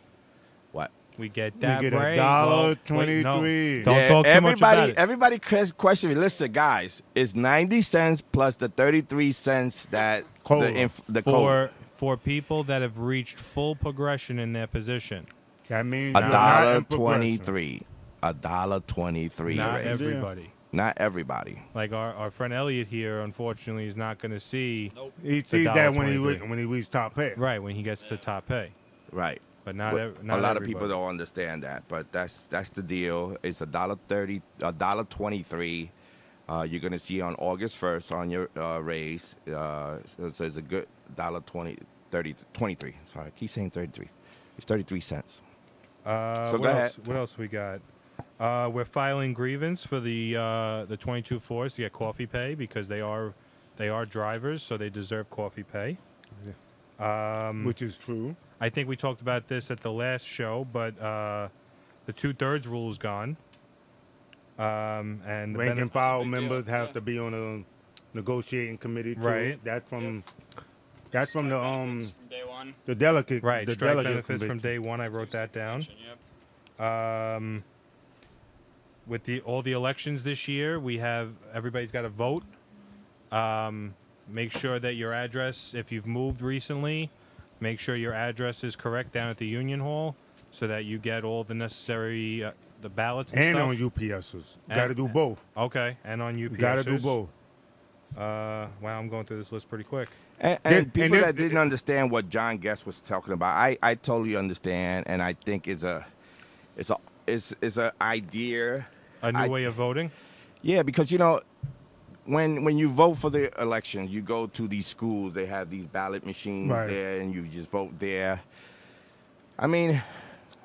[SPEAKER 3] What?
[SPEAKER 5] we get that
[SPEAKER 4] get a
[SPEAKER 5] break.
[SPEAKER 4] dollar
[SPEAKER 5] Well, wait, no.
[SPEAKER 4] 23.
[SPEAKER 5] Don't
[SPEAKER 3] Yeah,
[SPEAKER 5] talk too much
[SPEAKER 3] everybody,
[SPEAKER 5] about it.
[SPEAKER 3] everybody ques- question me. Listen, guys, it's 90 cents plus the 33 cents that
[SPEAKER 4] Cola.
[SPEAKER 3] the, inf- the
[SPEAKER 5] for
[SPEAKER 3] cola.
[SPEAKER 5] for people that have reached full progression in their position.
[SPEAKER 4] That means
[SPEAKER 3] A
[SPEAKER 4] you're not
[SPEAKER 3] dollar
[SPEAKER 4] in progression.
[SPEAKER 3] 23. A dollar 23.
[SPEAKER 5] Not
[SPEAKER 3] raise.
[SPEAKER 4] every-
[SPEAKER 5] everybody.
[SPEAKER 3] Not everybody.
[SPEAKER 5] Like our, our friend Elliot here, unfortunately, is not going to see
[SPEAKER 4] He sees that when he
[SPEAKER 5] $1.23.
[SPEAKER 4] re- when he reaches top pay.
[SPEAKER 5] right when he gets to top pay.
[SPEAKER 3] Right.
[SPEAKER 5] but not,
[SPEAKER 3] But
[SPEAKER 5] ev- not
[SPEAKER 3] a lot of
[SPEAKER 5] everybody.
[SPEAKER 3] people don't understand that, but that's that's the deal. It's a dollar thirty, a dollar twenty three. Uh, you're gonna see on August first on your uh, raise. Uh, so, so it's a good dollar twenty, thirty, twenty three. Sorry, I keep saying thirty three. It's thirty three cents.
[SPEAKER 5] Uh,
[SPEAKER 3] So
[SPEAKER 5] what
[SPEAKER 3] go
[SPEAKER 5] else?
[SPEAKER 3] ahead.
[SPEAKER 5] What else we got? Uh, we're filing grievance for the uh, the 22 force to get coffee pay because they are they are drivers, so they deserve coffee pay.
[SPEAKER 4] which is true.
[SPEAKER 5] I think we talked about this at the last show, but uh, the two thirds rule is gone. Um, and the
[SPEAKER 4] Rank
[SPEAKER 5] bene-
[SPEAKER 4] and file
[SPEAKER 6] big
[SPEAKER 4] members
[SPEAKER 6] deal,
[SPEAKER 4] have
[SPEAKER 6] yeah.
[SPEAKER 4] to be on a negotiating committee. Too.
[SPEAKER 5] Right.
[SPEAKER 4] That's from. That's from the
[SPEAKER 6] Strike
[SPEAKER 4] um
[SPEAKER 6] benefits from day one.
[SPEAKER 4] the delegate
[SPEAKER 5] right
[SPEAKER 4] the
[SPEAKER 5] strike
[SPEAKER 4] delegate
[SPEAKER 5] benefits from
[SPEAKER 4] committee.
[SPEAKER 5] day one. I wrote that down.
[SPEAKER 6] Yep.
[SPEAKER 5] with the all the elections this year, we have everybody's got to vote. Um, make sure that your address, if you've moved recently, make sure your address is correct down at the Union Hall, so that you get all the necessary uh, the ballots and,
[SPEAKER 4] and
[SPEAKER 5] stuff.
[SPEAKER 4] on UPSs. Got to do both.
[SPEAKER 5] Okay, and on UPS.
[SPEAKER 4] Got to do both.
[SPEAKER 5] Uh, wow, I'm going through this list pretty quick.
[SPEAKER 3] And,
[SPEAKER 4] There-
[SPEAKER 3] and people
[SPEAKER 4] and this-
[SPEAKER 3] that didn't understand what John Guest was talking about, I, I totally understand, and I think it's a, it's a, it's it's an idea.
[SPEAKER 5] A new
[SPEAKER 3] I-
[SPEAKER 5] way of voting.
[SPEAKER 3] Yeah, because you know, when when you vote for the election, you go to these schools. They have these ballot machines
[SPEAKER 4] Right.
[SPEAKER 3] there, and you just vote there. I mean,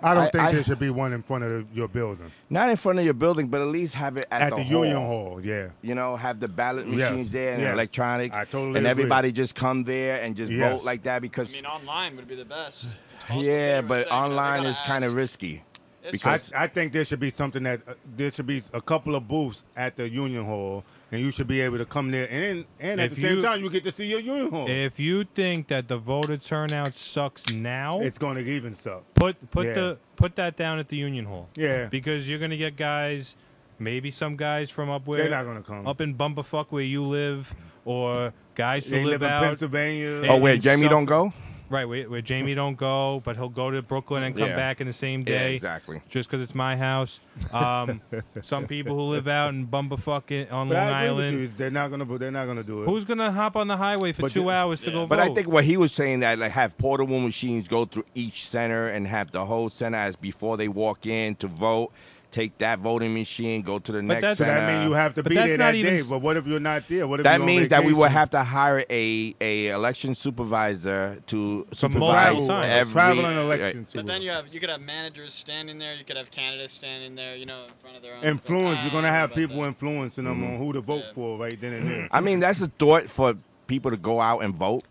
[SPEAKER 4] I don't
[SPEAKER 3] I-
[SPEAKER 4] think
[SPEAKER 3] I-
[SPEAKER 4] there should be one in front of your building
[SPEAKER 3] not in front of your building, but at least have it at,
[SPEAKER 4] at the, Union
[SPEAKER 3] hall.
[SPEAKER 4] Hall. Yeah.
[SPEAKER 3] You know, have the ballot
[SPEAKER 4] Yes,
[SPEAKER 3] machines there and
[SPEAKER 4] yes.
[SPEAKER 3] electronic,
[SPEAKER 4] I totally
[SPEAKER 3] and
[SPEAKER 4] agree.
[SPEAKER 3] everybody just come there and just
[SPEAKER 4] Yes.
[SPEAKER 3] vote like that
[SPEAKER 6] I
[SPEAKER 3] because
[SPEAKER 6] mean, online would be the best. It's
[SPEAKER 3] yeah,
[SPEAKER 6] possible. They were saying,
[SPEAKER 3] but
[SPEAKER 6] you know, they
[SPEAKER 3] online
[SPEAKER 6] gotta
[SPEAKER 3] is kind of
[SPEAKER 6] ask.
[SPEAKER 3] risky.
[SPEAKER 6] It's
[SPEAKER 4] I,
[SPEAKER 3] because-
[SPEAKER 4] I think there should be something that uh, there should be a couple of booths at the Union Hall, and you should be able to come there, and and at
[SPEAKER 5] If
[SPEAKER 4] the same
[SPEAKER 5] you-
[SPEAKER 4] time you get to see your Union Hall.
[SPEAKER 5] If you think that the voter turnout sucks now,
[SPEAKER 4] it's going to even suck.
[SPEAKER 5] Put put
[SPEAKER 4] Yeah.
[SPEAKER 5] the put that down at the Union Hall.
[SPEAKER 4] Yeah.
[SPEAKER 5] Because you're gonna get guys, maybe some guys from up where
[SPEAKER 4] They're not gonna come.
[SPEAKER 5] up in Bumperfuck where you live, or guys who
[SPEAKER 4] They live
[SPEAKER 5] live,
[SPEAKER 4] in
[SPEAKER 5] out
[SPEAKER 4] Pennsylvania.
[SPEAKER 5] Yeah.
[SPEAKER 3] Oh
[SPEAKER 5] And
[SPEAKER 3] wait, Jamie
[SPEAKER 5] suffer-
[SPEAKER 3] don't go.
[SPEAKER 5] right where, where Jamie don't go, but he'll go to Brooklyn and come
[SPEAKER 3] Yeah.
[SPEAKER 5] back in the same
[SPEAKER 3] Yeah,
[SPEAKER 5] day.
[SPEAKER 3] exactly.
[SPEAKER 5] Just because it's my house. Um, some people who live out in Bumperfuck i- on
[SPEAKER 4] But
[SPEAKER 5] Long
[SPEAKER 4] I agree with you.
[SPEAKER 5] Island.
[SPEAKER 4] They're not going to. They're not going to do it.
[SPEAKER 5] Who's gonna hop on the highway for
[SPEAKER 4] But
[SPEAKER 5] two
[SPEAKER 4] the-
[SPEAKER 5] hours to
[SPEAKER 6] Yeah.
[SPEAKER 5] go
[SPEAKER 3] But
[SPEAKER 5] vote?
[SPEAKER 3] I think what he was saying that like have portable machines go through each center and have the whole center as before they walk in to vote, take that voting machine, go to the next
[SPEAKER 5] that's-
[SPEAKER 4] So
[SPEAKER 3] center.
[SPEAKER 4] that means you have to
[SPEAKER 5] But
[SPEAKER 4] be
[SPEAKER 5] that's
[SPEAKER 4] there
[SPEAKER 5] not
[SPEAKER 4] that
[SPEAKER 5] even
[SPEAKER 4] day.
[SPEAKER 5] s-
[SPEAKER 4] But what if you're not there? What if
[SPEAKER 3] That
[SPEAKER 4] you're on
[SPEAKER 3] means that we would
[SPEAKER 4] vacation?
[SPEAKER 3] have to hire a, a election supervisor to
[SPEAKER 5] multiple
[SPEAKER 3] supervise
[SPEAKER 5] sites.
[SPEAKER 3] every
[SPEAKER 4] traveling elections.
[SPEAKER 6] But then you have you could have managers standing there. You could have candidates standing there. You know, in front of their own.
[SPEAKER 4] influence. You're going to have
[SPEAKER 6] About that.
[SPEAKER 4] people influencing them
[SPEAKER 5] Mm-hmm.
[SPEAKER 4] on who to vote
[SPEAKER 6] Yeah.
[SPEAKER 4] for right then and there.
[SPEAKER 3] I mean, that's a thought for people to go out and vote.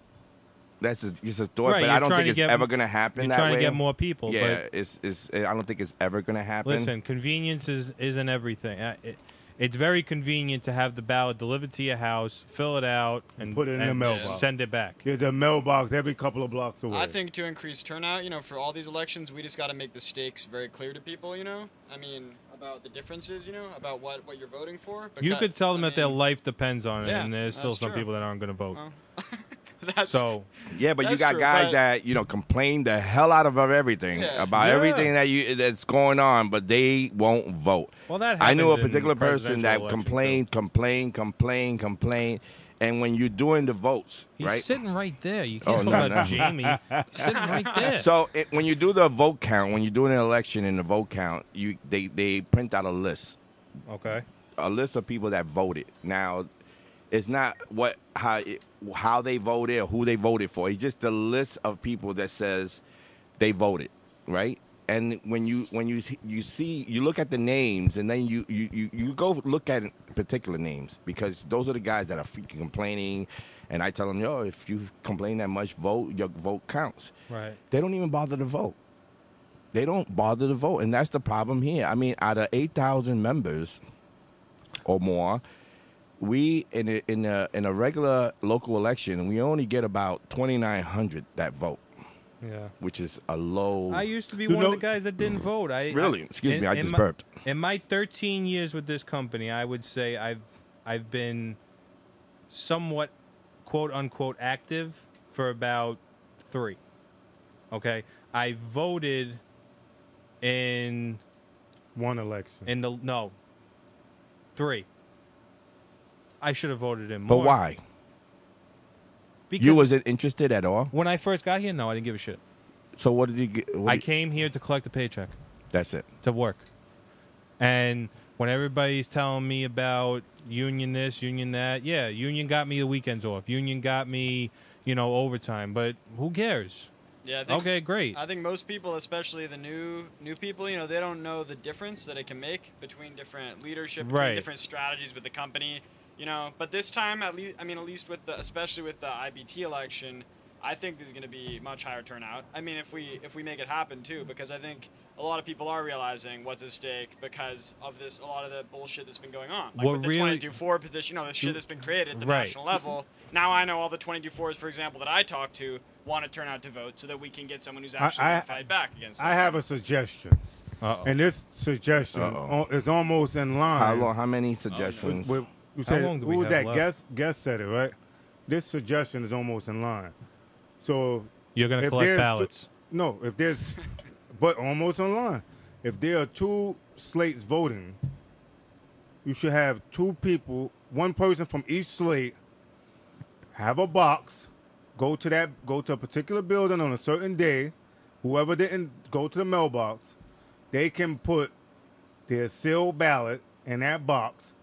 [SPEAKER 3] That's a, it's a thought,
[SPEAKER 5] Right,
[SPEAKER 3] but
[SPEAKER 5] you're
[SPEAKER 3] I don't
[SPEAKER 5] trying
[SPEAKER 3] think
[SPEAKER 5] to
[SPEAKER 3] it's
[SPEAKER 5] get-
[SPEAKER 3] ever going to happen.
[SPEAKER 5] you're
[SPEAKER 3] that
[SPEAKER 5] trying to
[SPEAKER 3] way.
[SPEAKER 5] get more people,
[SPEAKER 3] Yeah,
[SPEAKER 5] but-
[SPEAKER 3] it's, it's, eh, I don't think it's ever going to happen.
[SPEAKER 5] Listen, convenience is isn't everything. Uh, it, it's very convenient to have the ballot delivered to your house, fill it out, and
[SPEAKER 4] Put it in
[SPEAKER 5] and
[SPEAKER 4] the mailbox.
[SPEAKER 5] Send it back.
[SPEAKER 4] There's a mailbox every couple of blocks away.
[SPEAKER 6] I think to increase turnout, you know, for all these elections, we just got to make the stakes very clear to people. You know, I mean, about the differences. You know, about what what you're voting for.
[SPEAKER 5] You
[SPEAKER 6] Because-
[SPEAKER 5] could tell them
[SPEAKER 6] I
[SPEAKER 5] that their
[SPEAKER 6] mean,
[SPEAKER 5] life depends on it,
[SPEAKER 6] Yeah,
[SPEAKER 5] and there's still
[SPEAKER 6] that's
[SPEAKER 5] some
[SPEAKER 6] true.
[SPEAKER 5] people that aren't going to vote.
[SPEAKER 6] That's,
[SPEAKER 5] So
[SPEAKER 3] Yeah, but you
[SPEAKER 6] That's
[SPEAKER 3] got
[SPEAKER 6] true,
[SPEAKER 3] guys
[SPEAKER 6] but-
[SPEAKER 3] that you know complain the hell out of everything
[SPEAKER 6] Yeah.
[SPEAKER 3] about
[SPEAKER 5] Yeah.
[SPEAKER 3] everything that you that's going on, but they won't vote.
[SPEAKER 5] Well, that
[SPEAKER 3] I knew a
[SPEAKER 5] happens in
[SPEAKER 3] particular person
[SPEAKER 5] presidential
[SPEAKER 3] that
[SPEAKER 5] elections,
[SPEAKER 3] complained, complained, complained, complained, and when you're doing the votes,
[SPEAKER 5] he's
[SPEAKER 3] right?
[SPEAKER 5] sitting right there. You
[SPEAKER 3] Oh,
[SPEAKER 5] can't
[SPEAKER 3] no,
[SPEAKER 5] talk about
[SPEAKER 3] no.
[SPEAKER 5] Jamie. He's sitting right there.
[SPEAKER 3] So it, when you do the vote count, when you're doing an election in the vote count, you they they print out a list,
[SPEAKER 5] okay.
[SPEAKER 3] a list of people that voted. Now, it's not what how it, how they voted or who they voted for. It's just the list of people that says they voted, right? And when you when you see, you see you look at the names and then you you, you, you go look at particular names because those are the guys that are freaking complaining, and I tell them yo if you complain that much vote your vote counts.
[SPEAKER 5] Right.
[SPEAKER 3] They don't even bother to vote. They don't bother to vote, and that's the problem here. I mean, out of eight thousand members or more, we in a, in a in a regular local election, we only get about twenty nine hundred that vote,
[SPEAKER 5] Yeah.
[SPEAKER 3] which is a low.
[SPEAKER 5] I used to be
[SPEAKER 4] You
[SPEAKER 5] one
[SPEAKER 4] know-
[SPEAKER 5] of the guys that didn't vote. I
[SPEAKER 3] Really?
[SPEAKER 5] I-
[SPEAKER 3] Excuse me, I just
[SPEAKER 5] my,
[SPEAKER 3] burped.
[SPEAKER 5] In my 13 years with this company, I would say I've I've been somewhat quote unquote active for about three. Okay, I voted in
[SPEAKER 4] one election.
[SPEAKER 5] in the no three. I should have voted in
[SPEAKER 3] but
[SPEAKER 5] more.
[SPEAKER 3] why?
[SPEAKER 5] Because
[SPEAKER 3] You wasn't interested at all.
[SPEAKER 5] when I first got here. No, I didn't give a shit.
[SPEAKER 3] So what did you get? What
[SPEAKER 5] I
[SPEAKER 3] did-
[SPEAKER 5] came here to collect a paycheck.
[SPEAKER 3] That's it.
[SPEAKER 5] to work. And when everybody's telling me about union this, union that, yeah, union got me the weekends off. Union got me, you know, overtime. But who cares?
[SPEAKER 6] Yeah. I think,
[SPEAKER 5] Okay, great.
[SPEAKER 6] I think most people, especially the new new people, you know, they don't know the difference that it can make between different leadership, between
[SPEAKER 5] Right.
[SPEAKER 6] different strategies with the company, you know. But this time, at least, I mean, at least with the, especially with the IBT election, I think there's going to be much higher turnout. I mean, if we if we make it happen too, because I think a lot of people are realizing what's at stake because of this, a lot of the bullshit that's been going on, like
[SPEAKER 5] What
[SPEAKER 6] with the
[SPEAKER 5] really-
[SPEAKER 6] 22 4 position, you know, the shit that's been created at the
[SPEAKER 5] Right.
[SPEAKER 6] national level. Now I know all the 22 4s, for example, that I talk to want to turn out to vote so that we can get someone who's actually
[SPEAKER 4] I-
[SPEAKER 6] going to fight back against.
[SPEAKER 4] I
[SPEAKER 6] them.
[SPEAKER 4] have a suggestion,
[SPEAKER 5] Uh-oh.
[SPEAKER 4] and this suggestion
[SPEAKER 3] Uh-oh.
[SPEAKER 4] o- is almost in line.
[SPEAKER 3] How long? How many suggestions?
[SPEAKER 4] With, you
[SPEAKER 5] How
[SPEAKER 4] said,
[SPEAKER 5] long do
[SPEAKER 4] who
[SPEAKER 5] we
[SPEAKER 4] was
[SPEAKER 5] have
[SPEAKER 4] that?
[SPEAKER 5] left?
[SPEAKER 4] Guess guess said it right. This suggestion is almost in line. So
[SPEAKER 5] You're going to
[SPEAKER 4] if
[SPEAKER 5] collect
[SPEAKER 4] there's
[SPEAKER 5] ballots.
[SPEAKER 4] two- no, if there's, but almost in line. If there are two slates voting, you should have two people, one person from each slate, have a box, go to that, go to a particular building on a certain day. Whoever didn't go to the mailbox, they can put their sealed ballot in that box.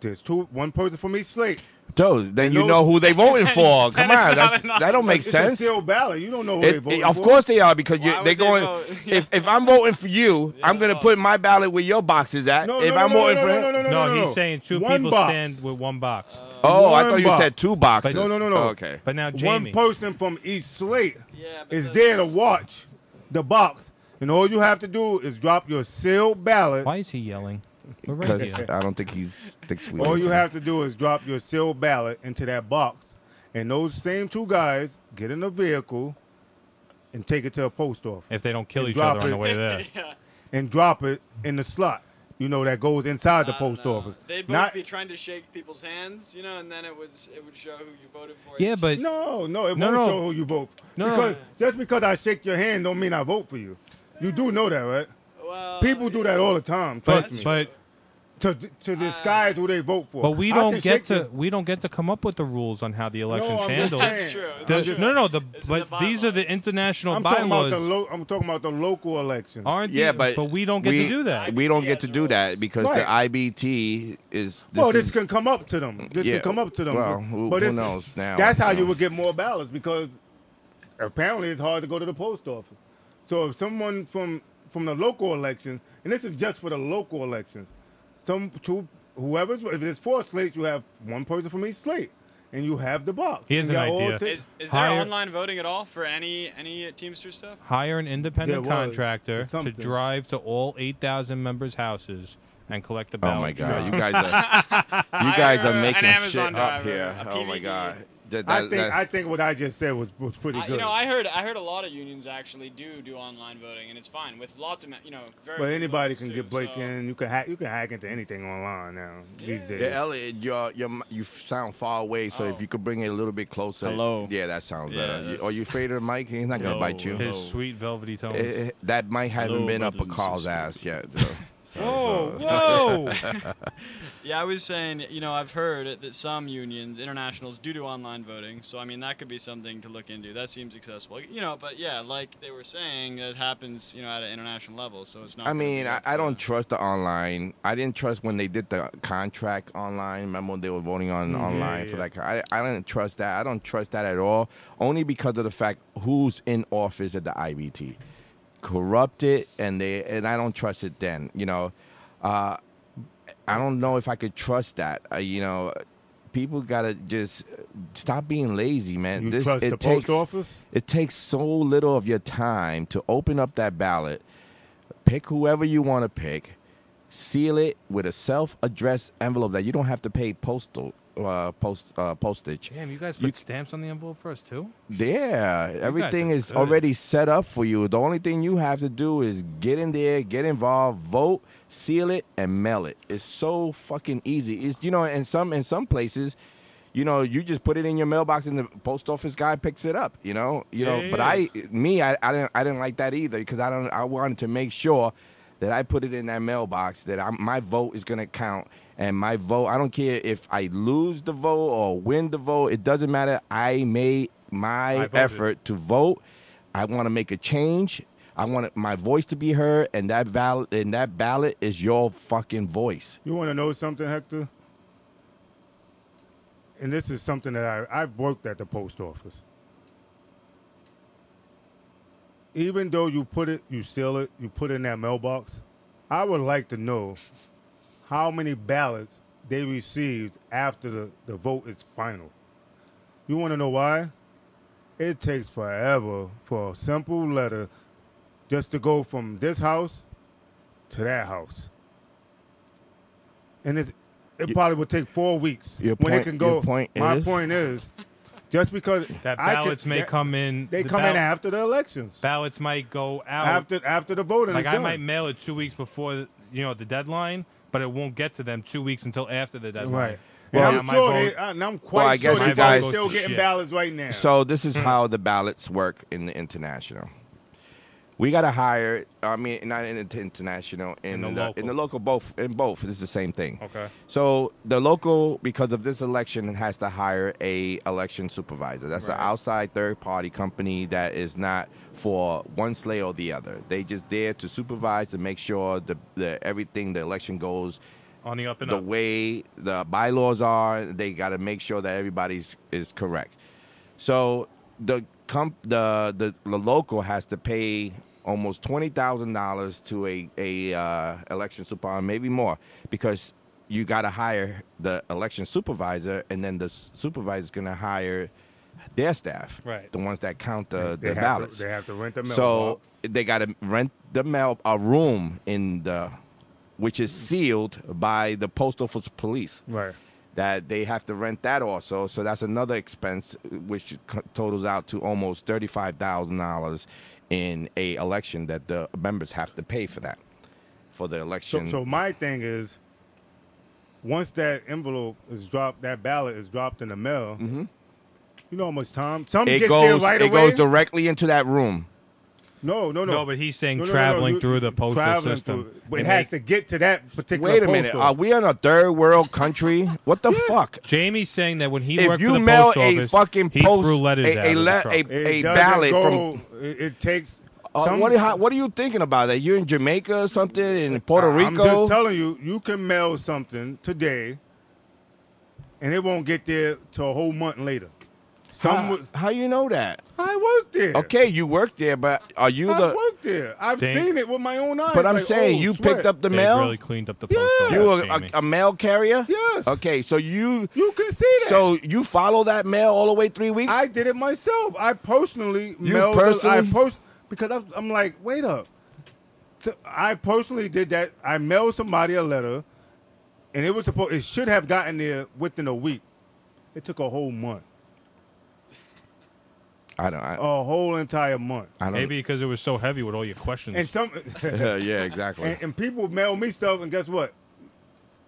[SPEAKER 4] There's two, one person from each slate.
[SPEAKER 3] Dude, then you
[SPEAKER 4] those-
[SPEAKER 3] know who they voting for. Come
[SPEAKER 6] it's
[SPEAKER 3] on,
[SPEAKER 6] not
[SPEAKER 3] that's,
[SPEAKER 6] enough.
[SPEAKER 3] that don't make
[SPEAKER 4] it's
[SPEAKER 3] sense.
[SPEAKER 4] a sealed ballot. You don't know who
[SPEAKER 3] It-
[SPEAKER 4] they voted
[SPEAKER 3] it- of
[SPEAKER 4] for.
[SPEAKER 3] course they are because you,
[SPEAKER 6] Why would
[SPEAKER 3] they're
[SPEAKER 6] they
[SPEAKER 3] going.
[SPEAKER 6] vote?
[SPEAKER 3] if, if I'm voting for you, I'm gonna put my ballot where your box is at.
[SPEAKER 4] No,
[SPEAKER 3] if
[SPEAKER 4] no,
[SPEAKER 3] I'm
[SPEAKER 4] no,
[SPEAKER 3] voting
[SPEAKER 4] no,
[SPEAKER 3] for
[SPEAKER 4] no,
[SPEAKER 3] him,
[SPEAKER 4] no, no, no,
[SPEAKER 5] no,
[SPEAKER 4] no, no,
[SPEAKER 5] he's saying two
[SPEAKER 4] One
[SPEAKER 5] people
[SPEAKER 4] box.
[SPEAKER 5] stand with one box.
[SPEAKER 3] oh, I
[SPEAKER 4] One
[SPEAKER 3] thought you
[SPEAKER 4] box.
[SPEAKER 3] said two boxes. Oh,
[SPEAKER 4] No, no, no, no.
[SPEAKER 3] okay,
[SPEAKER 5] but now
[SPEAKER 4] one
[SPEAKER 5] Jamie,
[SPEAKER 4] person from each slate
[SPEAKER 6] Yeah, but
[SPEAKER 4] is
[SPEAKER 6] that's-
[SPEAKER 4] there to watch the box, and all you have to do is drop your sealed ballot.
[SPEAKER 5] why is he yelling? We're right
[SPEAKER 3] because
[SPEAKER 5] here.
[SPEAKER 3] I don't think he's thinks we.
[SPEAKER 4] All Oh, you have to do is drop your sealed ballot into that box, and those same two guys get in a vehicle and take it to a post office
[SPEAKER 5] If they don't kill
[SPEAKER 4] And
[SPEAKER 5] each other
[SPEAKER 4] drop
[SPEAKER 5] on the
[SPEAKER 4] it.
[SPEAKER 5] way there.
[SPEAKER 4] and drop it in the slot. You know that goes inside the
[SPEAKER 6] I don't
[SPEAKER 4] post
[SPEAKER 6] know.
[SPEAKER 4] office.
[SPEAKER 6] They'd both
[SPEAKER 4] Not
[SPEAKER 6] be trying to shake people's hands, you know, and then it was it would show who you voted for.
[SPEAKER 5] Yeah,
[SPEAKER 6] It's-
[SPEAKER 5] but
[SPEAKER 4] no, no. It
[SPEAKER 5] No,
[SPEAKER 4] won't
[SPEAKER 5] no.
[SPEAKER 4] show who you vote. For.
[SPEAKER 5] No, no.
[SPEAKER 4] because just because I shake your hand don't mean I vote for you. You do know that, right?
[SPEAKER 6] well,
[SPEAKER 4] People do that all the time. Trust
[SPEAKER 5] but
[SPEAKER 4] me.
[SPEAKER 5] but
[SPEAKER 4] to to disguise who they vote for.
[SPEAKER 5] but we
[SPEAKER 4] I
[SPEAKER 5] don't
[SPEAKER 4] can
[SPEAKER 5] get
[SPEAKER 4] shake
[SPEAKER 5] to
[SPEAKER 4] the-
[SPEAKER 5] we don't get to come up with the rules on how the election's
[SPEAKER 4] I'm just
[SPEAKER 5] handled.
[SPEAKER 4] saying.
[SPEAKER 6] That's true. That's
[SPEAKER 5] The-
[SPEAKER 6] true.
[SPEAKER 5] no, no, no. The,
[SPEAKER 6] It's in
[SPEAKER 5] but
[SPEAKER 6] the
[SPEAKER 5] these are the
[SPEAKER 6] bylaws.
[SPEAKER 5] international
[SPEAKER 4] I'm talking about
[SPEAKER 5] bylaws,
[SPEAKER 4] the lo- I'm talking about the local elections.
[SPEAKER 5] aren't
[SPEAKER 3] Yeah,
[SPEAKER 5] they?
[SPEAKER 3] but
[SPEAKER 5] we don't get to do that.
[SPEAKER 3] We don't
[SPEAKER 6] IBT
[SPEAKER 3] get to
[SPEAKER 6] has
[SPEAKER 3] do
[SPEAKER 6] rules.
[SPEAKER 3] that because
[SPEAKER 4] Right.
[SPEAKER 3] the IBT is. This
[SPEAKER 4] well, this
[SPEAKER 3] is-
[SPEAKER 4] can come up to them. This
[SPEAKER 3] Yeah,
[SPEAKER 4] can come up to them.
[SPEAKER 3] well, who- who
[SPEAKER 4] it's-
[SPEAKER 3] knows now,
[SPEAKER 4] That's how you
[SPEAKER 3] so.
[SPEAKER 4] would get more ballots because apparently it's hard to go to the post office. So if someone from from the local elections, and this is just for the local elections, some two whoever's if it's four slates, you have one person from each slate, and you have the box.
[SPEAKER 5] Here's
[SPEAKER 4] And
[SPEAKER 5] an
[SPEAKER 4] they're all
[SPEAKER 5] idea.
[SPEAKER 4] ta-
[SPEAKER 6] Is, is there
[SPEAKER 5] Hire-
[SPEAKER 6] online voting at all for any any Teamster stuff?
[SPEAKER 5] hire an
[SPEAKER 4] There
[SPEAKER 5] independent
[SPEAKER 4] was
[SPEAKER 5] contractor to
[SPEAKER 4] something.
[SPEAKER 5] drive to all 8,000 members' houses and collect the ballots.
[SPEAKER 3] Oh my god, you guys are you guys are
[SPEAKER 6] Hire an
[SPEAKER 3] making
[SPEAKER 6] Amazon
[SPEAKER 3] shit up
[SPEAKER 6] driver,
[SPEAKER 3] here.
[SPEAKER 6] a
[SPEAKER 3] Oh my
[SPEAKER 6] PVD.
[SPEAKER 3] god. That-
[SPEAKER 4] I
[SPEAKER 3] that-
[SPEAKER 4] think
[SPEAKER 3] that-
[SPEAKER 4] I think what I just said was, was pretty
[SPEAKER 6] I,
[SPEAKER 4] good.
[SPEAKER 6] you know, I heard I heard a lot of unions actually do do online voting, and it's fine with lots of ma- you know. Very
[SPEAKER 4] But
[SPEAKER 6] few
[SPEAKER 4] anybody
[SPEAKER 6] voters,
[SPEAKER 4] can
[SPEAKER 6] too,
[SPEAKER 4] get break
[SPEAKER 6] so-
[SPEAKER 4] in. You can hack. You can hack into anything online now these days.
[SPEAKER 3] Yeah, Elliot, your your m- you sound far away, so if
[SPEAKER 6] Oh.
[SPEAKER 3] you could bring it a little bit closer.
[SPEAKER 8] Hello.
[SPEAKER 3] Yeah, that sounds
[SPEAKER 8] Yeah,
[SPEAKER 3] better. You- Are
[SPEAKER 8] that's-
[SPEAKER 3] you afraid of Mike? He's not gonna
[SPEAKER 8] No,
[SPEAKER 3] bite you.
[SPEAKER 8] no.
[SPEAKER 5] His sweet velvety tones.
[SPEAKER 3] Eh, eh, that mic haven't
[SPEAKER 8] Hello,
[SPEAKER 3] been up a
[SPEAKER 8] brothers and
[SPEAKER 3] Carl's
[SPEAKER 8] sisters.
[SPEAKER 3] ass yet. though. So,
[SPEAKER 5] whoa,
[SPEAKER 3] so-
[SPEAKER 5] whoa!
[SPEAKER 6] Yeah, I was saying, you know, I've heard that some unions, internationals, do do online voting. So, I mean, that could be something to look into. That seems accessible. You know, but yeah, like they were saying, it happens, you know, at an international level. So it's not.
[SPEAKER 3] I
[SPEAKER 6] gonna
[SPEAKER 3] mean,
[SPEAKER 6] be
[SPEAKER 3] I,
[SPEAKER 6] up
[SPEAKER 3] I
[SPEAKER 6] to-
[SPEAKER 3] don't trust the online. I didn't trust when they did the contract online. Remember when they were voting on online for
[SPEAKER 5] yeah.
[SPEAKER 3] that? con- I, I didn't trust that. I don't trust that at all. Only because of the fact who's in office at the IBT, corrupted, and they and I don't trust it. Then you know, uh, I don't know if I could trust that. Uh, you know, people gotta just stop being lazy, man.
[SPEAKER 4] You
[SPEAKER 3] this
[SPEAKER 4] trust
[SPEAKER 3] it
[SPEAKER 4] the
[SPEAKER 3] takes
[SPEAKER 4] post office?
[SPEAKER 3] it takes so little of your time to open up that ballot pick whoever you want to pick, seal it with a self-addressed envelope that you don't have to pay postal uh, post uh, postage.
[SPEAKER 5] Damn, you guys put
[SPEAKER 3] You-
[SPEAKER 5] stamps on the envelope for us, too?
[SPEAKER 3] Yeah, everything
[SPEAKER 5] are
[SPEAKER 3] is
[SPEAKER 5] good.
[SPEAKER 3] already set up for you. The only thing you have to do is get in there, get involved, vote, seal it, and mail it. It's so fucking easy. It's you know, in some in some places. You know, you just put it in your mailbox, and the post office guy picks it up. You know, you know.
[SPEAKER 5] Yeah,
[SPEAKER 3] but
[SPEAKER 5] yeah,
[SPEAKER 3] I
[SPEAKER 5] yeah.
[SPEAKER 3] me, I, I didn't, I didn't like that either because I don't, I wanted to make sure that I put it in that mailbox that I, my vote is going to count and my vote. I don't care if I lose the vote or win the vote. It doesn't matter. I made
[SPEAKER 5] I
[SPEAKER 3] my
[SPEAKER 5] voted.
[SPEAKER 3] effort to vote. I want to make a change. I want my voice to be heard, and that val- and that ballot is your fucking voice.
[SPEAKER 4] You want to know something, Hector? And this is something that I, I've worked at the post office. Even though you put it, you seal it, you put it in that mailbox, I would like to know how many ballots they received after the, the vote is final. You want to know why? It takes forever for a simple letter just to go from this house to that house. And it, it probably would take four weeks
[SPEAKER 3] Your
[SPEAKER 4] when
[SPEAKER 3] point-
[SPEAKER 4] it can go.
[SPEAKER 3] your point
[SPEAKER 4] my
[SPEAKER 3] is-
[SPEAKER 4] point is, just because
[SPEAKER 5] That
[SPEAKER 4] I could-
[SPEAKER 5] ballots may
[SPEAKER 4] that-
[SPEAKER 5] come in.
[SPEAKER 4] they
[SPEAKER 5] the
[SPEAKER 4] come in
[SPEAKER 5] ball-
[SPEAKER 4] after the elections,
[SPEAKER 5] Ballots might go out
[SPEAKER 4] after after the voting.
[SPEAKER 5] Like
[SPEAKER 4] is
[SPEAKER 5] I
[SPEAKER 4] done.
[SPEAKER 5] might mail it two weeks before you know the deadline, but it won't get to them two weeks until after the deadline.
[SPEAKER 4] right.
[SPEAKER 5] And
[SPEAKER 4] Well,
[SPEAKER 5] now
[SPEAKER 4] I'm
[SPEAKER 5] my
[SPEAKER 4] sure
[SPEAKER 5] vote-
[SPEAKER 4] they, I, am
[SPEAKER 3] Well, I
[SPEAKER 4] quite
[SPEAKER 3] guess
[SPEAKER 4] sure
[SPEAKER 3] you
[SPEAKER 4] they probably
[SPEAKER 3] guys-
[SPEAKER 4] still getting
[SPEAKER 5] Shit.
[SPEAKER 4] ballots right now.
[SPEAKER 3] So this is how the ballots work in the international. We gotta hire. I mean, not in the international, in,
[SPEAKER 5] the
[SPEAKER 3] the,
[SPEAKER 5] local.
[SPEAKER 3] in the local, both in both. It's the same thing.
[SPEAKER 5] Okay.
[SPEAKER 3] So the local, because of this election, has to hire a election supervisor. That's an outside third party company that is not for one slay or the other. They just there to supervise to make sure the, the everything the election goes
[SPEAKER 5] on the up and
[SPEAKER 3] the
[SPEAKER 5] up.
[SPEAKER 3] way the bylaws are. They got to make sure that everybody's is correct. So the comp the the, the local has to pay almost twenty thousand dollars to a a uh, election supervisor, maybe more, because you got to hire the election supervisor, and then the supervisor's gonna hire their staff,
[SPEAKER 5] Right.
[SPEAKER 3] The ones that count the,
[SPEAKER 4] they
[SPEAKER 3] the
[SPEAKER 4] have
[SPEAKER 3] ballots.
[SPEAKER 4] To, they have to rent the
[SPEAKER 3] So
[SPEAKER 4] mailbox.
[SPEAKER 3] they got to rent the mail a room in the, which is sealed by the post office police.
[SPEAKER 4] right.
[SPEAKER 3] That they have to rent that also. So that's another expense which c- totals out to almost thirty five thousand dollars in a election that the members have to pay for that for the
[SPEAKER 4] So,
[SPEAKER 3] election.
[SPEAKER 4] so my thing is, once that envelope is dropped, that ballot is dropped in the mail. You know how much time? Some
[SPEAKER 3] Mm-hmm. it
[SPEAKER 4] gets there
[SPEAKER 3] goes
[SPEAKER 4] right
[SPEAKER 3] it
[SPEAKER 4] away.
[SPEAKER 3] goes directly into that room.
[SPEAKER 4] no, no, no.
[SPEAKER 5] No, but he's saying
[SPEAKER 4] No, no, no, no,
[SPEAKER 5] traveling
[SPEAKER 4] you-
[SPEAKER 5] through the postal
[SPEAKER 4] traveling
[SPEAKER 5] system.
[SPEAKER 4] through- but it
[SPEAKER 5] And
[SPEAKER 4] has
[SPEAKER 5] they-
[SPEAKER 4] to get to that particular.
[SPEAKER 3] Wait a minute,
[SPEAKER 4] postal.
[SPEAKER 3] are we in a third world country? What the fuck?
[SPEAKER 5] Jamie's saying that when he
[SPEAKER 3] If
[SPEAKER 5] worked
[SPEAKER 3] you
[SPEAKER 5] for the
[SPEAKER 3] mail
[SPEAKER 5] post
[SPEAKER 3] a
[SPEAKER 5] office,
[SPEAKER 3] fucking
[SPEAKER 5] he
[SPEAKER 3] post
[SPEAKER 5] threw letters
[SPEAKER 3] a,
[SPEAKER 5] out
[SPEAKER 3] a,
[SPEAKER 5] of the
[SPEAKER 3] le-
[SPEAKER 5] truck.
[SPEAKER 3] a,
[SPEAKER 4] It
[SPEAKER 3] a
[SPEAKER 4] doesn't
[SPEAKER 3] ballot from
[SPEAKER 4] go, It, it takes.
[SPEAKER 3] Uh,
[SPEAKER 4] some-
[SPEAKER 3] what, are, how, what are you thinking about that? You're in Jamaica or something, in Puerto
[SPEAKER 4] I'm just
[SPEAKER 3] Rico?
[SPEAKER 4] telling you, you can mail something today, and it won't get there till a whole month later. Some
[SPEAKER 3] How, how you know that?
[SPEAKER 4] I worked there.
[SPEAKER 3] Ah. Okay, you work there, but are you
[SPEAKER 4] I
[SPEAKER 3] the?
[SPEAKER 4] worked there. I've
[SPEAKER 5] Dang.
[SPEAKER 4] seen it with my own eyes.
[SPEAKER 3] But I'm
[SPEAKER 4] like,
[SPEAKER 3] saying
[SPEAKER 4] oh,
[SPEAKER 3] you
[SPEAKER 4] sweat.
[SPEAKER 3] picked up the
[SPEAKER 5] They've
[SPEAKER 3] mail.
[SPEAKER 5] really cleaned up the post
[SPEAKER 4] Yeah.
[SPEAKER 5] office.
[SPEAKER 3] you were a,
[SPEAKER 5] Jamie.
[SPEAKER 3] a mail carrier.
[SPEAKER 4] Yes.
[SPEAKER 3] Okay, so you
[SPEAKER 4] You can see that.
[SPEAKER 3] so you follow that mail all the way three weeks.
[SPEAKER 4] I did it myself. I personally
[SPEAKER 3] You
[SPEAKER 4] mailed. the-
[SPEAKER 3] personally?
[SPEAKER 4] I post because I'm, I'm like, wait up. So I personally did that. I mailed somebody a letter, and it was supposed. It should have gotten there within a week. It took a whole month,
[SPEAKER 3] I don't. I,
[SPEAKER 4] a whole entire month,
[SPEAKER 3] I don't.
[SPEAKER 5] Maybe because it was so heavy with all your questions.
[SPEAKER 4] and some.
[SPEAKER 3] yeah, yeah, exactly.
[SPEAKER 4] and, and people mail me stuff, and guess what?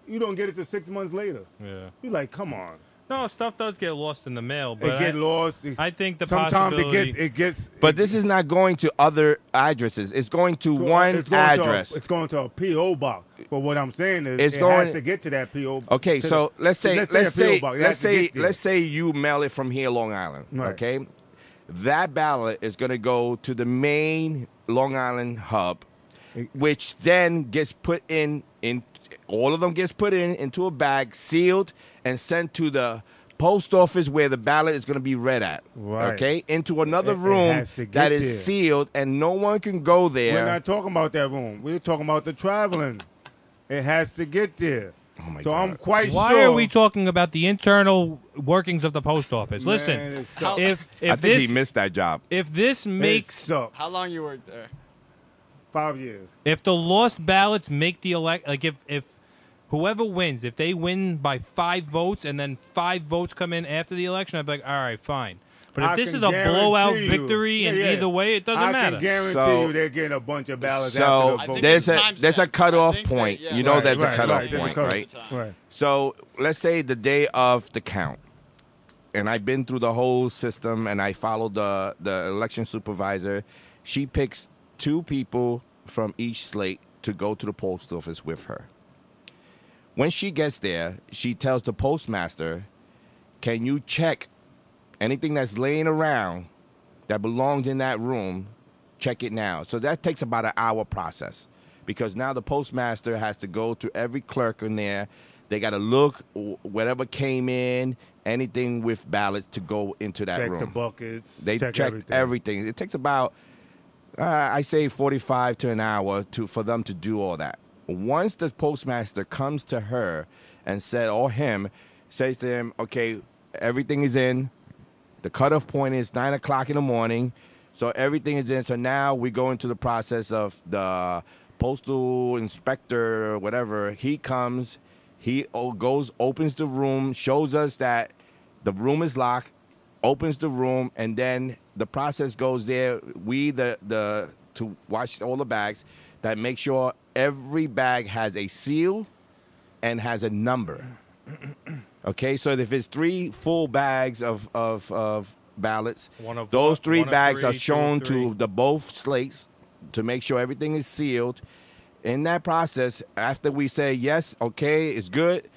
[SPEAKER 4] You don't get it to six months later.
[SPEAKER 5] yeah.
[SPEAKER 4] You're like, come on.
[SPEAKER 5] No, stuff does get lost in the mail, but
[SPEAKER 4] it get
[SPEAKER 5] I,
[SPEAKER 4] lost. It-
[SPEAKER 5] I think the
[SPEAKER 4] sometimes it
[SPEAKER 5] possibility.
[SPEAKER 4] gets it gets.
[SPEAKER 3] but this is not going to other addresses. It's going to
[SPEAKER 4] go-
[SPEAKER 3] one
[SPEAKER 4] it's going to a-
[SPEAKER 3] address.
[SPEAKER 4] it's going to a PO box. But what I'm saying is,
[SPEAKER 3] It's
[SPEAKER 4] it
[SPEAKER 3] going-
[SPEAKER 4] has to get to that PO.
[SPEAKER 3] Okay,
[SPEAKER 4] to
[SPEAKER 3] so
[SPEAKER 4] the-
[SPEAKER 3] let's say
[SPEAKER 4] let's say
[SPEAKER 3] let's
[SPEAKER 4] a PO
[SPEAKER 3] say
[SPEAKER 4] box. It
[SPEAKER 3] let's
[SPEAKER 4] has to
[SPEAKER 3] say
[SPEAKER 4] get there.
[SPEAKER 3] let's say you mail it from here, Long Island.
[SPEAKER 4] Right.
[SPEAKER 3] Okay, that ballot is going to go to the main Long Island hub, which then gets put in in all of them gets put in into a bag, sealed, and sent to the post office where the ballot is going to be read at.
[SPEAKER 4] Right.
[SPEAKER 3] Okay, into another
[SPEAKER 4] It- it
[SPEAKER 3] room
[SPEAKER 4] has to get
[SPEAKER 3] that is
[SPEAKER 4] there.
[SPEAKER 3] sealed, and no one can go
[SPEAKER 4] We're
[SPEAKER 3] there.
[SPEAKER 4] not talking about that room. We're talking about the traveling. It has to get there.
[SPEAKER 3] Oh my
[SPEAKER 4] so
[SPEAKER 3] God.
[SPEAKER 4] I'm quite
[SPEAKER 5] why
[SPEAKER 4] sure.
[SPEAKER 5] are we talking about the internal workings of the post office?
[SPEAKER 4] Man,
[SPEAKER 5] Listen,
[SPEAKER 4] it sucks.
[SPEAKER 5] if
[SPEAKER 3] I
[SPEAKER 5] if
[SPEAKER 3] think
[SPEAKER 5] this
[SPEAKER 3] he missed that job.
[SPEAKER 5] if this
[SPEAKER 4] It
[SPEAKER 5] makes
[SPEAKER 4] sucks.
[SPEAKER 9] How long you worked there?
[SPEAKER 4] Five years.
[SPEAKER 5] If the lost ballots make the elect, like if if whoever wins, if they win by five votes and then five votes come in after the election, I'd be like, all right, fine. But if
[SPEAKER 4] I
[SPEAKER 5] this
[SPEAKER 4] can
[SPEAKER 5] is a blowout
[SPEAKER 4] guarantee you-
[SPEAKER 5] victory,
[SPEAKER 4] Yeah,
[SPEAKER 5] and
[SPEAKER 4] yeah.
[SPEAKER 5] either way, it doesn't
[SPEAKER 4] I
[SPEAKER 5] matter.
[SPEAKER 4] can guarantee
[SPEAKER 3] So-
[SPEAKER 4] you they're getting a bunch of ballots
[SPEAKER 3] So
[SPEAKER 4] after
[SPEAKER 9] I
[SPEAKER 4] the
[SPEAKER 9] think
[SPEAKER 4] vote.
[SPEAKER 9] it's
[SPEAKER 3] there's a
[SPEAKER 9] time
[SPEAKER 3] there's a
[SPEAKER 9] stamped. I
[SPEAKER 3] cutoff
[SPEAKER 9] think that-
[SPEAKER 3] point.
[SPEAKER 9] yeah,
[SPEAKER 3] you know
[SPEAKER 9] right,
[SPEAKER 3] there's
[SPEAKER 4] right,
[SPEAKER 3] a cutoff
[SPEAKER 4] right, there's a
[SPEAKER 3] point,
[SPEAKER 4] cutoff.
[SPEAKER 3] right?
[SPEAKER 4] Right.
[SPEAKER 3] So let's say the day of the count, and I've been through the whole system, and I followed the the election supervisor. She picks two people from each slate to go to the post office with her. When she gets there, she tells the postmaster, "Can you check anything that's laying around that belongs in that room, check it now. So that takes about an hour process because now the postmaster has to go to every clerk in there. They got to look wh- whatever came in, anything with ballots to go into that
[SPEAKER 4] check
[SPEAKER 3] room.
[SPEAKER 4] the buckets.
[SPEAKER 3] They check, everything. It takes about uh, I say 45 to an hour to for them to do all that. Once the postmaster comes to her and said or him says to him, okay, everything is in. The cutoff point is nine o'clock in the morning, so everything is in. So now we go into the process of the postal inspector, whatever. He comes, he o- goes, opens the room, shows us that the room is locked, opens the room, and then the process goes there. We the the to watch all the bags, that make sure every bag has a seal, and has a number. Okay, so if it's three full bags of of, of ballots,
[SPEAKER 5] One of
[SPEAKER 3] those
[SPEAKER 5] one-
[SPEAKER 3] three
[SPEAKER 5] one of
[SPEAKER 3] bags
[SPEAKER 5] three,
[SPEAKER 3] are
[SPEAKER 5] two of
[SPEAKER 3] shown
[SPEAKER 5] three.
[SPEAKER 3] to the both slates to make sure everything is sealed. In that process, after we say yes, okay, it's good,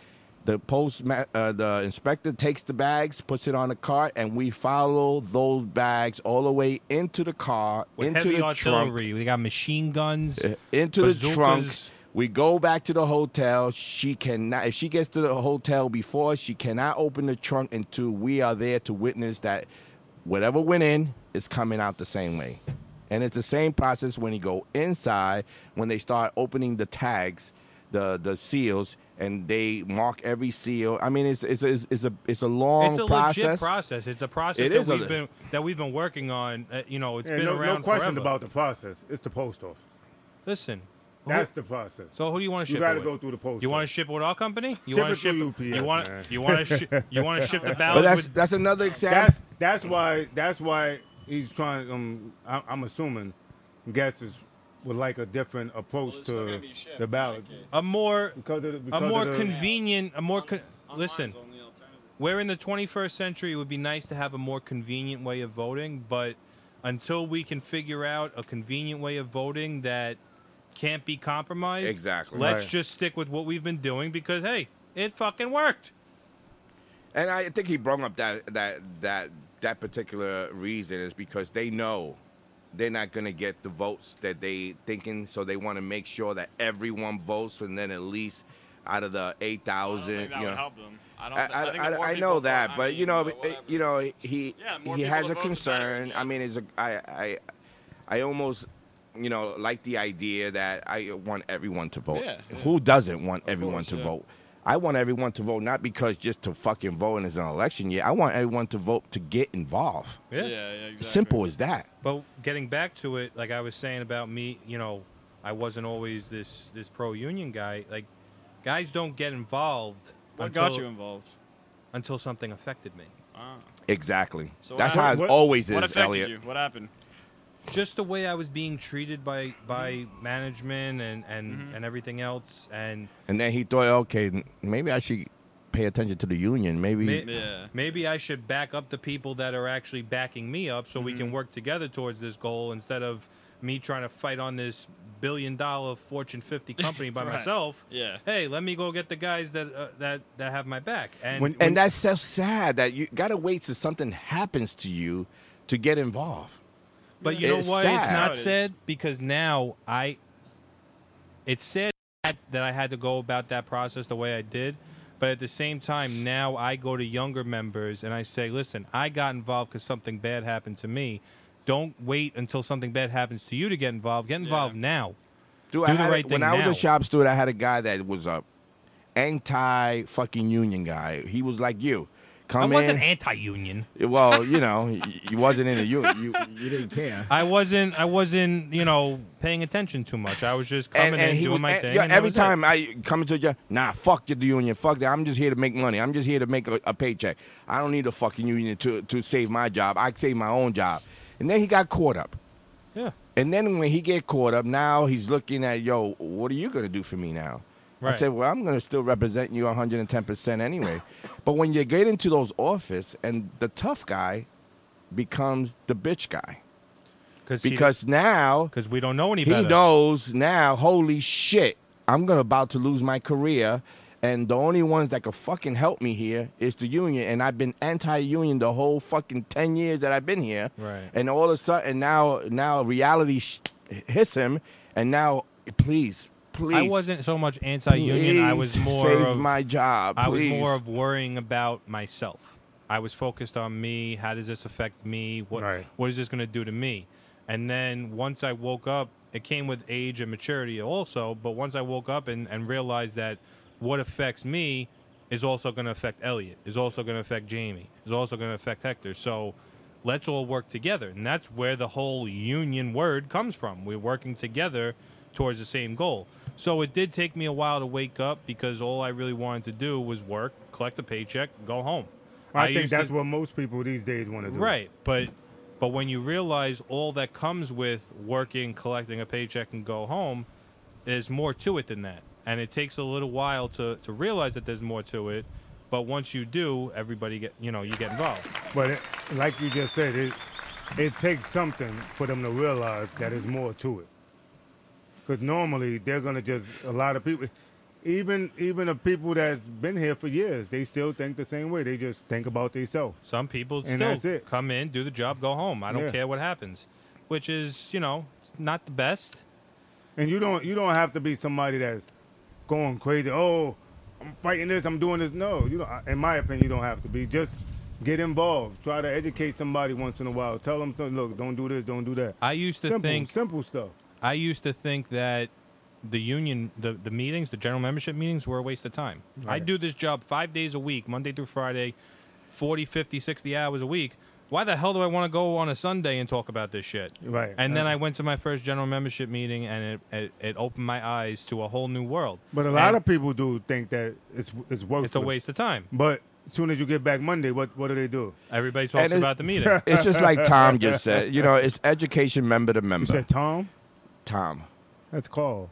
[SPEAKER 3] the post uh, the inspector takes the bags, puts it on a cart, and we follow those bags all the way into the car,
[SPEAKER 5] With
[SPEAKER 3] into
[SPEAKER 5] heavy
[SPEAKER 3] the Eh, trunk,
[SPEAKER 5] artillery. We got machine guns.
[SPEAKER 3] Uh, into the trunk.
[SPEAKER 5] bazookas.
[SPEAKER 3] We go back to the hotel. She cannot. If she gets to the hotel before, she cannot open the trunk until we are there to witness that whatever went in is coming out the same way. And it's the same process when you go inside. When they start opening the tags, the the seals, and they mark every seal. I mean, it's it's it's, it's a it's a long
[SPEAKER 5] It's a legit
[SPEAKER 3] process.
[SPEAKER 5] process. It's a process
[SPEAKER 3] It
[SPEAKER 5] that
[SPEAKER 3] is a
[SPEAKER 5] we've
[SPEAKER 3] le-
[SPEAKER 5] been that we've been working on. Uh, you know, it's
[SPEAKER 4] And
[SPEAKER 5] been
[SPEAKER 4] no,
[SPEAKER 5] around
[SPEAKER 4] no questions
[SPEAKER 5] forever.
[SPEAKER 4] about the process. It's the post office.
[SPEAKER 5] Listen, who-
[SPEAKER 4] That's the process.
[SPEAKER 5] So who do you want to
[SPEAKER 4] You
[SPEAKER 5] ship?
[SPEAKER 4] gotta
[SPEAKER 5] it
[SPEAKER 4] go
[SPEAKER 5] with?
[SPEAKER 4] through the post
[SPEAKER 5] You want to
[SPEAKER 4] office.
[SPEAKER 5] ship it with our company? You want to ship?
[SPEAKER 4] Typical
[SPEAKER 5] You
[SPEAKER 4] UPS,
[SPEAKER 5] want
[SPEAKER 4] man.
[SPEAKER 5] you want to ship? You want to ship the
[SPEAKER 3] But
[SPEAKER 5] ballots
[SPEAKER 3] that's
[SPEAKER 5] with?
[SPEAKER 3] that's another example.
[SPEAKER 4] that's that's why that's why he's trying. Um, I, I'm assuming guesses would like a different approach
[SPEAKER 6] it's still gonna
[SPEAKER 4] to
[SPEAKER 6] be shipped
[SPEAKER 4] the
[SPEAKER 6] in
[SPEAKER 4] ballot
[SPEAKER 6] that case.
[SPEAKER 5] a more
[SPEAKER 4] because of the, because
[SPEAKER 5] a more
[SPEAKER 4] of the,
[SPEAKER 5] convenient a more con-
[SPEAKER 6] Online's
[SPEAKER 5] listen.
[SPEAKER 6] the only alternative.
[SPEAKER 5] We're in the 21st century. It would be nice to have a more convenient way of voting, but until we can figure out a convenient way of voting that can't be compromised,
[SPEAKER 3] Exactly.
[SPEAKER 5] Let's
[SPEAKER 4] Right.
[SPEAKER 5] just stick with what we've been doing because hey, it fucking worked.
[SPEAKER 3] And I think he brought up that that that that particular reason is because they know they're not going to get the votes that they thinking, so they want to make sure that everyone votes, and then at least out of the eight
[SPEAKER 6] I don't
[SPEAKER 3] thousand, you
[SPEAKER 6] think that would
[SPEAKER 3] know.
[SPEAKER 6] help them. I don't.
[SPEAKER 3] I,
[SPEAKER 6] thi- I, think
[SPEAKER 3] I,
[SPEAKER 6] if more
[SPEAKER 3] I, I
[SPEAKER 6] people
[SPEAKER 3] know that,
[SPEAKER 6] vote, I
[SPEAKER 3] but
[SPEAKER 6] mean,
[SPEAKER 3] you know,
[SPEAKER 6] but
[SPEAKER 3] it-
[SPEAKER 6] whatever.
[SPEAKER 3] you know, he
[SPEAKER 6] Yeah, more
[SPEAKER 3] he
[SPEAKER 6] people
[SPEAKER 3] has
[SPEAKER 6] to
[SPEAKER 3] a
[SPEAKER 6] vote, the better.
[SPEAKER 3] concern. I mean, is a I I I almost you know like the idea that I want everyone to vote.
[SPEAKER 6] Yeah, yeah.
[SPEAKER 3] Who doesn't want everyone
[SPEAKER 6] course,
[SPEAKER 3] to
[SPEAKER 6] yeah.
[SPEAKER 3] vote? I want everyone to vote not because just to fucking vote and it's an election year. I want everyone to vote to get involved.
[SPEAKER 6] Yeah, yeah, exactly.
[SPEAKER 3] Simple as that.
[SPEAKER 5] But getting back to it, like I was saying about me, you know, I wasn't always this this pro union guy. Like, guys don't get involved
[SPEAKER 9] What
[SPEAKER 5] until,
[SPEAKER 9] got you involved?
[SPEAKER 5] until something affected me.
[SPEAKER 6] Ah.
[SPEAKER 3] Exactly.
[SPEAKER 9] So
[SPEAKER 3] That's
[SPEAKER 9] what-
[SPEAKER 3] how it
[SPEAKER 4] what-
[SPEAKER 3] always
[SPEAKER 9] What
[SPEAKER 3] is,
[SPEAKER 9] affected
[SPEAKER 3] Elliot.
[SPEAKER 9] you? What happened?
[SPEAKER 5] Just the way I was being treated by by
[SPEAKER 9] Mm-hmm.
[SPEAKER 5] management and and and everything else, and
[SPEAKER 3] And then he thought, okay, maybe I should pay attention to the union. Maybe
[SPEAKER 5] may-
[SPEAKER 9] Yeah.
[SPEAKER 5] maybe I should back up the people that are actually backing me up, so we
[SPEAKER 9] Mm-hmm.
[SPEAKER 5] can work together towards this goal instead of me trying to fight on this billion dollar Fortune 50 company by
[SPEAKER 9] Right.
[SPEAKER 5] myself.
[SPEAKER 9] Yeah.
[SPEAKER 5] hey, let me go get the guys that uh, that that have my back. And
[SPEAKER 4] When-
[SPEAKER 3] And that's so sad that you gotta wait till something happens to you to get involved.
[SPEAKER 5] but you know
[SPEAKER 3] it's
[SPEAKER 5] what?
[SPEAKER 3] sad.
[SPEAKER 5] It's not
[SPEAKER 9] It is.
[SPEAKER 5] sad because now I. It's sad that I had to go about that process the way I did, but at the same time, now I go to younger members and I say, "Listen, I got involved because something bad happened to me. Don't wait until something bad happens to you to get involved. Get involved now."
[SPEAKER 3] Dude,
[SPEAKER 5] Do
[SPEAKER 3] I
[SPEAKER 5] the
[SPEAKER 3] had a-
[SPEAKER 5] right thing
[SPEAKER 3] when I was
[SPEAKER 5] now.
[SPEAKER 3] a shop steward, I had a guy that was a anti fucking union guy. He was like you.
[SPEAKER 5] I
[SPEAKER 3] Come
[SPEAKER 5] wasn't
[SPEAKER 3] in.
[SPEAKER 5] anti-union.
[SPEAKER 3] well, you know, y- you wasn't in the union. You, you didn't care.
[SPEAKER 5] I wasn't. I wasn't. You know, paying attention too much. I was just coming
[SPEAKER 3] And, and
[SPEAKER 5] in
[SPEAKER 3] he
[SPEAKER 5] doing
[SPEAKER 3] was,
[SPEAKER 5] my
[SPEAKER 3] and-
[SPEAKER 5] thing.
[SPEAKER 3] yeah,
[SPEAKER 5] and that
[SPEAKER 3] every
[SPEAKER 5] was it.
[SPEAKER 3] time I come into a job, nah, fuck the union, fuck that. I'm just here to make money. I'm just here to make a, a paycheck. I don't need a fucking union to, to save my job. I can save my own job. And then he got caught up.
[SPEAKER 5] yeah.
[SPEAKER 3] And then when he get caught up, now he's looking at yo, what are you gonna do for me now? I
[SPEAKER 5] Right.
[SPEAKER 3] said, well, I'm gonna still represent you 110 percent anyway. but when you get into those office and the tough guy becomes the bitch guy
[SPEAKER 5] Cause he-
[SPEAKER 3] because now
[SPEAKER 5] Because we don't know any
[SPEAKER 3] he
[SPEAKER 5] better.
[SPEAKER 3] knows now, holy shit, I'm gonna about to lose my career. And the only ones that could fucking help me here is the union. And I've been anti-union the whole fucking ten years that I've been here.
[SPEAKER 5] Right.
[SPEAKER 3] And all of a sudden now, now reality sh- hits him, and now please, please.
[SPEAKER 5] I wasn't so much anti-union. I was
[SPEAKER 3] please
[SPEAKER 5] more
[SPEAKER 3] save
[SPEAKER 5] of
[SPEAKER 3] my job.
[SPEAKER 5] I was
[SPEAKER 3] please.
[SPEAKER 5] more of worrying about myself. I was focused on me. How does this affect me? What
[SPEAKER 4] Right.
[SPEAKER 5] What is this going to do to me? And then once I woke up, it came with age and maturity also. But once I woke up and, and realized that what affects me is also going to affect Elliot, is also going to affect Jamie, is also going to affect Hector. So let's all work together. And that's where the whole union word comes from. We're working together towards the same goal. So it did take me a while to wake up because all I really wanted to do was work, collect a paycheck, go home.
[SPEAKER 4] I, think
[SPEAKER 5] used to-
[SPEAKER 4] that's what most people these days want to do.
[SPEAKER 5] Right, but but when you realize all that comes with working, collecting a paycheck, and go home, there's more to it than that, and it takes a little while to to realize that there's more to it. But once you do, everybody get you know you get involved.
[SPEAKER 4] But it, like you just said, it it takes something for them to realize that there's more to it. Because normally they're gonna just a lot of people, even even the people that's been here for years, they still think the same way. They just think about themselves.
[SPEAKER 5] Some people
[SPEAKER 4] And that's
[SPEAKER 5] still
[SPEAKER 4] it.
[SPEAKER 5] come in, do the job, go home. I don't
[SPEAKER 4] Yeah.
[SPEAKER 5] care what happens, which is you know not the best.
[SPEAKER 4] And you don't you don't have to be somebody that's going crazy. Oh, I'm fighting this. I'm doing this. No, you don't. In my opinion, you don't have to be. Just get involved. Try to educate somebody once in a while. Tell them something. Look, don't do this. Don't do that.
[SPEAKER 5] I used to
[SPEAKER 4] simple,
[SPEAKER 5] think
[SPEAKER 4] simple stuff.
[SPEAKER 5] I used to think that the union, the, the meetings, the general membership meetings were a waste of time. I do this job five days a week, Monday through Friday, 40, 50, 60 hours a week. Why the hell do I want to go on a Sunday and talk about this shit?
[SPEAKER 4] Right.
[SPEAKER 5] And then
[SPEAKER 4] Uh,
[SPEAKER 5] I went to my first general membership meeting and it, it, it opened my eyes to a whole new world.
[SPEAKER 4] But a lot
[SPEAKER 5] And
[SPEAKER 4] of people do think that it's it's worthless.
[SPEAKER 5] It's a waste of time.
[SPEAKER 4] But as soon as you get back Monday, what what do they do?
[SPEAKER 5] Everybody
[SPEAKER 3] And
[SPEAKER 5] talks
[SPEAKER 3] it-
[SPEAKER 5] about the meeting.
[SPEAKER 3] It's just like Tom just said. You know, it's education member to member.
[SPEAKER 4] You said Tom.
[SPEAKER 3] Tom.
[SPEAKER 4] That's Carl.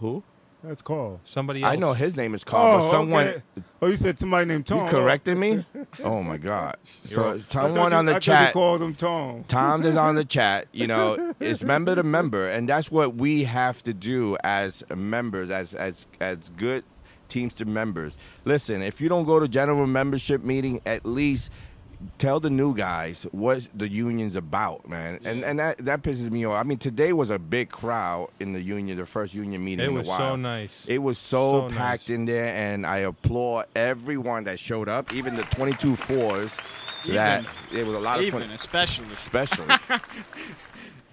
[SPEAKER 3] Who?
[SPEAKER 4] That's Carl.
[SPEAKER 5] Somebody else.
[SPEAKER 3] I know his name is Carl, Uh, but someone
[SPEAKER 4] okay. Oh, you said somebody named Tom.
[SPEAKER 3] you corrected me. Oh my God! So
[SPEAKER 4] I thought
[SPEAKER 3] someone
[SPEAKER 4] you-
[SPEAKER 3] on the
[SPEAKER 4] I thought You
[SPEAKER 3] chat,
[SPEAKER 4] called him Tom.
[SPEAKER 3] Tom is on the chat. You know, it's member to member, and that's what we have to do as members, as as as good Teamster members. Listen, if you don't go to general membership meeting, at least tell the new guys what the union's about, man. And and that that pisses me off. I mean, today was a big crowd in the union, the first union meeting.
[SPEAKER 5] It
[SPEAKER 3] in
[SPEAKER 5] was
[SPEAKER 3] a
[SPEAKER 5] so
[SPEAKER 3] while.
[SPEAKER 5] nice.
[SPEAKER 3] It was so,
[SPEAKER 5] So nice.
[SPEAKER 3] packed in there, and I applaud everyone that showed up, even the 22 fours. That it was a lot of 20,
[SPEAKER 9] Even especially.
[SPEAKER 3] especially.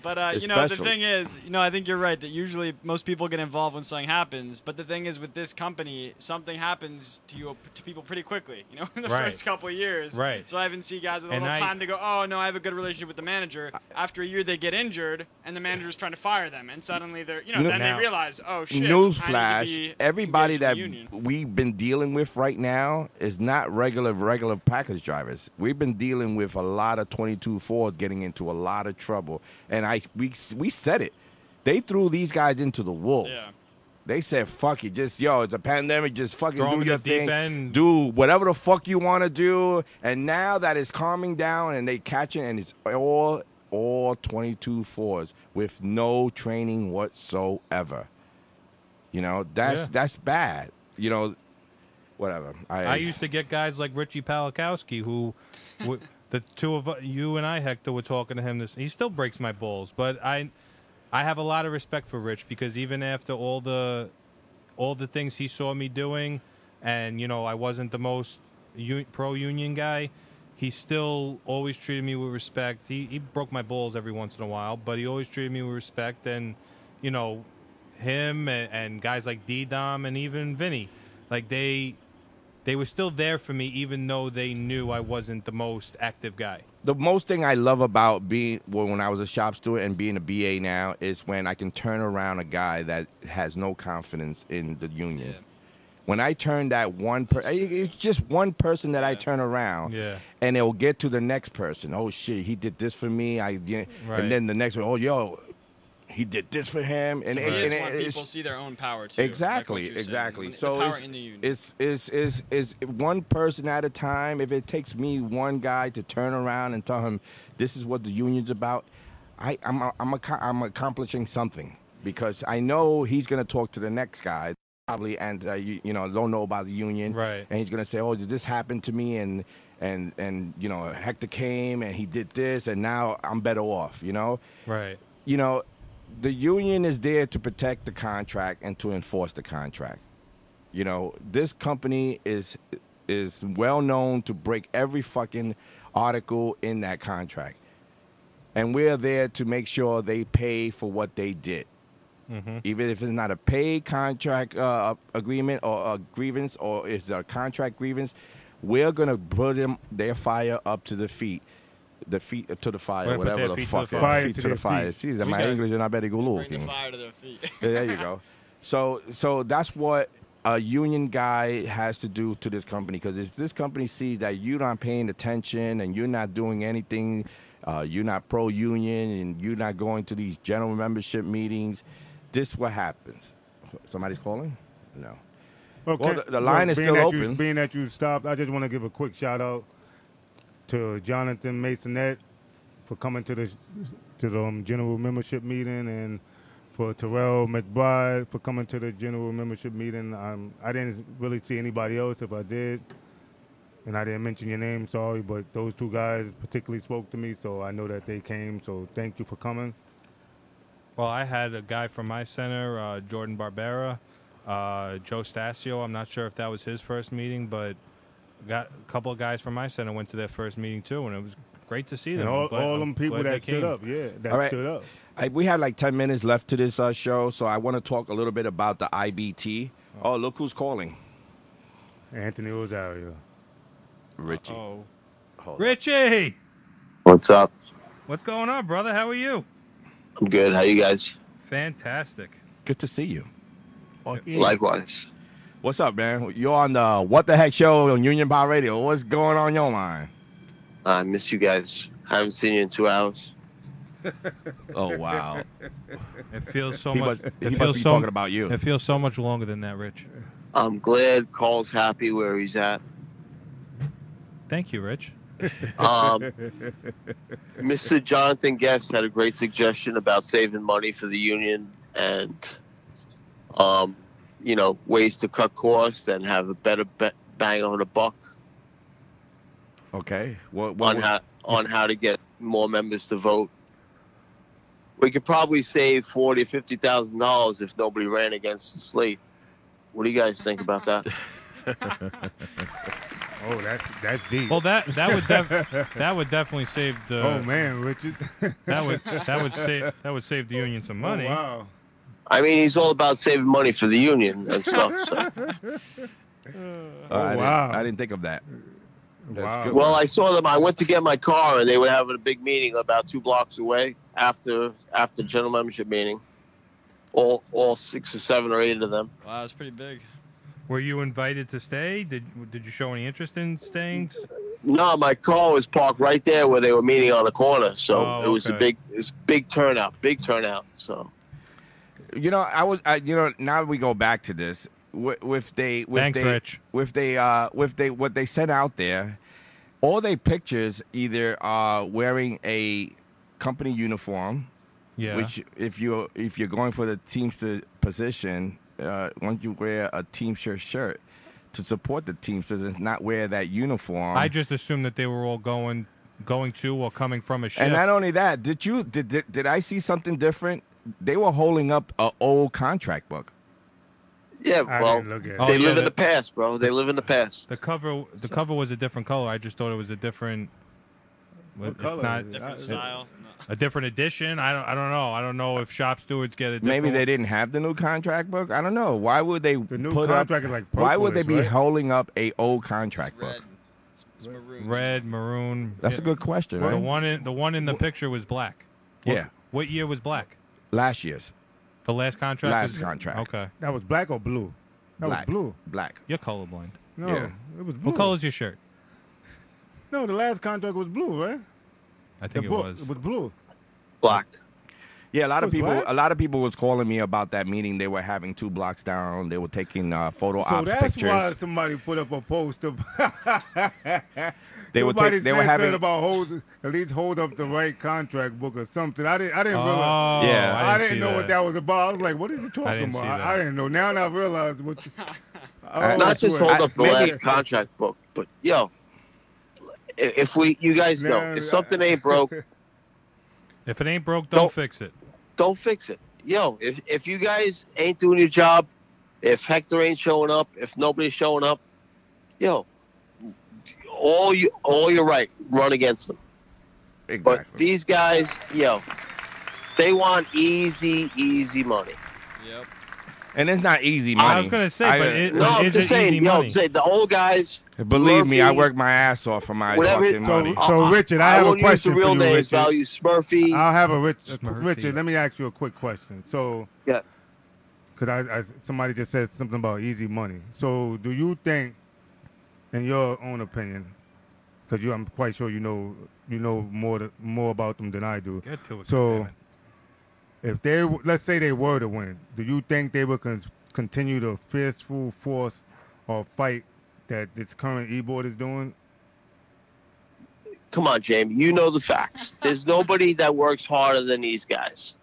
[SPEAKER 9] But uh, you know,
[SPEAKER 3] Especially.
[SPEAKER 9] the thing is, you know, I think you're right that usually most people get involved when something happens. But the thing is, with this company, something happens to you to people pretty quickly. You know, in the
[SPEAKER 5] Right.
[SPEAKER 9] first couple of years.
[SPEAKER 5] Right.
[SPEAKER 9] So I haven't seen guys with a
[SPEAKER 5] And
[SPEAKER 9] little
[SPEAKER 5] I-
[SPEAKER 9] time to go. Oh no, I have a good relationship with the manager. After a year, they get injured, and the manager's trying to fire them, and suddenly they're, you know,
[SPEAKER 3] You know-
[SPEAKER 9] then
[SPEAKER 5] Now-
[SPEAKER 9] they realize, oh shit. I need to
[SPEAKER 3] Newsflash:
[SPEAKER 9] be
[SPEAKER 3] Everybody
[SPEAKER 9] engaged in
[SPEAKER 3] that
[SPEAKER 9] the union.
[SPEAKER 3] we've been dealing with right now is not regular regular package drivers. We've been dealing with a lot of 22 Fords getting into a lot of trouble, and I we we said it. They threw these guys into the wolves.
[SPEAKER 9] Yeah.
[SPEAKER 3] They said, "Fuck it, just yo, it's a pandemic. Just fucking
[SPEAKER 5] Throw 'em
[SPEAKER 3] do
[SPEAKER 5] in
[SPEAKER 3] your
[SPEAKER 5] the deep
[SPEAKER 3] thing,
[SPEAKER 5] end.
[SPEAKER 3] do whatever the fuck you want to do." And now that it's calming down, and they catching, and it's all all 22 fours with no training whatsoever. You know, that's
[SPEAKER 5] Yeah.
[SPEAKER 3] that's bad. You know, whatever. I,
[SPEAKER 5] I used to get guys like Richie Palakowski, who w- the two of u- you and I, Hector, were talking to him. This he still breaks my balls, but I, I have a lot of respect for Rich because even after all the, all the things he saw me doing, and you know I wasn't the most u- pro union guy, he still always treated me with respect. He he broke my balls every once in a while, but he always treated me with respect, and you know, him and, and guys like D Dom and even Vinny, like they they were still there for me even though they knew I wasn't the most active guy.
[SPEAKER 3] the most thing I love about being well, when I was a shop steward and being a BA now is when I can turn around a guy that has no confidence in the union. When I turn that one person, it's just one person that I turn around,
[SPEAKER 5] Yeah.
[SPEAKER 3] and it will get to the next person. Oh shit, he did this for me. I didn't.
[SPEAKER 5] Right.
[SPEAKER 3] and then the next one, oh yo, he did this for him, and,
[SPEAKER 9] It
[SPEAKER 3] and-
[SPEAKER 9] is
[SPEAKER 3] and
[SPEAKER 9] when
[SPEAKER 3] it-
[SPEAKER 9] people see their own power too. like what
[SPEAKER 3] Exactly,
[SPEAKER 9] you're saying,
[SPEAKER 3] exactly.
[SPEAKER 9] the
[SPEAKER 3] So
[SPEAKER 9] power
[SPEAKER 3] it's,
[SPEAKER 9] in the union.
[SPEAKER 3] it's it's it's it's one person at a time. If it takes me one guy to turn around and tell him this is what the union's about, I I'm I'm, i I'm accomplishing something because I know he's going to talk to the next guy. probably anti, you you know, don't know about the union.
[SPEAKER 5] Right.
[SPEAKER 3] And he's gonna say, oh, this happened to me, and and and you know, Hector came and he did this, and now I'm better off. You know.
[SPEAKER 5] Right.
[SPEAKER 3] You know, the union is there to protect the contract and to enforce the contract. You know, this company is is well known to break every fucking article in that contract. And we're there to make sure they pay for what they did.
[SPEAKER 5] Mm-hmm.
[SPEAKER 3] Even if it's not a pay contract uh, agreement or a grievance or it's a contract grievance, we're gonna put them their fire up to the feet, the feet to the fire,
[SPEAKER 5] We're gonna put
[SPEAKER 3] whatever
[SPEAKER 5] their
[SPEAKER 3] the
[SPEAKER 5] feet to
[SPEAKER 3] fuck
[SPEAKER 5] the
[SPEAKER 3] it-
[SPEAKER 4] fire.
[SPEAKER 3] feet
[SPEAKER 4] Fire
[SPEAKER 3] to the
[SPEAKER 4] to
[SPEAKER 3] fire.
[SPEAKER 4] their
[SPEAKER 3] See, that
[SPEAKER 5] We
[SPEAKER 3] my
[SPEAKER 5] got-
[SPEAKER 3] English is not very good
[SPEAKER 9] Bring the
[SPEAKER 3] looking.
[SPEAKER 9] fire to their feet.
[SPEAKER 3] Yeah, there you go. So so that's what a union guy has to do to this company because if this company sees that you're not paying attention and you're not doing anything, uh, you're not pro union and you're not going to these general membership meetings, this what happens. Somebody's calling? No.
[SPEAKER 4] Okay.
[SPEAKER 3] Well, the- the line is
[SPEAKER 4] being
[SPEAKER 3] still
[SPEAKER 4] that You,
[SPEAKER 3] open.
[SPEAKER 4] being that you stopped, I just want to give a quick shout out to Jonathan Masonette for coming to the to the um, general membership meeting and for Terrell McBride for coming to the general membership meeting. Um, I didn't really see anybody else. If I did, and I didn't mention your name, sorry, but those two guys particularly spoke to me, so I know that they came. So thank you for coming.
[SPEAKER 5] Well, I had a guy from my center, uh, Jordan Barbera, uh, Joe Stasio. I'm not sure if that was his first meeting, but got a couple of guys from my center went to their first meeting too, and it was great to see them.
[SPEAKER 4] And
[SPEAKER 5] I'm
[SPEAKER 4] all,
[SPEAKER 5] glad-
[SPEAKER 4] all
[SPEAKER 5] I'm
[SPEAKER 4] them people
[SPEAKER 5] glad they
[SPEAKER 4] that stood
[SPEAKER 5] came.
[SPEAKER 4] up, yeah, that
[SPEAKER 3] All right.
[SPEAKER 4] stood up.
[SPEAKER 3] I, we have like 10 minutes left to this uh, show, so I want to talk a little bit about the IBT. Oh, look who's calling.
[SPEAKER 4] Anthony Ozario.
[SPEAKER 3] Richie.
[SPEAKER 9] Oh.
[SPEAKER 3] Hold on.
[SPEAKER 5] Richie,
[SPEAKER 10] What's up?
[SPEAKER 5] what's going on, brother? How are you?
[SPEAKER 10] I'm good. How you guys?
[SPEAKER 5] Fantastic.
[SPEAKER 3] Good to see you.
[SPEAKER 10] Likewise.
[SPEAKER 3] What's up, man? You're on the What the Heck show on Union Power Radio. What's going on your line?
[SPEAKER 10] I miss you guys. I haven't seen you in two hours.
[SPEAKER 3] Oh wow,
[SPEAKER 5] It feels so
[SPEAKER 3] he
[SPEAKER 5] much.
[SPEAKER 3] must, he
[SPEAKER 5] it
[SPEAKER 3] must
[SPEAKER 5] feels
[SPEAKER 3] be
[SPEAKER 5] so.
[SPEAKER 3] talking about you.
[SPEAKER 5] it feels so much longer than that, Rich.
[SPEAKER 10] I'm glad Carl's happy where he's at.
[SPEAKER 5] Thank you, Rich.
[SPEAKER 10] Um, Mr. Jonathan Guest had a great suggestion about saving money for the union and, um, you know, ways to cut costs and have a better ba- bang on the buck
[SPEAKER 3] Okay, what, what, uh,
[SPEAKER 10] on how on how to get more members to vote. We could probably save forty or fifty thousand dollars if nobody ran against the slate. What do you guys think about that?
[SPEAKER 4] Oh, that's that's deep.
[SPEAKER 5] Well, that that would def- that would definitely save the
[SPEAKER 4] oh man, Richard.
[SPEAKER 5] that would that would save that would save the union some money.
[SPEAKER 4] Oh, wow.
[SPEAKER 10] I mean, he's all about saving money for the union and stuff. So.
[SPEAKER 3] Oh, I
[SPEAKER 4] wow.
[SPEAKER 3] Didn't, I didn't think of that. That's
[SPEAKER 4] Wow.
[SPEAKER 3] good.
[SPEAKER 10] Well, I saw them. I went to get my car, and they were having a big meeting about two blocks away after after general membership meeting. All all six or seven or eight of them.
[SPEAKER 9] Wow, that's pretty big.
[SPEAKER 5] Were you invited to stay? Did did you show any interest in staying?
[SPEAKER 10] No, my car was parked right there where they were meeting on the corner, so
[SPEAKER 5] Oh,
[SPEAKER 10] it was a
[SPEAKER 5] okay.
[SPEAKER 10] big it's big turnout, big turnout. So
[SPEAKER 3] you know, I was, I, you know, now we go back to this with, with they, with
[SPEAKER 5] Thanks,
[SPEAKER 3] they,
[SPEAKER 5] Rich.
[SPEAKER 3] with they, uh, with they, what they sent out there, all they pictures either are wearing a company uniform,
[SPEAKER 5] Yeah.
[SPEAKER 3] which if you if you're going for the teamster position, uh, why don't you wear a teamster shirt to support the teamsters and not wear that uniform?
[SPEAKER 5] I just assumed that they were all going going to or coming from a shift.
[SPEAKER 3] and not only that, did you did, did did I see something different? They were holding up a old contract book.
[SPEAKER 10] yeah,
[SPEAKER 4] I
[SPEAKER 10] well,
[SPEAKER 4] didn't look at. it.
[SPEAKER 10] they
[SPEAKER 5] Oh,
[SPEAKER 10] live
[SPEAKER 5] yeah,
[SPEAKER 10] in
[SPEAKER 5] the-
[SPEAKER 10] the, past, bro. They live in the past.
[SPEAKER 5] the cover the cover was a different color. I just thought it was a different
[SPEAKER 4] What
[SPEAKER 5] if
[SPEAKER 4] color
[SPEAKER 5] not
[SPEAKER 4] is it?
[SPEAKER 9] Different
[SPEAKER 4] I-
[SPEAKER 9] style. No.
[SPEAKER 5] a different edition. I don't I don't know. I don't know if shop stewards get a different
[SPEAKER 3] Maybe they didn't have the new contract book. I don't know. Why would they
[SPEAKER 4] The new
[SPEAKER 3] put
[SPEAKER 4] contract
[SPEAKER 3] up?
[SPEAKER 4] is like
[SPEAKER 3] why would they
[SPEAKER 4] purplish,
[SPEAKER 3] be
[SPEAKER 4] right?
[SPEAKER 3] holding up a old contract
[SPEAKER 9] It's red.
[SPEAKER 3] book?
[SPEAKER 9] It's, it's maroon.
[SPEAKER 5] red, maroon.
[SPEAKER 3] That's
[SPEAKER 5] Yeah.
[SPEAKER 3] a good question,
[SPEAKER 5] The
[SPEAKER 3] right?
[SPEAKER 5] one in the one in the picture was black. What-
[SPEAKER 3] Yeah.
[SPEAKER 5] What year was black?
[SPEAKER 3] Last year's
[SPEAKER 5] The last contract.
[SPEAKER 3] Last
[SPEAKER 5] is-
[SPEAKER 3] contract.
[SPEAKER 5] Okay.
[SPEAKER 4] That was black or blue? That
[SPEAKER 3] black
[SPEAKER 4] was blue.
[SPEAKER 3] black.
[SPEAKER 5] You're colorblind.
[SPEAKER 4] No,
[SPEAKER 3] Yeah.
[SPEAKER 4] it was blue.
[SPEAKER 5] What color is your shirt?
[SPEAKER 4] No, the last contract was blue, right?
[SPEAKER 5] I think
[SPEAKER 4] the
[SPEAKER 5] it
[SPEAKER 4] book,
[SPEAKER 5] was.
[SPEAKER 4] It was blue.
[SPEAKER 10] Black.
[SPEAKER 3] Yeah, a lot of
[SPEAKER 4] Wait,
[SPEAKER 3] people.
[SPEAKER 4] what?
[SPEAKER 3] A lot of people was calling me about that meeting. They were having two blocks down. They were taking uh, photo
[SPEAKER 4] So
[SPEAKER 3] ops
[SPEAKER 4] that's
[SPEAKER 3] pictures.
[SPEAKER 4] why somebody put up a post.
[SPEAKER 3] They were
[SPEAKER 4] Somebody
[SPEAKER 3] take- they were
[SPEAKER 4] said
[SPEAKER 3] having-
[SPEAKER 4] something about hold at least hold up the right contract book or something. I didn't I didn't realize.
[SPEAKER 5] Oh,
[SPEAKER 3] Yeah.
[SPEAKER 4] I,
[SPEAKER 5] I didn't,
[SPEAKER 4] didn't
[SPEAKER 5] see
[SPEAKER 4] know what that was about. I was like, "What is he talking
[SPEAKER 5] didn't
[SPEAKER 4] about?"
[SPEAKER 5] see that.
[SPEAKER 4] I, I didn't know. Now that I realize what. You,
[SPEAKER 3] I-
[SPEAKER 4] oh,
[SPEAKER 3] Not
[SPEAKER 10] Not just
[SPEAKER 4] swear.
[SPEAKER 10] hold
[SPEAKER 3] I-
[SPEAKER 10] up the
[SPEAKER 3] maybe-
[SPEAKER 10] last contract book, but yo, i- if we, you guys know,
[SPEAKER 4] Man,
[SPEAKER 10] if something ain't broke,
[SPEAKER 5] If it ain't broke, don't
[SPEAKER 10] Don't-
[SPEAKER 5] fix it.
[SPEAKER 10] don't fix it. Yo, if if you guys ain't doing your job, if Hector ain't showing up, if nobody's showing up, yo, all you all you're right, run against them. But
[SPEAKER 3] exactly.
[SPEAKER 10] these guys, yo, they want easy, easy money.
[SPEAKER 6] Yep.
[SPEAKER 3] and it's not easy money.
[SPEAKER 5] I was gonna say,
[SPEAKER 3] I-
[SPEAKER 5] but it,
[SPEAKER 10] No, I'm
[SPEAKER 5] is
[SPEAKER 10] just
[SPEAKER 5] it easy
[SPEAKER 10] saying, yo,
[SPEAKER 5] money?
[SPEAKER 10] I'm saying the old guys.
[SPEAKER 3] believe me, I
[SPEAKER 10] Murphy,
[SPEAKER 3] worked my ass off for my
[SPEAKER 10] whatever-
[SPEAKER 3] fucking
[SPEAKER 4] So-
[SPEAKER 3] money.
[SPEAKER 10] uh,
[SPEAKER 4] Richard, I have a
[SPEAKER 10] won't
[SPEAKER 4] question
[SPEAKER 10] use the real
[SPEAKER 4] for you,
[SPEAKER 10] names,
[SPEAKER 4] Richard. Uh,
[SPEAKER 10] Value Smurfy.
[SPEAKER 4] I'll have a rich,
[SPEAKER 5] Smurfy.
[SPEAKER 4] Richard. Let me ask you a quick question. So,
[SPEAKER 10] yeah.
[SPEAKER 4] because I, I somebody just said something about easy money. So, do you think, in your own opinion, because you, I'm quite sure you know you know more th- more about them than I do.
[SPEAKER 5] Get to it,
[SPEAKER 4] So,
[SPEAKER 5] goddammit.
[SPEAKER 4] if they w- let's say they were to win, do you think they would con- continue the fierceful force or fight that this current e board is doing?
[SPEAKER 10] Come on, Jamie. You know the facts. There's nobody that works harder than these guys.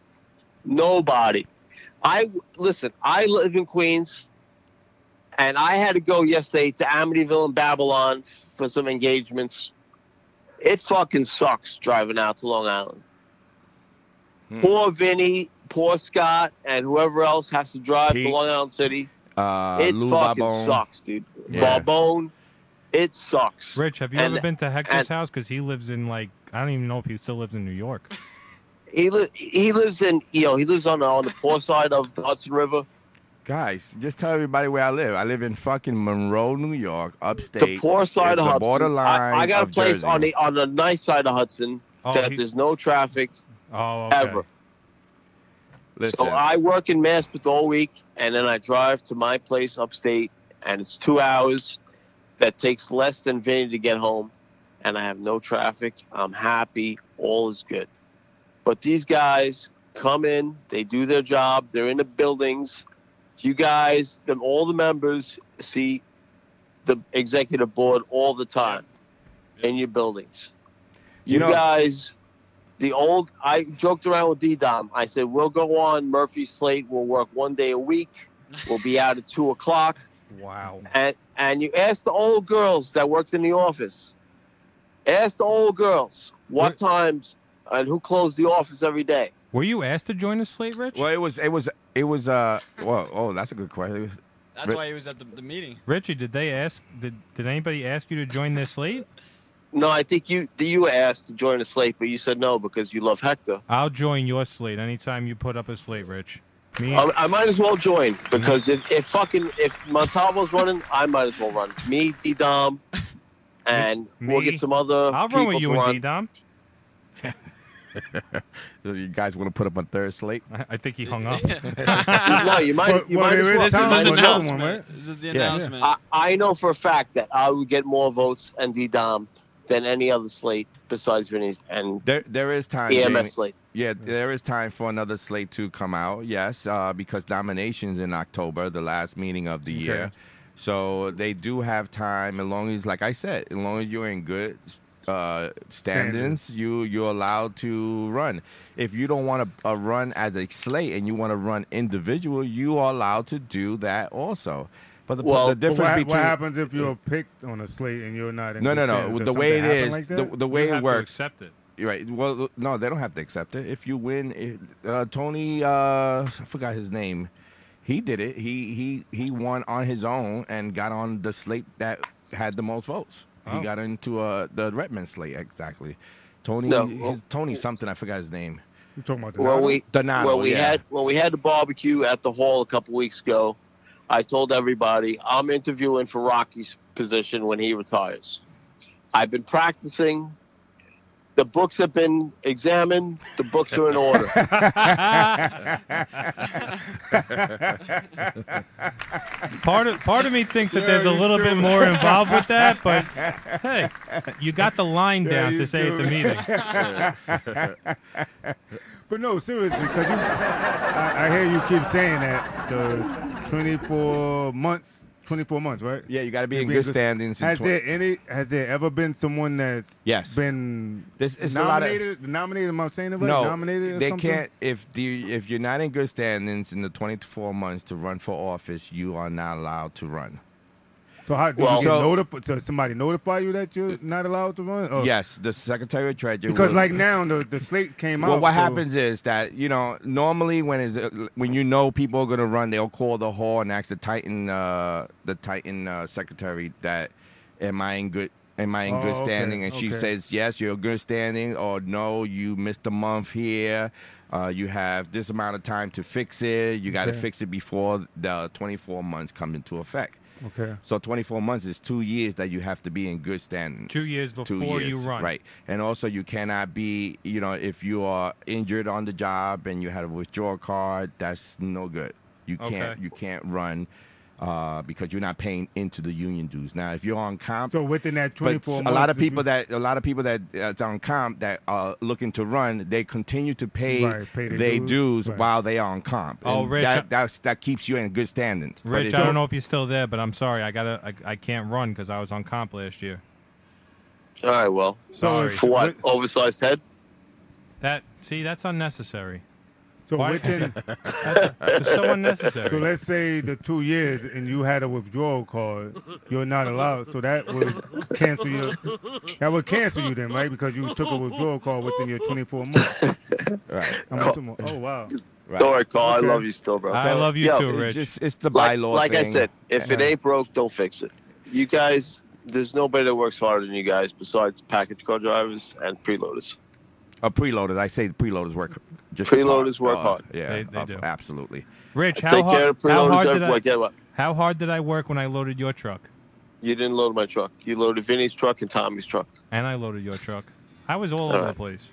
[SPEAKER 10] Nobody. I listen. I live in Queens, and I had to go yesterday to Amityville and Babylon for some engagements. It fucking sucks driving out to Long Island.
[SPEAKER 3] Hmm.
[SPEAKER 10] Poor Vinny, poor Scott, and whoever else has to drive
[SPEAKER 3] Pete.
[SPEAKER 10] to Long Island City.
[SPEAKER 3] Uh,
[SPEAKER 10] it
[SPEAKER 3] Lou
[SPEAKER 10] fucking
[SPEAKER 3] Barbone.
[SPEAKER 10] sucks, dude.
[SPEAKER 3] Yeah.
[SPEAKER 10] Barbone, it sucks.
[SPEAKER 5] Rich, have you
[SPEAKER 10] and-
[SPEAKER 5] ever been to Hector's
[SPEAKER 10] and-
[SPEAKER 5] house? Because he lives in like I don't even know if he still lives in New York.
[SPEAKER 10] He li- he lives in you know he lives on the, on the poor side of the Hudson River.
[SPEAKER 3] Guys, just tell everybody where I live. I live in fucking Monroe, New York, upstate.
[SPEAKER 10] the poor side
[SPEAKER 3] It's the
[SPEAKER 10] of Hudson.
[SPEAKER 3] borderline
[SPEAKER 10] I, I got
[SPEAKER 3] of
[SPEAKER 10] a place
[SPEAKER 3] Jersey.
[SPEAKER 10] on the on the nice side of Hudson
[SPEAKER 5] Oh,
[SPEAKER 10] that
[SPEAKER 5] he-
[SPEAKER 10] there's no traffic
[SPEAKER 5] Oh, okay.
[SPEAKER 10] ever.
[SPEAKER 3] Listen,
[SPEAKER 10] So I work in Maspeth all week, and then I drive to my place upstate, and it's two hours. That takes less than Vinny to get home, and I have no traffic. I'm happy. All is good. But these guys come in, they do their job. They're in the buildings. You guys, them all the members see the executive board all the time in your buildings. You,
[SPEAKER 3] You know-
[SPEAKER 10] guys the old I joked around with D Dom. I said, We'll go on Murphy Slate, we'll work one day a week, we'll be out at two o'clock.
[SPEAKER 5] Wow.
[SPEAKER 10] And and you ask the old girls that worked in the office. Ask the old girls what
[SPEAKER 5] Wh-
[SPEAKER 10] times and who closed the office every day.
[SPEAKER 5] Were you asked to join a slate, Rich?
[SPEAKER 3] well, it was, it was, it was. Uh, well, oh, that's a good question. It was-
[SPEAKER 9] That's
[SPEAKER 3] Ri-
[SPEAKER 9] why he was at the, the meeting.
[SPEAKER 5] Richie, did they ask? Did did anybody ask you to join this slate?
[SPEAKER 10] No, I think you you were asked to join the slate, but you said no because you love Hector.
[SPEAKER 5] I'll join your slate anytime you put up a slate, Rich. Me,
[SPEAKER 10] I, I might as well join because if, if fucking if Montalvo's running, I might as well run. Me, D Dom, and we'll
[SPEAKER 5] me.
[SPEAKER 10] get some other.
[SPEAKER 5] I'll run with
[SPEAKER 10] people
[SPEAKER 5] you
[SPEAKER 10] to
[SPEAKER 5] and D Dom.
[SPEAKER 3] you guys want to put up a third slate?
[SPEAKER 5] I, I think he hung
[SPEAKER 3] Oh.
[SPEAKER 5] up.
[SPEAKER 10] No, you might.
[SPEAKER 4] Well,
[SPEAKER 10] you
[SPEAKER 4] well,
[SPEAKER 10] might
[SPEAKER 4] there
[SPEAKER 9] This is
[SPEAKER 4] is
[SPEAKER 10] as well.
[SPEAKER 4] Tom
[SPEAKER 9] his
[SPEAKER 4] was another one,
[SPEAKER 9] announcement.
[SPEAKER 4] right?
[SPEAKER 9] This is the
[SPEAKER 3] yeah.
[SPEAKER 9] announcement.
[SPEAKER 10] I, I know for a fact that I would get more votes and D Dom than any other slate besides Vinny's and
[SPEAKER 3] There, there is time.
[SPEAKER 10] EMS
[SPEAKER 3] Jamie.
[SPEAKER 10] slate.
[SPEAKER 3] Yeah, there is time for another slate to come out. Yes, uh, because nominations in October, the last meeting of the year, so they do have time. As long as, like I said, as long as you're in good uh, standings, you you're allowed to run. If you don't want to uh, run as a slate and you want to run individual, you are allowed to do that also. But the,
[SPEAKER 10] Well,
[SPEAKER 3] the
[SPEAKER 4] But
[SPEAKER 10] but
[SPEAKER 3] difference
[SPEAKER 4] what, what
[SPEAKER 3] between
[SPEAKER 4] happens if you're picked on a slate and you're not? In
[SPEAKER 3] no, no,
[SPEAKER 4] good
[SPEAKER 3] no.
[SPEAKER 4] standing? Does
[SPEAKER 3] The way it
[SPEAKER 4] something happen
[SPEAKER 3] is,
[SPEAKER 4] like
[SPEAKER 3] the,
[SPEAKER 4] that?
[SPEAKER 3] the
[SPEAKER 5] you
[SPEAKER 3] way
[SPEAKER 5] have
[SPEAKER 3] it
[SPEAKER 5] to
[SPEAKER 3] works.
[SPEAKER 5] accept it.
[SPEAKER 3] You're right. Well, no, they don't have to accept it. If you win, it- uh, Tony, uh, I forgot his name. He did it. He he he won on his own and got on the slate that had the most votes.
[SPEAKER 5] Oh.
[SPEAKER 3] He got into uh, the Redman slate exactly. Tony,
[SPEAKER 10] No,
[SPEAKER 3] his,
[SPEAKER 10] well-
[SPEAKER 3] Tony something. I forgot his name.
[SPEAKER 4] you talking about the
[SPEAKER 10] Well,
[SPEAKER 4] Nile?
[SPEAKER 10] we
[SPEAKER 3] Donato,
[SPEAKER 10] when we
[SPEAKER 3] yeah.
[SPEAKER 10] had when we had the barbecue at the hall a couple weeks ago, I told everybody I'm interviewing for Rocky's position when he retires. I've been practicing The books have been examined. The books are in order.
[SPEAKER 5] Part of part of me thinks that
[SPEAKER 4] Yeah,
[SPEAKER 5] there's a
[SPEAKER 4] you
[SPEAKER 5] little bit
[SPEAKER 4] do.
[SPEAKER 5] more involved with that, but hey, you got the line
[SPEAKER 4] Yeah,
[SPEAKER 5] down
[SPEAKER 4] you
[SPEAKER 5] to say at the
[SPEAKER 4] do.
[SPEAKER 5] meeting.
[SPEAKER 4] But no, seriously, because you, I, I hear you keep saying that the 24 months, 24 months, right?
[SPEAKER 3] Yeah, you got to be
[SPEAKER 4] You
[SPEAKER 3] in
[SPEAKER 4] be
[SPEAKER 3] good standings. in
[SPEAKER 4] Has
[SPEAKER 3] tw-
[SPEAKER 4] there any? Has there ever been someone that's
[SPEAKER 3] Yes.
[SPEAKER 4] been
[SPEAKER 3] This- it's a lot of-
[SPEAKER 4] nominated? nominated? Am I saying it right?
[SPEAKER 3] no,
[SPEAKER 4] nominated. Or
[SPEAKER 3] they
[SPEAKER 4] something?
[SPEAKER 3] can't. If the if you're not in good standings in the 24 months to run for office, you are not allowed to run.
[SPEAKER 4] So how do
[SPEAKER 10] Well-
[SPEAKER 4] you get
[SPEAKER 3] So-
[SPEAKER 4] notified? Does somebody notify you that you're not allowed to run? Or-
[SPEAKER 3] Yes, the Secretary of Treasury.
[SPEAKER 4] Oh. Because
[SPEAKER 3] will-
[SPEAKER 4] like now the, the slate came out.
[SPEAKER 3] Well, what
[SPEAKER 4] so-
[SPEAKER 3] happens is that you know normally when it's, when you know people are gonna run, they'll call the hall and ask the Titan, uh, the Titan uh, secretary that, "Am I in good? Am I in
[SPEAKER 4] Oh,
[SPEAKER 3] good
[SPEAKER 4] okay,
[SPEAKER 3] standing?" And she
[SPEAKER 4] okay.
[SPEAKER 3] says, "Yes, you're in good standing," or "No, you missed a month here. Uh, you have this amount of time to fix it. You got to
[SPEAKER 4] Okay.
[SPEAKER 3] fix it before the 24 months come into effect."
[SPEAKER 4] Okay.
[SPEAKER 3] So 24 months is two years that you have to be in good standing.
[SPEAKER 5] Two years before you run.
[SPEAKER 3] Right. And also, you cannot be, you know, if you are injured on the job and you had a withdrawal card, that's no good. You can't,
[SPEAKER 5] Okay.
[SPEAKER 3] you can't run uh, because you're not paying into the union dues. Now, if you're on comp,
[SPEAKER 4] So within that
[SPEAKER 3] but
[SPEAKER 4] 24 months,
[SPEAKER 3] a lot of
[SPEAKER 4] if you-
[SPEAKER 3] people that a lot of people that uh, it's on comp that are looking to run, they continue to pay,
[SPEAKER 4] Right, pay their
[SPEAKER 3] their
[SPEAKER 4] dues,
[SPEAKER 3] dues
[SPEAKER 4] right.
[SPEAKER 3] while they are on comp.
[SPEAKER 5] Oh,
[SPEAKER 3] And
[SPEAKER 5] Rich, I-
[SPEAKER 3] that, that's, that keeps you in good standing.
[SPEAKER 5] Rich, I don't know if you're still there, but I'm sorry. I gotta. I, I can't run because I was on comp last year.
[SPEAKER 10] All right. Well,
[SPEAKER 5] Sorry.
[SPEAKER 4] if-
[SPEAKER 10] for what? Oversized head.
[SPEAKER 5] That see, that's unnecessary.
[SPEAKER 4] So
[SPEAKER 5] Why-
[SPEAKER 4] within,
[SPEAKER 5] It's so
[SPEAKER 4] so
[SPEAKER 5] unnecessary.
[SPEAKER 4] let's say the two years and you had a withdrawal card, you're not allowed. So that would cancel your. That would cancel you then, right? Because you took a withdrawal card within your 24 months.
[SPEAKER 3] Right.
[SPEAKER 4] I'm assuming- Oh wow.
[SPEAKER 3] Right.
[SPEAKER 10] Don't worry, Carl.
[SPEAKER 4] Okay.
[SPEAKER 10] I love you still, bro.
[SPEAKER 5] I love you
[SPEAKER 10] Yo,
[SPEAKER 5] too, Rich.
[SPEAKER 3] It's, just, it's the
[SPEAKER 10] Like,
[SPEAKER 3] bylaw
[SPEAKER 10] like
[SPEAKER 3] thing.
[SPEAKER 10] I said, if it ain't broke, don't fix it. You guys, there's nobody that works harder than you guys besides package car drivers and preloaders.
[SPEAKER 3] a Uh, preloaders. I say preloaders work just as
[SPEAKER 10] Preloaders
[SPEAKER 3] hard.
[SPEAKER 10] work
[SPEAKER 3] Uh,
[SPEAKER 10] hard.
[SPEAKER 3] Yeah,
[SPEAKER 5] They- they
[SPEAKER 3] of-
[SPEAKER 5] do.
[SPEAKER 3] absolutely.
[SPEAKER 5] Rich, how
[SPEAKER 10] Take care
[SPEAKER 5] hard?
[SPEAKER 10] of
[SPEAKER 5] How hard
[SPEAKER 10] preloaders.
[SPEAKER 5] did I?
[SPEAKER 10] Everybody, get what?
[SPEAKER 5] How hard did I work when I loaded your truck?
[SPEAKER 10] You didn't load my truck. You loaded Vinny's truck and Tommy's truck.
[SPEAKER 5] And I loaded your truck. I was all over the
[SPEAKER 10] Alright.
[SPEAKER 5] place.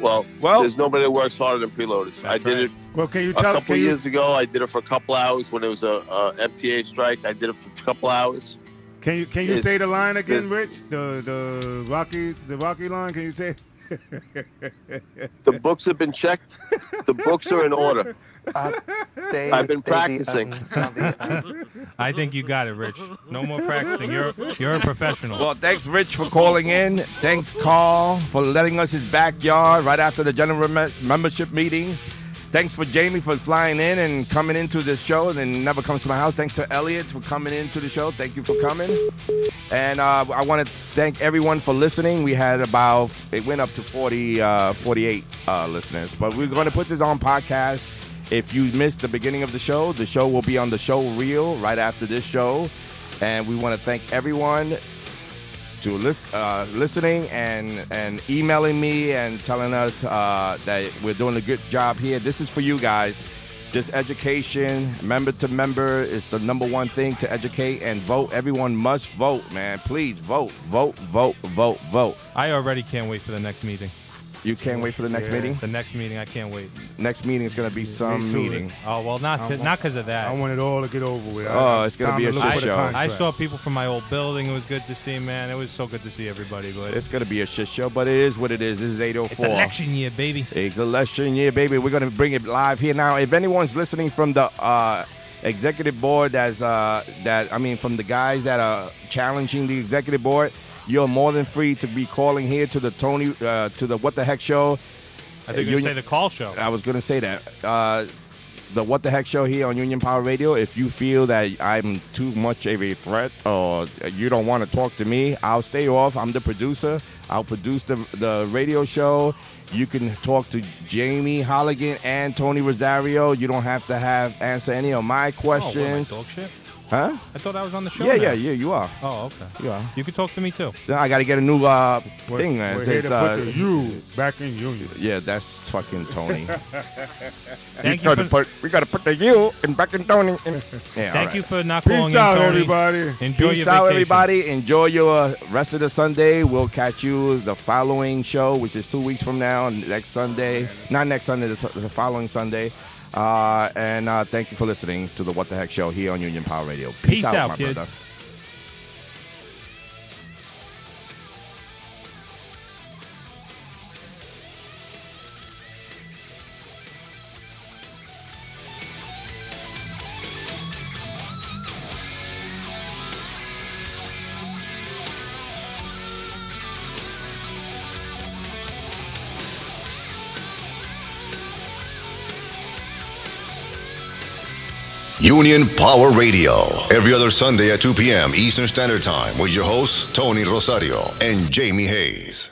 [SPEAKER 10] Well,
[SPEAKER 3] Well-
[SPEAKER 10] there's nobody that works harder than preloaders. I
[SPEAKER 5] That's
[SPEAKER 10] did
[SPEAKER 5] right.
[SPEAKER 10] it
[SPEAKER 4] Well, can you
[SPEAKER 10] a
[SPEAKER 4] tell?
[SPEAKER 10] couple
[SPEAKER 4] Can you,
[SPEAKER 10] years ago. I did it for a couple hours when it was a, a MTA strike. I did it for a couple hours.
[SPEAKER 4] can you can you
[SPEAKER 10] Yes.
[SPEAKER 4] say the line again,
[SPEAKER 10] Yes.
[SPEAKER 4] Rich? The the Rocky the Rocky line. Can you say?
[SPEAKER 10] The books have been checked. The books are in order.
[SPEAKER 11] They-
[SPEAKER 10] I've
[SPEAKER 11] they- they-
[SPEAKER 10] been practicing.
[SPEAKER 11] um, um,
[SPEAKER 5] I think you got it, Rich. No more practicing. You're you're a professional.
[SPEAKER 3] Well, thanks, Rich, for calling in. Thanks, Carl, for letting us his backyard right after the general mem- membership meeting. Thanks for Jamie for flying in and coming into this show and never comes to my house. Thanks to Elliot for coming into the show. Thank you for coming. And uh, I want to thank everyone for listening. We had about, it went up to 40, uh, 48 uh, listeners. But we're going to put this on podcast. If you missed the beginning of the show, the show will be on the show reel right after this show. And we want to thank everyone to list, uh, listening and and emailing me and telling us uh, that we're doing a good job here. This is for you guys. This education, member to member, is the number one thing to educate and vote. Everyone must vote, man. Please vote, vote, vote, vote, vote.
[SPEAKER 5] I already can't wait for the next meeting.
[SPEAKER 3] You can't wait for the next
[SPEAKER 4] Yeah.
[SPEAKER 3] meeting.
[SPEAKER 5] The next meeting, I can't wait.
[SPEAKER 3] Next meeting is gonna be some
[SPEAKER 4] too.
[SPEAKER 3] meeting.
[SPEAKER 5] Oh well, not
[SPEAKER 4] I want-
[SPEAKER 5] not because of
[SPEAKER 4] I
[SPEAKER 5] that.
[SPEAKER 4] want it all to get over with.
[SPEAKER 3] Oh, it's gonna
[SPEAKER 4] time
[SPEAKER 3] be a
[SPEAKER 4] look
[SPEAKER 3] shit
[SPEAKER 4] for the
[SPEAKER 3] show.
[SPEAKER 5] I
[SPEAKER 4] contract.
[SPEAKER 5] saw people from my old building. It was good to see, man. It was so good to see everybody. But
[SPEAKER 3] It's gonna be a shit show, but it is what it is. This is 804.
[SPEAKER 5] It's election year, baby.
[SPEAKER 3] It's election year, baby. We're gonna bring it live here now. If anyone's listening from the uh, executive board, that's uh, that I mean, from the guys that are challenging the executive board, you're more than free to be calling here to the Tony uh, to the What the Heck Show.
[SPEAKER 5] I think
[SPEAKER 3] you-
[SPEAKER 5] you say the call show. Oh,
[SPEAKER 3] I was gonna say that uh, the What the Heck Show here on Union Power Radio. If you feel that I'm too much of a threat or you don't want to talk to me, I'll stay off. I'm the producer. I'll produce the the radio show. You can talk to Jamie Holligan and Tony Rosario. You don't have to have answer any of my
[SPEAKER 5] Oh, what, am I,
[SPEAKER 3] questions.
[SPEAKER 5] dog shit?
[SPEAKER 3] Huh?
[SPEAKER 5] I thought I was on the show.
[SPEAKER 3] Yeah,
[SPEAKER 5] now.
[SPEAKER 3] yeah, yeah, you are.
[SPEAKER 5] Oh, okay.
[SPEAKER 3] You are.
[SPEAKER 5] You can talk to me too.
[SPEAKER 3] Then I got to get a new uh, thing. that
[SPEAKER 4] we're here
[SPEAKER 3] says,
[SPEAKER 4] to
[SPEAKER 3] uh,
[SPEAKER 4] put the you back in union.
[SPEAKER 3] Yeah, that's fucking Tony.
[SPEAKER 5] Thank
[SPEAKER 3] we
[SPEAKER 5] you
[SPEAKER 3] gotta
[SPEAKER 5] for-
[SPEAKER 3] put we gotta put the you in back in Tony. in- Yeah,
[SPEAKER 5] Thank
[SPEAKER 3] all
[SPEAKER 5] you
[SPEAKER 3] right.
[SPEAKER 5] for not calling
[SPEAKER 4] Peace
[SPEAKER 5] in,
[SPEAKER 4] out,
[SPEAKER 5] Tony.
[SPEAKER 4] everybody.
[SPEAKER 5] Enjoy
[SPEAKER 3] Peace
[SPEAKER 5] your
[SPEAKER 3] out,
[SPEAKER 5] vacation.
[SPEAKER 3] everybody. Enjoy your uh, rest of the Sunday. We'll catch you the following show, which is two weeks from now, next Sunday. Not next Sunday, the, the following Sunday. Uh, and uh, thank you for listening to the What the Heck Show here on Union Power Radio. Peace,
[SPEAKER 5] Peace out,
[SPEAKER 3] my
[SPEAKER 5] kids.
[SPEAKER 3] brother.
[SPEAKER 1] Union Power Radio. Every other Sunday at 2 p.m. Eastern Standard Time with your hosts, Tony Rosario and Jamie Hayes.